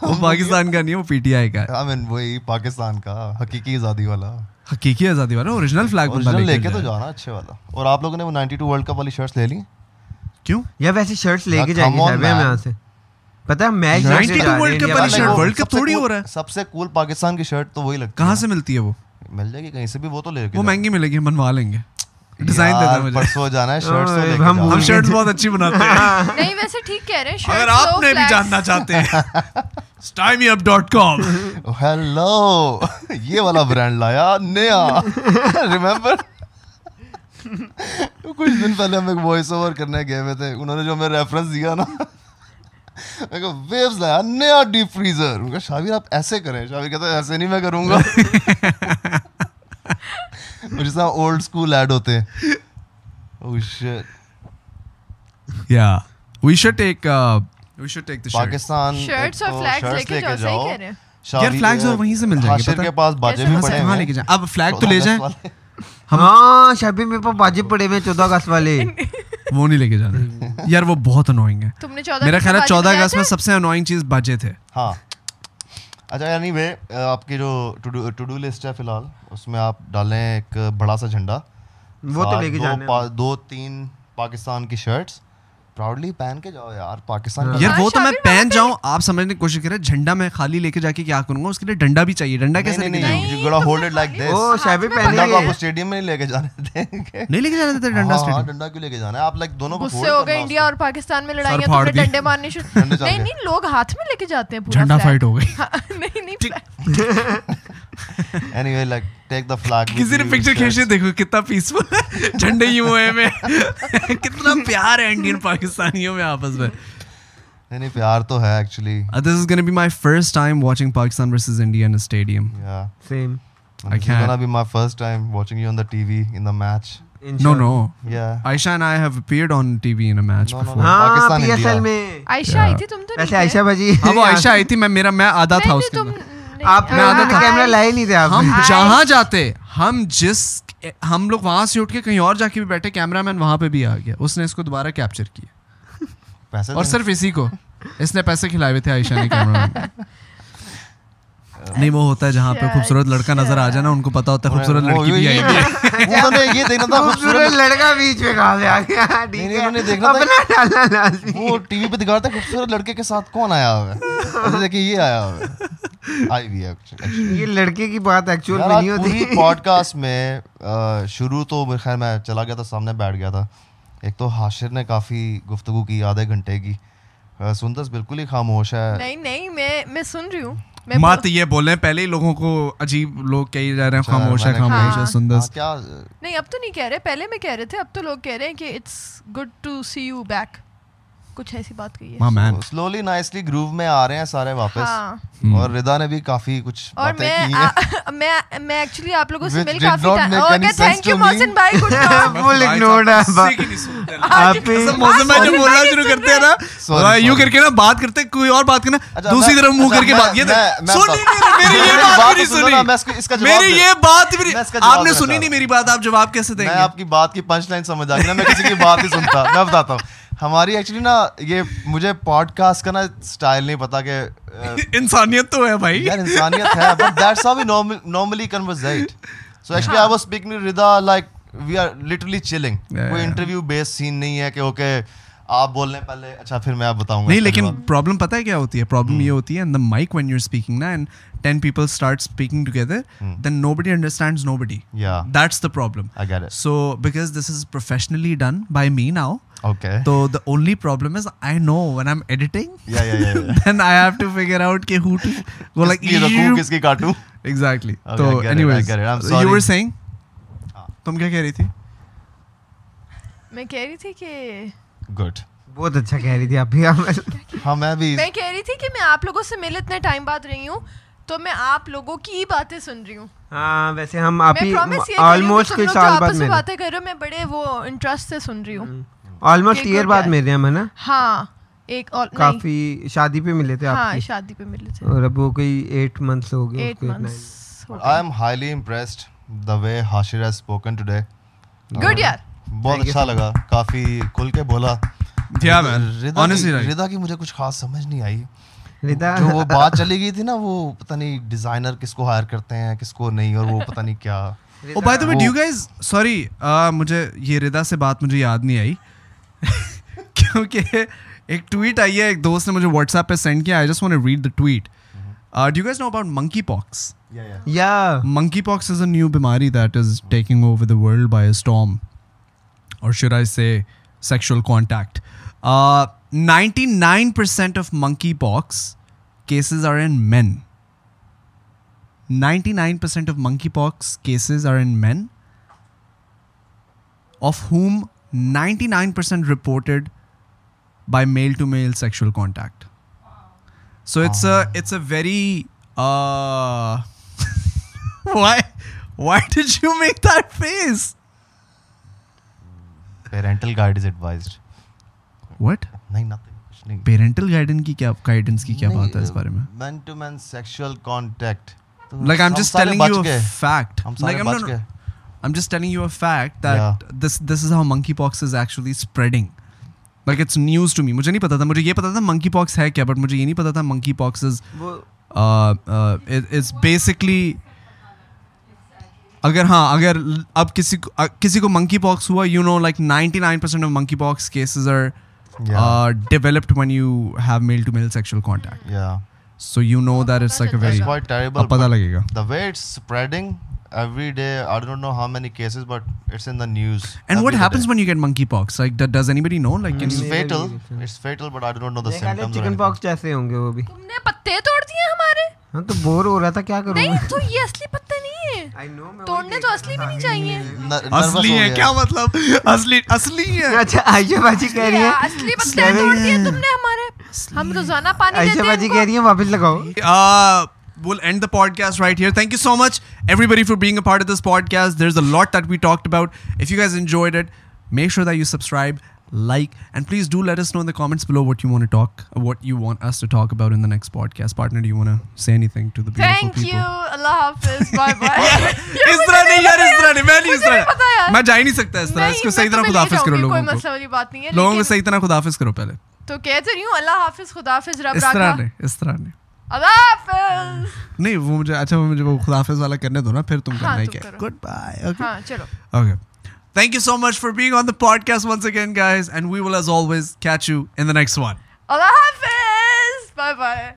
Speaker 3: وہ پاکستان کا نہیں وہ پی ٹی آئی کا ہے
Speaker 5: آئی مین وہی پاکستان کا حقیقی آزادی والا
Speaker 3: حقیقی آزادی والا اوریجنل فلیگ
Speaker 5: اوریجنل لے کے تو جانا اچھے والا اور آپ لوگوں نے وہ 92 ورلڈ کپ والی شرٹس لے لی
Speaker 3: کیوں
Speaker 4: یا ویسے شرٹس لے
Speaker 5: Yeah,
Speaker 4: کے جائیں گے
Speaker 5: come on,
Speaker 4: صاحب ہم
Speaker 5: man.
Speaker 4: یہاں سے پتہ ہے میچ
Speaker 3: 92 World Cup والی شرٹ World Cup تھوڑی ہو رہا ہے۔
Speaker 5: سب سے کول پاکستان کی شرٹ تو وہی لگتی
Speaker 3: کہاں سے ملتی ہے وہ
Speaker 5: ہے مل جائے گی کہیں سے بھی وہ تو لے کے
Speaker 3: وہ
Speaker 5: جاؤ۔
Speaker 3: مہنگی ملے گی ہم بنوا لیں گے ڈیزائن دے
Speaker 5: یار،
Speaker 3: دیں مجھے
Speaker 5: پرسوں جانا ہے شرٹ
Speaker 4: اوئے،
Speaker 5: لے کے
Speaker 4: ہم
Speaker 5: جاؤ۔
Speaker 4: بھول
Speaker 3: ہم
Speaker 4: گئے۔
Speaker 3: شرٹس بہت اچھی بناتے ہیں
Speaker 2: نہیں ویسے ٹھیک کہہ رہے
Speaker 3: اگر آپ نے بھی
Speaker 2: ہیں
Speaker 3: جاننا چاہتے ہیں اپ ڈاٹ کام
Speaker 5: ہیلو Oh, یہ والا برانڈ لایا نیا ریمبر کچھ دن پہلے ہم ایک وائس اوور کرنے گئے ہوئے تھے انہوں نے جو ہمیں ریفرنس دیا نا میں کہا ویوز لایا نیا ڈیپ فریزر ان کا شاویر آپ ایسے کریں شاویر کہتا ہے ایسے نہیں میں کروں گا مجھے سا اولڈ اسکول ایڈ ہوتے ہیں Oh shit.
Speaker 3: یا we should take we should take the shirt
Speaker 5: Pakistan ایک
Speaker 2: شرٹس اور
Speaker 3: Oh,
Speaker 5: تو
Speaker 2: flags
Speaker 5: shirts
Speaker 2: لے کے
Speaker 5: لے
Speaker 2: جاؤ،
Speaker 5: کے جاؤ
Speaker 2: صحیح کہہ رہے ہیں۔
Speaker 5: شاویر-
Speaker 3: flags اور وہیں سے مل جائیں گے،
Speaker 5: حاشر
Speaker 3: پتہ
Speaker 5: کے
Speaker 3: ہے؟
Speaker 5: پاس باجے بھی پڑے
Speaker 3: وہاں ہاں، لے
Speaker 5: ہوئے
Speaker 3: کے
Speaker 5: ہیں
Speaker 3: جائیں اب فلیگ تو لے جائیں
Speaker 4: ہاں شبی میرے پاس باجے پڑے ہوئے چودہ اگست والے
Speaker 3: وہ نہیں لے کے جانا یار وہ بہت انوائنگ ہے
Speaker 2: تم نے چودہ
Speaker 3: میرا خیال ہے چودہ اگست میں سب سے انوائنگ چیز بچے تھے
Speaker 5: ہاں اچھا یعنی وے آپ کی جو ٹو ڈو لسٹ ہے فی الحال اس میں آپ ڈالیں ایک بڑا سا جھنڈا
Speaker 4: وہ تو لے کے جانے
Speaker 5: دو تین پاکستان کی شرٹس پراؤڈلی پہن کے جاؤ یار پاکستان
Speaker 3: یار وہ تو میں پہن جاؤں آپ سمجھنے کی کوشش کریں جھنڈا میں خالی لے کے جا کے کیا کروں گا اس کے لیے ڈنڈا بھی چاہیے ڈنڈا کیسے لے کے جاؤں
Speaker 5: ہولڈ اٹ لائک
Speaker 4: وہ
Speaker 5: دس
Speaker 4: شبی
Speaker 5: ڈنڈا کو آپ کو
Speaker 4: پہلے
Speaker 5: اسٹیڈیم میں نہیں لے کے جانے دیں گے
Speaker 3: نہیں لے کے جانا تھا ڈنڈا
Speaker 5: ہاں
Speaker 3: اسٹیڈیم
Speaker 5: ڈنڈا کیوں لے کے جانا ہے آپ لائک دونوں
Speaker 2: غصے ہو گئے انڈیا اور پاکستان میں لڑائیاں تم نے ڈنڈے مارنے شروع نہیں نہیں لوگ ہاتھ میں لے کے جاتے ہیں ہاں،
Speaker 3: جھنڈا فائٹ ہو گئی
Speaker 2: نہیں نہیں
Speaker 5: anyway like take the flag
Speaker 3: کسی نے پکچر کھینچے دیکھو کتنا پیسفل جھنڈے یوں ہوئے میں کتنا پیار ہے انڈین پاکستانیوں میں آپس میں
Speaker 5: نہیں نہیں پیار تو ہے actually
Speaker 3: this is gonna be my first time watching Pakistan versus India in stadium
Speaker 5: یا
Speaker 4: same
Speaker 5: This is gonna be my first time watching you on the TV in the match.
Speaker 3: No no
Speaker 5: Yeah.
Speaker 3: Ayesha and I have appeared on T V in a match
Speaker 5: No, no,
Speaker 3: before
Speaker 5: no.
Speaker 4: ہاں
Speaker 5: Pakistan,
Speaker 4: P S
Speaker 5: India.
Speaker 4: L میں
Speaker 2: عائشہ آئی تھی تم تو
Speaker 4: ویسے عائشہ بھاجی
Speaker 3: ہاں وہ عائشہ آئی تھی میں میرا میں آدھا تھا اس کے
Speaker 2: تم
Speaker 3: اندر۔
Speaker 4: آپ نے آدھا کیمرہ لائے نہیں تھے آپ
Speaker 3: ہم جہاں جاتے ہم جس ہم لوگ وہاں سے اٹھ کے کہیں اور جا کے بھی بیٹھے کیمرہ مین وہاں پہ بھی آ گیا اس نے اس کو دوبارہ کیپچر کیا
Speaker 5: پیسے
Speaker 3: اور
Speaker 5: دیں
Speaker 3: صرف اسی کو اس نے پیسے کھلائے ہوئے تھے عائشہ نے کیمرہ نہیں وہ ہوتا ہے جہاں پہ خوبصورت لڑکا نظر آ جائے نا ان کو پتا ہوتا ہے خوبصورت
Speaker 5: انہوں نے-
Speaker 3: لڑکی بھی آئی ہوئی ہے
Speaker 5: انہوں نے یہ دیکھنا تھا
Speaker 4: خوبصورت
Speaker 5: خوبصورت
Speaker 4: لڑکا بیچ میں کہاں سے آ گیا ٹھیک ہے اپنا ڈالنا لازمی
Speaker 5: وہ ٹی وی پہ دکھا رہا تھا خوبصورت لڑکے کے ساتھ کون آیا ہوا ہے دیکھیں یہ آیا ہوا ہے آئی ہوئی ہے actually.
Speaker 4: یہ لڑکے کی بات ایکچوئل
Speaker 5: یار،
Speaker 4: میں
Speaker 5: آج
Speaker 4: نہیں ہوتی
Speaker 5: پوری پوڈ کاسٹ میں آ، شروع تو میرے خیر میں چلا گیا تھا سامنے بیٹھ گیا تھا ایک تو حاشر نے کافی گفتگو کی آدھے گھنٹے کی آ، سندس بالکل ہی خاموش ہے
Speaker 2: نہیں نہیں میں میں سن رہی ہوں
Speaker 3: ماں تو یہ بول رہے ہیں پہلے ہی لوگوں کو عجیب لوگ کہی جا رہے ہیں خاموش ہے
Speaker 5: میں نے-
Speaker 3: خاموش ہے
Speaker 2: ہاں۔
Speaker 3: سندر
Speaker 5: ہاں، کیا
Speaker 2: نہیں اب تو نہیں کہہ رہے پہلے میں کہہ رہے تھے اب تو لوگ کہہ رہے ہیں کہ it's good to see you back کچھ ایسی بات کہی ہے
Speaker 3: My man.
Speaker 5: Slowly nicely groove میں آ رہے ہیں سارے
Speaker 2: ہاں
Speaker 5: واپس اور ردا نے بھی کافی کچھ
Speaker 2: اور
Speaker 5: باتیں
Speaker 2: میں
Speaker 5: کی ہیں
Speaker 2: میں میں ایکچولی آپ لوگوں سے
Speaker 5: Which
Speaker 2: مل
Speaker 5: did
Speaker 2: کافی
Speaker 5: not
Speaker 2: تھا
Speaker 5: make any
Speaker 2: okay
Speaker 5: sense
Speaker 2: thank you
Speaker 5: to me.
Speaker 2: Mohsin بھائی گڈ ٹاک
Speaker 4: Full ignored ہے
Speaker 3: کسی کی نہیں سنتے نا۔
Speaker 4: آپ ہی-
Speaker 3: ایسا موسم ہے جو بولنا شروع کرتے ہیں نا بھائی یوں کر کے نا بات کرتے ہیں، کوئی اور بات کرنا دوسری طرف منہ کر کے بات یہ سنی نہیں میری یہ بات بھی نہیں سنی میری یہ بات بھی نہیں آپ نے سنی نہیں میری بات آپ جواب کیسے دیں
Speaker 5: میں
Speaker 3: گے
Speaker 5: آپ کی بات کی پنچ لائن سمجھ آ گئی نا میں کسی کی بات نہیں سنتا میں بتاتا ہوں ہماری ایکچولی نا یہ مجھے پوڈ کاسٹ کا نا اسٹائل نہیں پتا کہ
Speaker 3: انسانیت تو ہے بھائی
Speaker 5: یار انسانیت ہے but that's how we normally conversate so actually I was speaking Rida like we are literally chilling کوئی انٹرویو بیس سین نہیں ہے کہ اوکے آپ بول لیں پہلے اچھا پھر میں آپ بتاؤں گا
Speaker 3: نہیں لیکن پرابلم پتہ ہے کیا ہوتی ہے پرابلم یہ ہوتی ہے and the mic when you speaking نا and ten people start speaking together then nobody understand nobody
Speaker 5: yeah
Speaker 3: that's the problem
Speaker 5: I get it
Speaker 3: so because this is professionally done by me now
Speaker 5: okay
Speaker 3: تو the only problem is I know when I am editing
Speaker 5: yeah yeah یا
Speaker 3: then I have to figure out کہ who to go like
Speaker 5: کی رکھوں کس کی کاٹوں
Speaker 3: exactly
Speaker 5: Okay,
Speaker 3: تو
Speaker 5: I get it, I
Speaker 3: anyways
Speaker 5: get it. I'm
Speaker 3: you
Speaker 5: sorry. Ah.
Speaker 3: were saying تم کیا کہہ رہی تھی
Speaker 2: میں کہہ رہی تھی کہ
Speaker 5: گڈ
Speaker 4: بہت اچھا کہہ رہی تھی آپ ہی آپ
Speaker 5: ہاں میں بھی
Speaker 2: میں کہہ رہی تھی کہ میں آپ لوگوں سے مل اتنے ٹائم بعد رہی ہوں تو میں آپ لوگوں کی ہی باتیں سن رہی ہوں
Speaker 4: ہاں ویسے ہم آپ
Speaker 2: میں
Speaker 4: ہی
Speaker 2: پرومس یہ
Speaker 4: آلموسٹ
Speaker 2: کر
Speaker 4: کچھ سال بعد
Speaker 2: رہی ہوں
Speaker 4: ملے
Speaker 2: باتیں کر رہے ہو میں بڑے وہ انٹرسٹ سے سن رہی ہوں
Speaker 4: آلموسٹ ایئر بعد ملے ہم ہے نا
Speaker 2: ہاں ایک اور
Speaker 4: کافی شادی پہ ملے تھے آپ
Speaker 2: ہاں
Speaker 4: کی
Speaker 2: شادی پہ ملے تھے
Speaker 4: اور اب وہ کوئی ایٹ منتھس ہو گئے
Speaker 2: eight months
Speaker 5: I am highly impressed the way Hashir has spoken today
Speaker 2: good
Speaker 5: Uh,
Speaker 2: یار
Speaker 5: بہت اچھا لگا کافی کھل کے بولا
Speaker 3: Yeah, man.
Speaker 5: ردا
Speaker 3: Honestly,
Speaker 5: کی-
Speaker 3: right.
Speaker 5: ردا کی مجھے کچھ خاص سمجھ نہیں آئی
Speaker 4: ردا
Speaker 5: جو وہ بات چلی گئی تھی نا وہ پتہ نہیں ڈیزائنر کس کو ہائر کرتے ہیں کس کو نہیں اور وہ پتہ نہیں کیا
Speaker 3: oh by the way do you guys sorry آہ، مجھے یہ ردا سے بات مجھے یاد نہیں آئی کیونکہ ایک ٹویٹ آئی ہے ایک دوست نے مجھے واٹس ایپ پہ سینڈ کیا I just want read the tweet do you guys know about monkeypox
Speaker 4: یا
Speaker 3: monkeypox is a new بیماری that is taking over the world by a storm اور should I say sexual contact Uh, ninety nine percent of monkeypox cases are in men ninety nine percent of monkeypox cases are in men of home ninety nine percent reported by male to male sexual contact so it's it's a very why why did you make that face
Speaker 5: parental guide is advised
Speaker 3: what
Speaker 5: نہیں nothing, کچھ نہیں
Speaker 3: parental guidance کی کیا guidance کی کیا بات
Speaker 5: uh,
Speaker 3: ہے اس بارے میں
Speaker 5: man to man sexual contact
Speaker 3: like I am just telling you a fact
Speaker 5: ہم
Speaker 3: لائک
Speaker 5: سارے بچ گئے
Speaker 3: I'm just telling you a fact that
Speaker 5: Yeah.
Speaker 3: this this is how monkeypox is actually spreading. Like it's news to me. مجھے نہیں پتا تھا مجھے یہ پتا تھا منکی پاکس ہے کیا بٹ مجھے یہ نہیں پتا تھا منکی پاکس از
Speaker 4: وہ
Speaker 3: اٹس بیسکلی اگر ہاں اگر اب کسی کو کسی کو منکی پاکس ہوا you know like ninety nine percent of monkeypox cases Uh, are developed when you have male to male sexual contact
Speaker 5: یا
Speaker 3: so you know that is like a
Speaker 5: it's
Speaker 3: very
Speaker 5: quite terrible
Speaker 3: اب پتہ لگے گا
Speaker 5: the way it's spreading every day I don't know how many cases but it's in the news
Speaker 3: and what happens when you get monkeypox like does any body know like
Speaker 5: it's
Speaker 4: میرا بھی
Speaker 5: fatal
Speaker 4: ہے۔
Speaker 5: It's fatal but I don't know the symptoms
Speaker 4: chickenpox جیسے ہوں گے وہ بھی
Speaker 2: تم نے پتے توڑ دیے ہمارے
Speaker 4: ہاں تو بور ہو رہا تھا کیا کروں
Speaker 2: نہیں تو یہ اصلی پتے نہیں ہے توڑنے تو اصلی بھی نہیں چاہیے
Speaker 3: اصلی ہے کیا مطلب اصلی اصلی ہے
Speaker 4: اچھا عائشہ باجی کہہ رہی ہیں
Speaker 2: اصلی پتے توڑ دیے تم نے ہمارے ہم روزانہ پانی
Speaker 4: عائشہ باجی کہہ رہی ہیں واپس لگاؤ
Speaker 3: Uh, We'll end the podcast right here. Thank you so much, everybody, for being a part of this podcast. There's a lot that we talked about. If you guys enjoyed it, make sure that you subscribe, like, and please do let us know in the comments below what you want to talk, what you want us to talk about in the next podcast. Partner, do you want to say anything to the beautiful
Speaker 2: thank
Speaker 3: people?
Speaker 2: You اللہ حافظ bye bye
Speaker 3: اس طرح نہیں یار اس طرح نہیں میں نہیں اس طرح میں
Speaker 2: میں
Speaker 3: جا ہی نہیں سکتا اس طرح اس کو صحیح طرح خدا حافظ کرو لوگوں
Speaker 2: کوئی
Speaker 3: کو
Speaker 2: مسئلہ والی بات نہیں ہے
Speaker 3: لوگوں کو صحیح طرح خدا حافظ کرو پہلے
Speaker 2: تو کہتے رہی ہوں اللہ حافظ خدا حافظ رب
Speaker 3: اس
Speaker 2: راکھا
Speaker 3: طرح نہیں اس طرح نہیں
Speaker 2: اللہ حافظ
Speaker 3: نہیں وہ مجھے اچھا وہ مجھے وہ خدا حافظ والا کرنے دو نا پھر تم کرنا ہے کیا گڈ بائے اوکے
Speaker 2: ہاں چلو
Speaker 3: Okay. Thank you so much for being on the podcast once again, guys. And we will, as always, catch you in the next one.
Speaker 2: اللہ حافظ بائے بائے